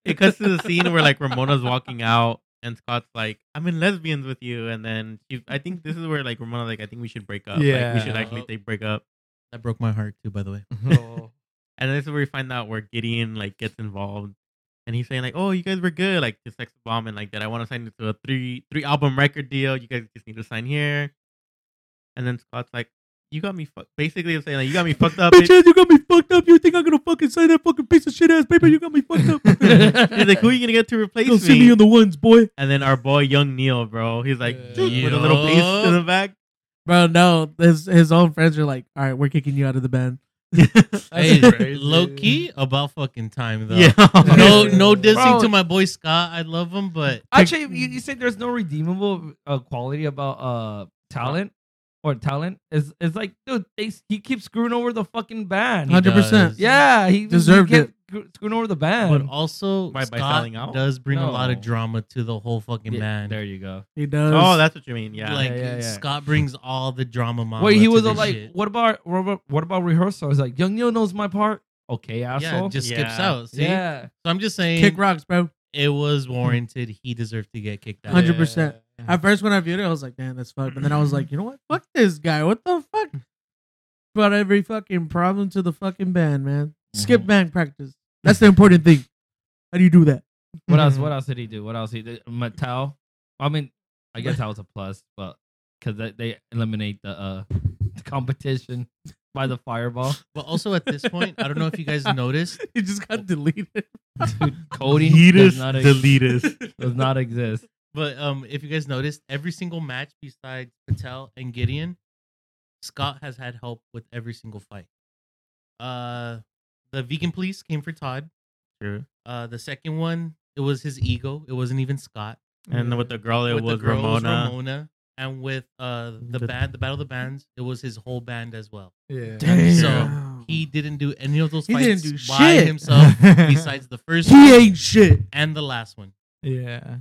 Speaker 3: it cuts to the scene where like Ramona's walking out, and Scott's like, "I'm in lesbians with you," and then she, I think this is where like Ramona's like, "I think we should break up. like, we should
Speaker 5: Yeah.
Speaker 3: actually they break up."
Speaker 5: That broke my heart too, by the way.
Speaker 3: And this is where we find out where Gideon like gets involved, and he's saying like, "Oh, you guys were good, like just sex bomb, and like that. I want to sign you to a three three album record deal. You guys just need to sign here." And then Scott's like, "You got me fucked." Basically, he's saying like, "You got me fucked up." bitch."
Speaker 2: Bitch, ass, you got me fucked up. You think I'm gonna fucking sign that fucking piece of shit ass paper? You got me fucked up.
Speaker 3: he's like, "Who are you gonna get to replace
Speaker 2: Don't
Speaker 3: me?"
Speaker 2: see me on the ones, boy.
Speaker 3: and then our boy Young Neil, bro, he's like with a little
Speaker 5: Yo.
Speaker 3: bass in the back.
Speaker 2: Bro, no, his his own friends are like, all right, we're kicking you out of the band.
Speaker 5: hey, low key about fucking time though.
Speaker 3: Yeah.
Speaker 5: No, no dissing
Speaker 4: Bro.
Speaker 5: to my boy Scott. I love him, but
Speaker 4: Actually, you, you said there's no redeemable uh, quality about uh talent or talent. It's, it's like, dude, they, he keeps screwing over the fucking band.
Speaker 5: He
Speaker 2: 100%.
Speaker 5: does.
Speaker 4: Yeah, he
Speaker 2: Deserved
Speaker 4: he kept screw- Screwing over the
Speaker 5: But
Speaker 4: band.
Speaker 5: also,
Speaker 3: By- by
Speaker 5: Scott
Speaker 3: selling out?
Speaker 5: does bring a lot of
Speaker 4: No.
Speaker 5: drama to the whole fucking
Speaker 4: Yeah,
Speaker 5: band.
Speaker 4: There you go.
Speaker 2: He does.
Speaker 3: Oh, that's what you mean. Yeah.
Speaker 5: like
Speaker 4: yeah, yeah, yeah.
Speaker 5: Scott brings all the drama. Mama
Speaker 4: Wait, he
Speaker 5: to
Speaker 4: was uh,
Speaker 5: this
Speaker 4: like,
Speaker 5: shit.
Speaker 4: what about what about, what about rehearsal? He's like, Young Neil knows my part. Okay, asshole.
Speaker 5: yeah, just skips
Speaker 3: Yeah.
Speaker 5: out. See,
Speaker 4: Yeah.
Speaker 5: so I'm just saying,
Speaker 2: kick rocks, bro.
Speaker 5: it was warranted. He deserved to get kicked out.
Speaker 2: Hundred percent. At first, when I viewed it, I was like, "Damn, that's fucked." But then I was like, "You know what? Fuck this guy. What the fuck?" Brought every fucking problem to the fucking band, man. Skip band practice. That's the important thing. How do you do that?
Speaker 4: What else? What else did he do? What else he did? Mattel. I mean, I guess that was a plus, but because they, they eliminate the uh the competition by the fireball.
Speaker 5: But also at this point, I don't know if you guys noticed.
Speaker 2: It just got deleted.
Speaker 4: Dude, coding does not, ex- does not exist.
Speaker 5: But um, if you guys noticed, every single match besides Patel and Gideon, Scott has had help with every single fight. Uh, the vegan police came for Todd.
Speaker 3: True.
Speaker 5: Uh, the second one, it was his ego. It wasn't even Scot.
Speaker 3: And with the girl, it
Speaker 5: with
Speaker 3: was
Speaker 5: the girl, it was
Speaker 3: Ramona.
Speaker 5: Ramona. And with uh the
Speaker 3: The-
Speaker 5: band, the battle of the bands, it was his whole band as well.
Speaker 1: Yeah.
Speaker 5: So he
Speaker 3: Mm.
Speaker 5: didn't do any of those
Speaker 2: He
Speaker 5: fights
Speaker 2: didn't do
Speaker 5: by
Speaker 2: shit.
Speaker 5: himself, besides the first
Speaker 2: he
Speaker 5: one
Speaker 2: ain't shit.
Speaker 5: and the last one.
Speaker 1: Yeah.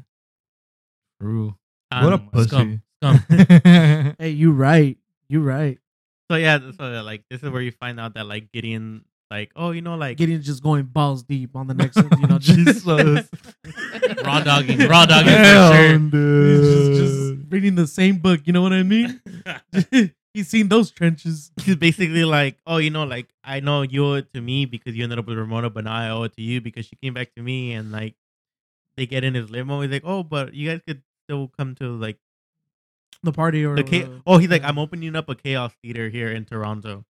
Speaker 4: True.
Speaker 1: What a
Speaker 5: Um, scum,
Speaker 1: pussy.
Speaker 5: scum.
Speaker 2: Hey, you right. You right.
Speaker 3: So yeah, so like this is where you find out that like Gideon, like oh you know like
Speaker 2: Gideon's just going balls deep on the next, one, you know, just,
Speaker 1: Jesus.
Speaker 5: raw dogging, raw dogging
Speaker 1: Hell,
Speaker 5: for sure.
Speaker 2: he's
Speaker 1: dude.
Speaker 2: just, just reading the same book. You know what I mean? he's seen those trenches.
Speaker 3: he's basically like oh you know like I know you owe it to me because you ended up with Ramona, but now I owe it to you because she came back to me and like they get in his limo. He's like oh but you guys could still come to like
Speaker 2: The party or
Speaker 3: the cha-
Speaker 2: uh,
Speaker 3: oh he's like I'm opening up a chaos theater here in Toronto,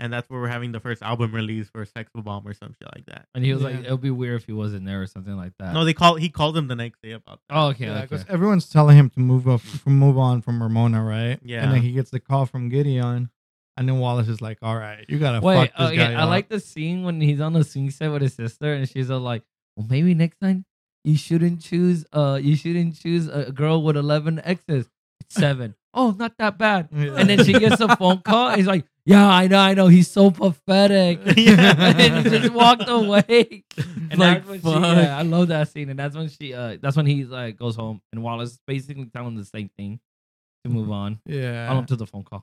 Speaker 3: and that's where we're having the first album release for Sex Bomb or some shit like that.
Speaker 4: And he was
Speaker 1: Yeah.
Speaker 4: like, it'll be weird if he wasn't there or something like that.
Speaker 3: No, they call he called him the next day about that.
Speaker 4: oh, okay.
Speaker 1: Yeah,
Speaker 4: okay.
Speaker 1: because everyone's telling him to move up, from move on from Ramona, right?
Speaker 3: Yeah.
Speaker 1: And then he gets the call from Gideon, and then Wallace is like, "All right, you gotta
Speaker 4: Wait,
Speaker 1: fuck this
Speaker 4: okay.
Speaker 1: guy."
Speaker 4: I
Speaker 1: up."
Speaker 4: like the scene when he's on the swing set with his sister, and she's all like, "Well, maybe next time you shouldn't choose. Uh, you shouldn't choose a girl with eleven exes. It's seven. oh, not that bad."
Speaker 1: Yeah.
Speaker 4: And then she gets a phone call. And he's like, "Yeah, I know, I know. He's so pathetic." and he just walked away. And
Speaker 2: Like,
Speaker 4: that's when
Speaker 2: fuck.
Speaker 4: she, yeah, I love that scene. And that's when she, uh, that's when he like goes home, and Wallace basically telling the same thing to move on.
Speaker 1: yeah.
Speaker 4: On up to the phone call.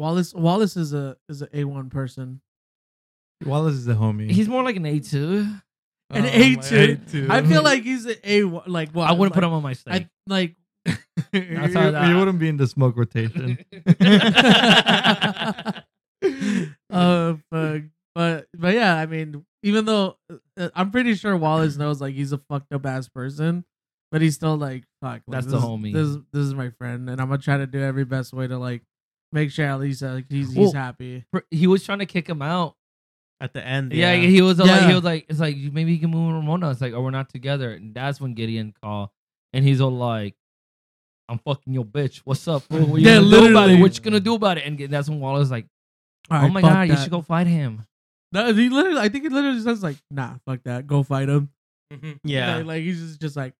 Speaker 2: Wallace Wallace is a is a A one person.
Speaker 1: Wallace is the homie.
Speaker 4: He's more like an A two.
Speaker 2: an
Speaker 1: Oh,
Speaker 2: A2.
Speaker 1: my A2.
Speaker 2: I feel like he's an A one. Like what?
Speaker 4: I wouldn't put
Speaker 2: like,
Speaker 4: him on my
Speaker 2: I
Speaker 4: stage.
Speaker 2: like
Speaker 1: That's
Speaker 4: how that-
Speaker 1: You wouldn't be in the smoke rotation.
Speaker 2: uh fuck. but but yeah i mean even though uh, i'm pretty sure wallace knows like he's a fucked up ass person but he's still like fuck like,
Speaker 4: That's the
Speaker 2: this, is-
Speaker 4: homie.
Speaker 2: this, is- this is my friend and i'm gonna try to do every best way to like make sure at least uh, like, he's, he's
Speaker 4: Well,
Speaker 2: happy
Speaker 4: Pr- he was trying to kick him out.
Speaker 3: At the end,
Speaker 4: Yeah, he was uh, like,
Speaker 2: Yeah.
Speaker 4: he was like, it's like you- maybe you can move with Ramona. It's like, oh, we're not together. And that's when Gideon called, and he's all like, "I'm fucking your bitch. What's up? Bro? What you
Speaker 2: Yeah,
Speaker 4: gonna do about
Speaker 2: literally.
Speaker 4: it? What you gonna do about it?" And G- that's when Wallace like,
Speaker 2: All
Speaker 4: "Oh
Speaker 2: right,
Speaker 4: my
Speaker 2: fuck
Speaker 4: god, you
Speaker 2: that.
Speaker 4: should go fight him."
Speaker 2: no, he literally i think he literally says like nah fuck that go fight him
Speaker 3: yeah.
Speaker 2: like, like he's just, just like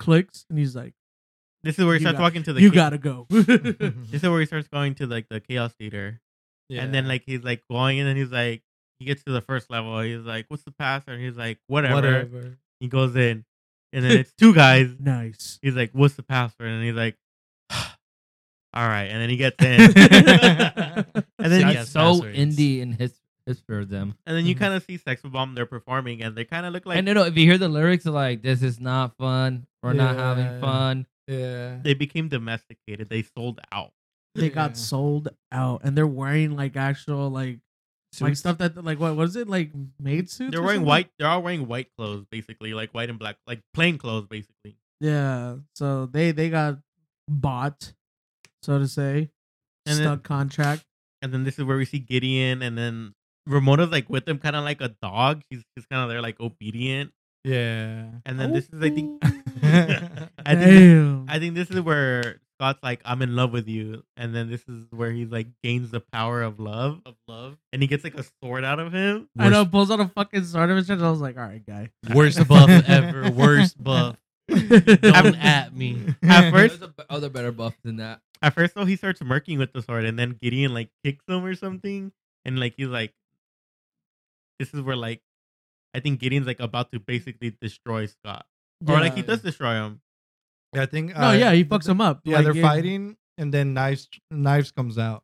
Speaker 2: clicks and he's like
Speaker 3: This is where he
Speaker 2: You
Speaker 3: starts
Speaker 2: got-
Speaker 3: walking to the.
Speaker 2: you
Speaker 3: cha-
Speaker 2: gotta go
Speaker 3: This is where he starts going to like the chaos theater, and then like he's like going in, and he's like he gets to the first level. He's like, "What's the password?" He's like, whatever. He goes in, and then it's two guys.
Speaker 2: nice
Speaker 3: He's like, "What's the password?" And he's like, "All right." And then he gets in, and
Speaker 4: And
Speaker 3: then
Speaker 4: then
Speaker 3: he-
Speaker 4: he's so
Speaker 5: passwords.
Speaker 4: indie in his It's for them.
Speaker 3: And then you kind of see Sex Bomb, they're performing, Mm-hmm. and they kind of look like
Speaker 6: and you know, if you hear the lyrics, like this is not fun. We're not
Speaker 2: Yeah.
Speaker 6: having fun.
Speaker 2: Yeah.
Speaker 3: they became domesticated. They sold out.
Speaker 2: They got
Speaker 1: Yeah.
Speaker 2: sold out and they're wearing like actual like like
Speaker 4: Suits.
Speaker 2: stuff that like what was it? Like maid suits?
Speaker 3: They're
Speaker 2: or
Speaker 3: wearing
Speaker 2: something?
Speaker 3: white. They're all wearing white clothes, basically, like white and black, like plain clothes, basically.
Speaker 2: Yeah. So they they got bought, so to say.
Speaker 3: And then-
Speaker 2: Stuck contract.
Speaker 3: And then this is where we see Gideon, and then Ramona's like with them, kind of like a dog. She's just kind of there, like obedient.
Speaker 1: Yeah.
Speaker 3: And then this is, I think, I think,
Speaker 2: Damn.
Speaker 3: I think this is where Scott's like, "I'm in love with you," and then this is where he's like gains the power of love, of love, and he gets like a sword out of him.
Speaker 2: I know pulls out a fucking sword of his chest. I was like, all right, guy.
Speaker 5: Worst buff ever. Worst buff. Don't at me.
Speaker 3: At first,
Speaker 6: There's a b- other better buff than that.
Speaker 3: at first though, he starts murking with the sword, and then Gideon like kicks him or something, and like he's like, "This is where like, I think Gideon's like about to basically destroy Scott, or like he
Speaker 2: Yeah.
Speaker 3: does destroy him."
Speaker 1: Yeah, I think.
Speaker 2: No,
Speaker 1: uh,
Speaker 2: yeah, he fucks him up.
Speaker 1: Yeah,
Speaker 2: Like,
Speaker 1: they're
Speaker 2: it-
Speaker 1: fighting, and then knives knives comes out.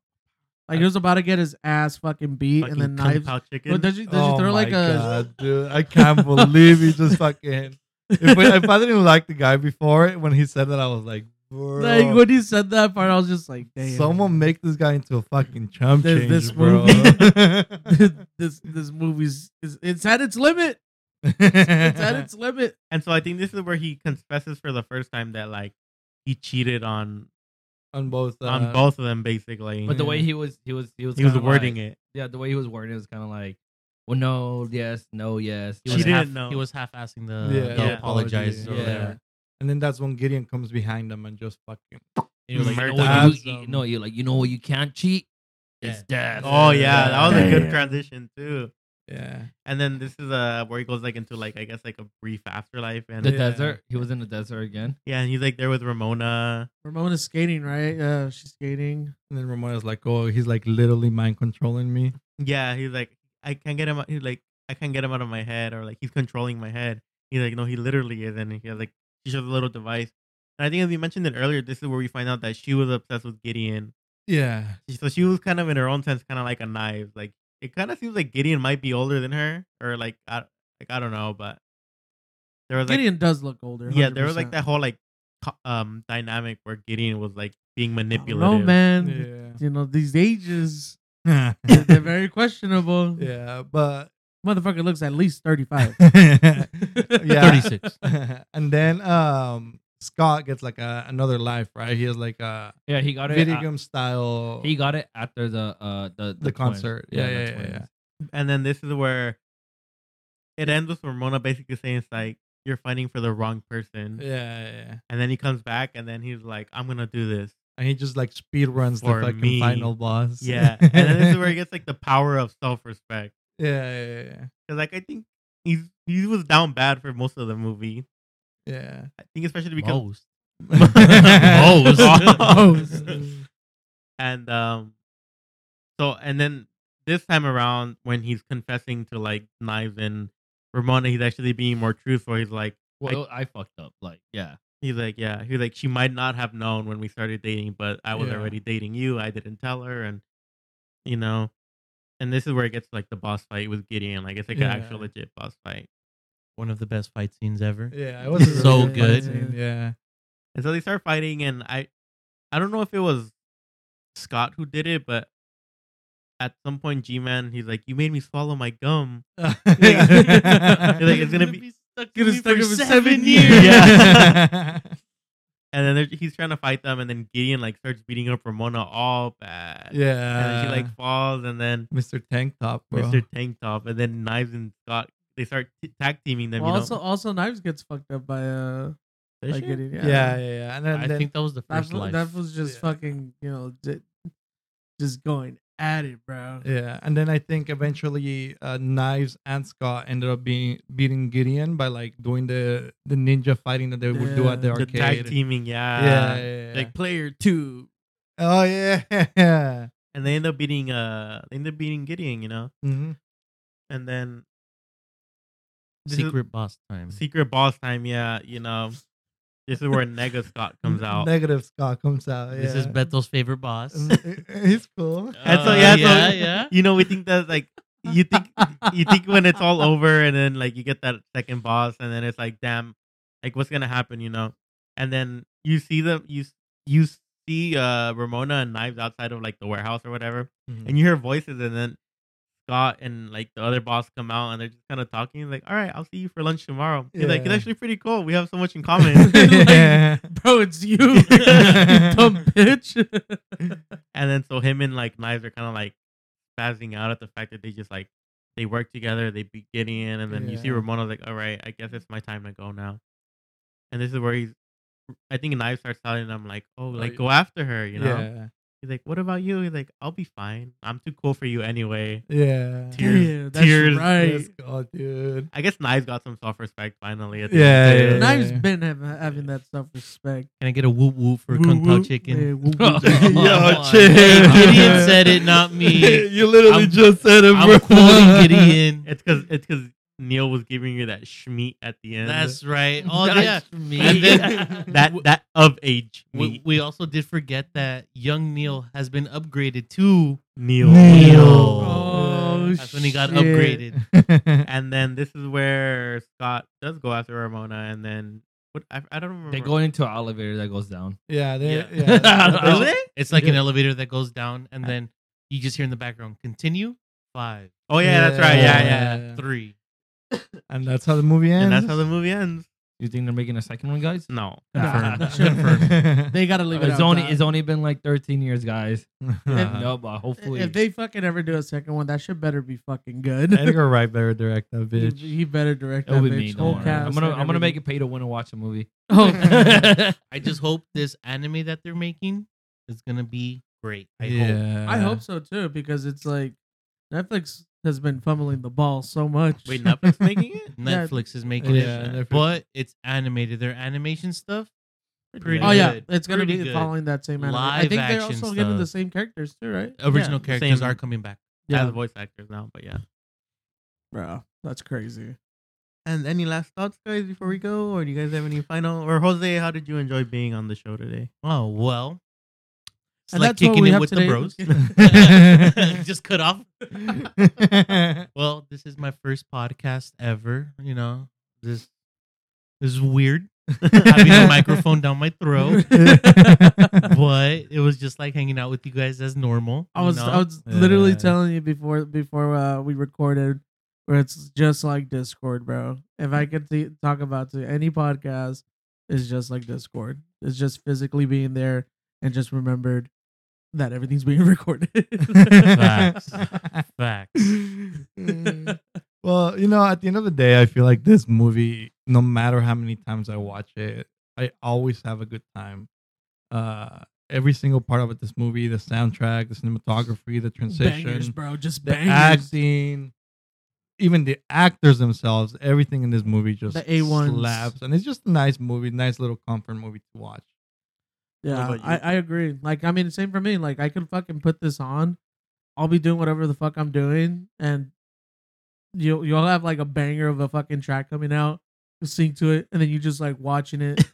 Speaker 2: Like he was about to get his ass fucking beat,
Speaker 3: Fucking
Speaker 2: and then
Speaker 3: Kung
Speaker 2: knives.
Speaker 3: Pao chicken.
Speaker 2: Well, did you, did
Speaker 1: oh
Speaker 2: you throw like
Speaker 1: my
Speaker 2: a?
Speaker 1: God, dude, I can't believe he just fucking. If, I- if I didn't like the guy before when he said that, I was like, bro,
Speaker 2: Like when he said that part, I was just like, damn.
Speaker 1: someone make this guy into a fucking chump
Speaker 2: There's
Speaker 1: change,
Speaker 2: this
Speaker 1: bro.
Speaker 2: this this movie's is, it's at its limit. It's at its limit.
Speaker 3: and so I think this is where he confesses for the first time that like he cheated on
Speaker 1: on both. Uh,
Speaker 3: on both of them basically.
Speaker 6: But the way he was, he was, he was,
Speaker 3: he was
Speaker 6: kinda
Speaker 3: wording
Speaker 6: like-
Speaker 3: it,
Speaker 6: Yeah, the way he was wording it was kind of like, well, no, yes, no, yes.
Speaker 5: He
Speaker 3: She
Speaker 5: was
Speaker 3: didn't
Speaker 5: half,
Speaker 3: know.
Speaker 5: He was half-assing the,
Speaker 1: Yeah,
Speaker 5: the
Speaker 3: yeah.
Speaker 5: apologize or
Speaker 6: Yeah.
Speaker 5: whatever.
Speaker 1: And then that's when Gideon comes behind them and just fucking.
Speaker 6: And he was like, you
Speaker 3: Murder.
Speaker 6: know what you-
Speaker 1: Awesome.
Speaker 6: you, no, you're like, you know what, you can't cheat. It's death.
Speaker 3: Oh yeah, that was a
Speaker 2: Damn.
Speaker 3: good transition too.
Speaker 1: Yeah.
Speaker 3: And then this is uh where he goes like into like I guess like a brief afterlife and
Speaker 6: The
Speaker 1: Yeah.
Speaker 6: desert. He was in the desert again.
Speaker 3: yeah, and he's like there with Ramona.
Speaker 2: Ramona's skating, right? Yeah, she's skating.
Speaker 1: And then Ramona's like, oh, he's like literally mind controlling me.
Speaker 3: Yeah, he's like I can't get him. Out. He's like I can't get him out of my head, or like he's controlling my head. He's like no, he literally is, and he has like she shows a little device. And I think as we mentioned it earlier, this is where we find out that she was obsessed with Gideon.
Speaker 1: Yeah.
Speaker 3: So she was kind of in her own sense, kind of like a knife. Like it kind of seems like Gideon might be older than her, or like I like I don't know, but there was like
Speaker 2: Gideon does look older.
Speaker 3: yeah, there was like
Speaker 2: 100%.
Speaker 3: that whole like co- um dynamic where Gideon was like being
Speaker 2: I don't know,
Speaker 3: manipulative.
Speaker 1: Yeah.
Speaker 2: man. You know these ages, they're, they're
Speaker 1: yeah.
Speaker 2: very questionable.
Speaker 1: But
Speaker 2: Motherfucker looks at least thirty-five.
Speaker 1: yeah.
Speaker 5: 36.
Speaker 1: and then um Scott gets like a, another life, right? He has like a
Speaker 6: Yeah, he
Speaker 3: uh,
Speaker 6: got it.
Speaker 1: video
Speaker 6: a-
Speaker 1: game style
Speaker 6: he got it after the uh the the, twins.
Speaker 1: concert. Yeah,
Speaker 6: the
Speaker 1: yeah, yeah,
Speaker 6: twins.
Speaker 1: yeah.
Speaker 3: And then this is where it ends with Ramona basically saying it's like you're fighting for the wrong person.
Speaker 1: yeah, yeah, yeah.
Speaker 3: And then he comes back and then he's like, I'm gonna do this.
Speaker 1: And he just like speed runs the
Speaker 3: For
Speaker 1: fucking
Speaker 3: me.
Speaker 1: final boss.
Speaker 3: Yeah. and then this is where he gets like the power of self respect.
Speaker 1: yeah, yeah, yeah,
Speaker 3: Cause like I think he's he was down bad for most of the movie.
Speaker 1: yeah.
Speaker 3: I think especially because
Speaker 5: Most.
Speaker 3: and um so and then this time around when he's confessing to like knives and ramona he's actually being more truthful he's like
Speaker 6: Well, I, fucked up. Like, yeah,
Speaker 3: he's like yeah he's like she might not have known when we started dating but i was
Speaker 1: Yeah.
Speaker 3: already dating you i didn't tell her and you know and this is where it gets like the boss fight with gideon like it's like
Speaker 1: Yeah.
Speaker 3: an actual legit boss fight
Speaker 5: One of the best fight scenes ever.
Speaker 1: Yeah, it was a
Speaker 5: So
Speaker 1: really
Speaker 5: good.
Speaker 1: fight scene, Yeah.
Speaker 3: and so they start fighting and i i don't know if it was scott who did it but at some point g-man he's like you made me swallow my gum You're like, it's gonna be-
Speaker 5: stuck
Speaker 2: Gonna
Speaker 5: in me
Speaker 2: stuck
Speaker 5: for
Speaker 2: in for seven
Speaker 5: seven years.
Speaker 1: yeah.
Speaker 3: And then they're- he's trying to fight them, and then Gideon like starts beating up Ramona all bad. And then
Speaker 1: Yeah.
Speaker 3: she like falls, and then
Speaker 1: Mr. Tank Top, bro.
Speaker 3: Mr. Tank Top, and then Knives and Scott they start t- tag teaming them.
Speaker 2: Well,
Speaker 3: you know?
Speaker 2: also, also knives gets fucked up by uh,
Speaker 3: Does
Speaker 2: by
Speaker 3: she?
Speaker 2: Gideon.
Speaker 1: Yeah, yeah, yeah. And then,
Speaker 5: I
Speaker 1: then
Speaker 5: think that was the
Speaker 2: That,
Speaker 5: first
Speaker 2: was-
Speaker 5: life.
Speaker 2: that was just
Speaker 1: Yeah.
Speaker 2: fucking, you know, di- just going at it, bro.
Speaker 1: yeah, and then I think eventually uh, Knives and Scott ended up being beating Gideon by like doing the the ninja fighting that they would do at the
Speaker 2: Yeah.
Speaker 3: the
Speaker 1: arcade.
Speaker 3: tag teaming, yeah.
Speaker 1: Yeah, yeah, yeah.
Speaker 3: Like player two,
Speaker 1: oh yeah.
Speaker 3: and they end up beating uh, they end up beating Gideon, you know,
Speaker 1: Mhm.
Speaker 3: and then this is-
Speaker 5: Secret boss time.
Speaker 3: secret boss time, yeah, you know. This is where Nega Scott comes out.
Speaker 1: Negative Scott comes out. Yeah.
Speaker 5: This is Beto's favorite boss.
Speaker 1: He's cool.
Speaker 3: And so
Speaker 5: Uh,
Speaker 3: yeah, so
Speaker 5: yeah, yeah.
Speaker 3: you know, we think that like you think you think when it's all over and then like you get that second boss and then it's like damn like what's gonna happen you know and then you see them you you see uh ramona and knives outside of like the warehouse or whatever
Speaker 5: Mm-hmm.
Speaker 3: and you hear voices and then scott and like the other boss come out and they're just kind of talking like all right i'll see you for lunch tomorrow he's like it's
Speaker 2: Yeah.
Speaker 3: actually pretty cool we have so much in common
Speaker 2: bro, it's you, you dumb bitch.
Speaker 3: and then so him and like knives are kind of like spazzing out at the fact that they just like they work together they beat gideon and then you see
Speaker 2: Yeah.
Speaker 3: ramona's like all right i guess it's my time to go now and this is where he's i think knives starts telling him like oh like
Speaker 1: yeah.
Speaker 3: go after her you know
Speaker 2: Yeah,
Speaker 3: he's like what about you he's like i'll be fine i'm too cool for you anyway
Speaker 1: Yeah.
Speaker 3: Tears-
Speaker 2: Yeah, that's
Speaker 3: tears.
Speaker 2: right.
Speaker 1: go, dude.
Speaker 3: i guess knives got some self-respect finally at the end
Speaker 1: Yeah,
Speaker 3: of the day.
Speaker 1: yeah, yeah.
Speaker 2: Knives been having, having that self respect.
Speaker 5: Can I get a whoop whoop for Kung Pao chicken?
Speaker 1: Yo,
Speaker 5: Hey,
Speaker 1: chill.
Speaker 5: Gideon said it, not me.
Speaker 1: you literally
Speaker 5: I'm-
Speaker 1: just said it, bro.
Speaker 5: I'm quoting Gideon.
Speaker 3: it's because it's because neil was giving you that schmeat at the end
Speaker 5: That's right. Oh yeah,
Speaker 6: That's
Speaker 5: and then
Speaker 3: that that of age
Speaker 5: we,
Speaker 3: meat.
Speaker 5: we also did forget that young Neil has been upgraded to
Speaker 3: neil
Speaker 2: Oh,
Speaker 5: That's when he got
Speaker 2: shit.
Speaker 5: upgraded.
Speaker 3: and then this is where Scott does go after Ramona, and then what I, I don't remember.
Speaker 4: They go into an elevator that goes down.
Speaker 1: yeah, they,
Speaker 5: Yeah.
Speaker 1: yeah.
Speaker 5: Is
Speaker 3: it?
Speaker 5: It's like an elevator that goes down, and then you just hear in the background, "Continue five,
Speaker 3: Oh yeah, that's right. Yeah, yeah.
Speaker 5: three.
Speaker 1: And that's how the movie ends.
Speaker 3: And that's how the movie ends.
Speaker 4: You think they're making a second one, guys?
Speaker 3: No,
Speaker 2: They gotta leave it.
Speaker 4: Oh, It's
Speaker 2: out,
Speaker 4: only
Speaker 2: dog.
Speaker 4: it's only been like 13 years, guys.
Speaker 1: Uh-huh.
Speaker 4: no, but hopefully
Speaker 2: If they fucking ever do a second one, that shit better be fucking good.
Speaker 1: Edgar Wright better direct that
Speaker 2: He,
Speaker 1: bitch.
Speaker 2: he better direct
Speaker 4: it'll
Speaker 2: that
Speaker 4: be
Speaker 2: bitch.
Speaker 4: me.
Speaker 2: whole
Speaker 4: Don't worry. I'm
Speaker 2: cast
Speaker 4: gonna
Speaker 2: and
Speaker 4: I'm gonna
Speaker 2: everything.
Speaker 4: make it pay to win to watch a movie.
Speaker 5: I just hope this anime that they're making is gonna be great. I hope.
Speaker 2: I hope so too because it's like Netflix has been fumbling the ball so much.
Speaker 3: wait, Netflix making it?
Speaker 5: Netflix is
Speaker 2: Oh,
Speaker 5: making
Speaker 1: Yeah,
Speaker 5: it,
Speaker 1: Netflix.
Speaker 5: but it's animated. Their animation stuff, pretty.
Speaker 2: oh yeah,
Speaker 5: good.
Speaker 2: it's gonna
Speaker 5: Pretty
Speaker 2: be
Speaker 5: good.
Speaker 2: following that same anime. I
Speaker 5: Live
Speaker 2: think they're also
Speaker 5: action
Speaker 2: getting the
Speaker 5: stuff.
Speaker 2: same characters too, right?
Speaker 5: Original
Speaker 2: Yeah.
Speaker 5: characters
Speaker 3: same-
Speaker 5: are coming back.
Speaker 3: Yeah,
Speaker 2: Yeah.
Speaker 3: the voice actors now, but yeah.
Speaker 2: bro, that's crazy.
Speaker 3: And any last thoughts, guys, before we go, or do you guys have any final? Or Jose, how did you enjoy being on the show today?
Speaker 5: Oh well. It's
Speaker 2: And
Speaker 5: like
Speaker 2: that's what
Speaker 5: kicking
Speaker 2: we
Speaker 5: it
Speaker 2: have
Speaker 5: with
Speaker 2: today.
Speaker 5: the bros. Just cut off. well, this is my first podcast ever. You know, this this is weird having a microphone down my throat, but it was just like hanging out with you guys as normal.
Speaker 2: I
Speaker 5: you
Speaker 2: was
Speaker 5: know?
Speaker 2: I was literally
Speaker 1: Yeah.
Speaker 2: telling you before before uh, we recorded where it's just like Discord, bro. If I could t- talk about to any podcast, it's just like Discord. It's just physically being there and just remembered that everything's being recorded.
Speaker 5: Facts. Facts.
Speaker 1: well, you know, at the end of the day, I feel like this movie, no matter how many times I watch it, I always have a good time. Uh, every single part of it, this movie, the soundtrack, the cinematography, the transition,
Speaker 2: bangers, bro, just
Speaker 1: the
Speaker 2: bangers.
Speaker 1: acting, even the actors themselves, everything in this movie just
Speaker 2: The A1s.
Speaker 1: slaps. And it's just a nice movie, nice little comfort movie to watch.
Speaker 2: Yeah,
Speaker 3: about you?
Speaker 2: I, I agree. Like, I mean, same for me. Like, I can fucking put this on. I'll be doing whatever the fuck I'm doing, and you'll you'll have like a banger of a fucking track coming out, you sing to it, and then you just like watching it,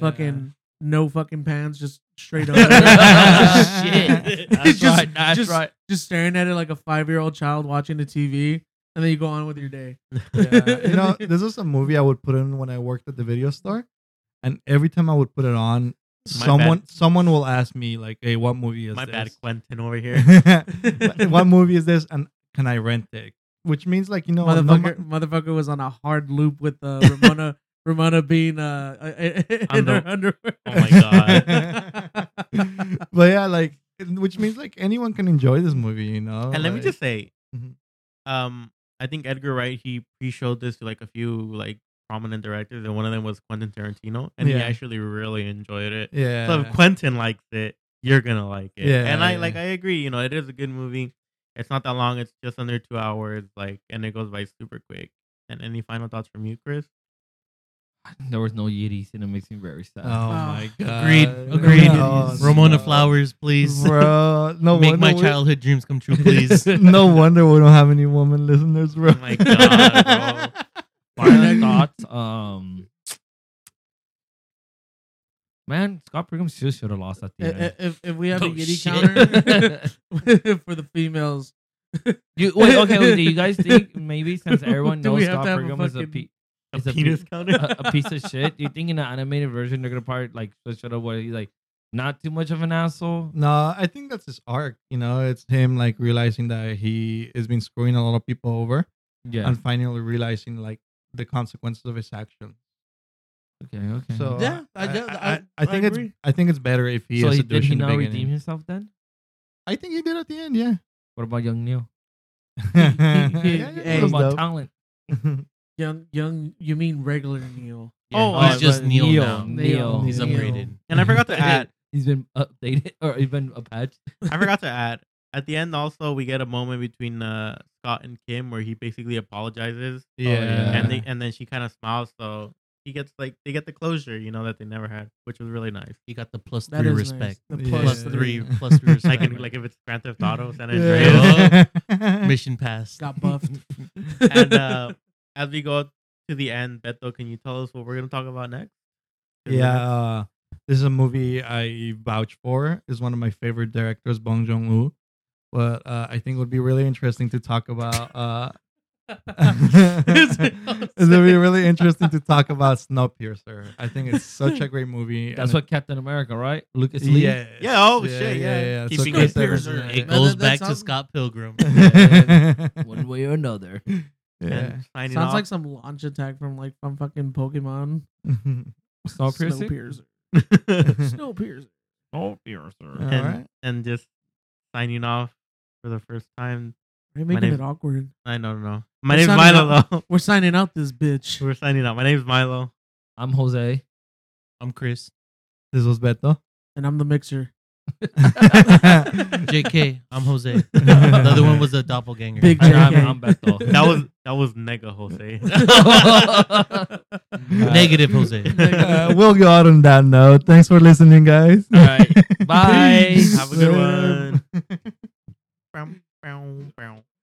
Speaker 2: fucking no fucking pants, just straight up,
Speaker 5: Shit.
Speaker 2: Just-
Speaker 4: That's right. That's
Speaker 2: just-
Speaker 4: right.
Speaker 2: just staring at it like a five year old child watching the TV, and then you go on with your day.
Speaker 1: Yeah. you know, this is a movie I would put in when I worked at the video store, and every time I would put it on,
Speaker 3: My
Speaker 1: someone someone will ask me like, "Hey, what movie is
Speaker 3: My bad,
Speaker 1: this?
Speaker 3: Quentin over here.
Speaker 1: Bad. what movie is this? And can I rent it?" Which means like you know, no ma-
Speaker 2: motherfucker, motherfucker was on a hard loop with uh, Ramona. Ramona being uh, in
Speaker 3: Under-
Speaker 2: her underwear.
Speaker 3: Oh my god.
Speaker 1: but yeah, like which means like anyone can enjoy this movie, you know.
Speaker 3: and let me
Speaker 1: Like,
Speaker 3: just say,
Speaker 1: Mhm.
Speaker 3: um, I think Edgar Wright he pre-showed this to like a few like prominent directors, and one of them was Quentin Tarantino, and he
Speaker 1: Yeah.
Speaker 3: actually really enjoyed it.
Speaker 1: yeah,
Speaker 3: So if Quentin likes it, you're gonna like it.
Speaker 1: Yeah,
Speaker 3: and I
Speaker 1: yeah.
Speaker 3: like I agree. You know, it is a good movie. It's not that long. It's just under two hours. Like, and it goes by super quick. And any final thoughts from you, Chris?
Speaker 4: There was no Yetis and it makes me very sad.
Speaker 1: oh my god,
Speaker 5: Agreed.
Speaker 2: Uh,
Speaker 5: Agreed.
Speaker 1: No,
Speaker 5: Ramona
Speaker 1: no.
Speaker 5: Flowers, please.
Speaker 1: bro. No,
Speaker 5: Make
Speaker 1: wonder
Speaker 5: my
Speaker 1: we-
Speaker 5: childhood dreams come true, please.
Speaker 1: no wonder we don't have any woman listeners, bro.
Speaker 3: Oh my God,
Speaker 4: Final thoughts. Um, man, Scott Brigham still
Speaker 2: Eh,
Speaker 4: should have lost at the
Speaker 2: I- I-
Speaker 4: end.
Speaker 2: If, if we have
Speaker 5: Oh,
Speaker 2: a Yeti
Speaker 5: shit.
Speaker 2: counter for the females,
Speaker 4: You, wait, okay, wait, do you guys think maybe since everyone
Speaker 2: Do we
Speaker 4: knows
Speaker 2: have to
Speaker 4: Scott
Speaker 2: have a
Speaker 4: Pilgrim is a,
Speaker 2: fucking-
Speaker 4: pe-
Speaker 3: A
Speaker 4: is a,
Speaker 3: penis
Speaker 4: pe-
Speaker 3: counter?
Speaker 4: a, a piece of shit, do you think in the animated version they're gonna part like switch it up where he's like not too much of an asshole?
Speaker 1: No, I think that's his arc. You know, it's him like realizing that he has been screwing a lot of people over
Speaker 4: Yeah.
Speaker 1: and finally realizing like the consequences of his actions.
Speaker 4: Okay. Okay.
Speaker 1: So
Speaker 2: Yeah, I
Speaker 1: I,
Speaker 2: ju-
Speaker 1: I-
Speaker 2: I-
Speaker 1: I
Speaker 2: I
Speaker 1: think
Speaker 2: agree.
Speaker 1: it's I think it's better if he
Speaker 4: so
Speaker 1: is
Speaker 4: he,
Speaker 1: a
Speaker 4: did
Speaker 1: douche
Speaker 4: he
Speaker 1: in the
Speaker 4: not redeem
Speaker 1: beginning.
Speaker 4: himself then?
Speaker 1: I think he did at the end. Yeah.
Speaker 4: What about young Neil?
Speaker 1: Yeah,
Speaker 2: yeah,
Speaker 1: yeah,
Speaker 2: yeah.
Speaker 1: yeah.
Speaker 4: what about
Speaker 2: dope.
Speaker 4: talent?
Speaker 2: Young, young. You mean regular Neil?
Speaker 3: Oh,
Speaker 5: he's
Speaker 3: uh,
Speaker 5: just
Speaker 4: but
Speaker 5: Neil,
Speaker 4: Neil,
Speaker 5: now.
Speaker 4: Neil.
Speaker 5: He's
Speaker 2: Neil.
Speaker 5: upgraded.
Speaker 3: And I forgot to add.
Speaker 4: He's been updated or even a patch.
Speaker 3: I forgot to add. At the end, also, we get a moment between uh, Scott and Kim where he basically apologizes, and they, and then she kind of smiles. So he gets like they get the closure, you know, that they never had, which was really nice.
Speaker 5: He got the plus
Speaker 2: That
Speaker 5: three
Speaker 2: is
Speaker 5: respect.
Speaker 2: Nice. The
Speaker 1: Yeah.
Speaker 2: plus
Speaker 5: Plus
Speaker 1: Yeah.
Speaker 5: three, plus three
Speaker 3: Like
Speaker 5: respect.
Speaker 3: in, like if it's Grand Theft Auto, San Andreas,
Speaker 5: Yeah.
Speaker 1: Eh.
Speaker 5: Mission passed.
Speaker 2: got buffed.
Speaker 3: and uh, as we go to the end, Beto, can you tell us what we're gonna talk about next?
Speaker 1: Yeah, uh, this is a movie I vouch for. It's one of my favorite directors, Bong Joon Ho. But uh, I think it would be really interesting to talk about. Uh, it would be really interesting to talk about Snowpiercer. I think it's such a great movie.
Speaker 4: That's
Speaker 1: and
Speaker 4: what Captain America, right? Lucas
Speaker 1: it-
Speaker 4: Lee.
Speaker 1: Yes,
Speaker 3: Yeah, oh, shit, yeah.
Speaker 1: it's
Speaker 3: Keeping
Speaker 1: okay,
Speaker 3: it
Speaker 1: there,
Speaker 3: pure,
Speaker 1: yeah.
Speaker 5: It
Speaker 2: Man,
Speaker 5: goes
Speaker 2: that- that
Speaker 5: back to
Speaker 2: sounds-
Speaker 5: Scott Pilgrim.
Speaker 4: One way or another.
Speaker 1: Yeah.
Speaker 3: And signing
Speaker 2: Sounds
Speaker 3: off,
Speaker 2: like some launch attack from like from fucking Pokemon.
Speaker 4: Snowpiercer?
Speaker 2: Snowpiercer. Snowpiercer.
Speaker 1: All
Speaker 4: Snowpiercer.
Speaker 3: and,
Speaker 1: right.
Speaker 3: and just signing off for the first time.
Speaker 2: Are you
Speaker 3: My
Speaker 2: making
Speaker 3: name-
Speaker 2: it awkward?
Speaker 3: I don't know. My
Speaker 2: We're
Speaker 3: name's
Speaker 2: signing
Speaker 3: Milo. Though.
Speaker 2: We're signing out this bitch.
Speaker 3: We're signing off. My name's Milo.
Speaker 4: I'm Jose.
Speaker 5: I'm Chris.
Speaker 1: This was Beto.
Speaker 2: And I'm the mixer.
Speaker 5: JK, I'm Jose. the other one was a doppelganger.
Speaker 2: Big
Speaker 4: And I'm,
Speaker 2: JK.
Speaker 4: I'm Beto.
Speaker 3: That was that was nega Jose.
Speaker 5: Negative Jose.
Speaker 1: Uh, we'll go out on that note. Thanks for listening, guys.
Speaker 4: All right. Bye.
Speaker 3: Have a good one. Bow, bow, bow.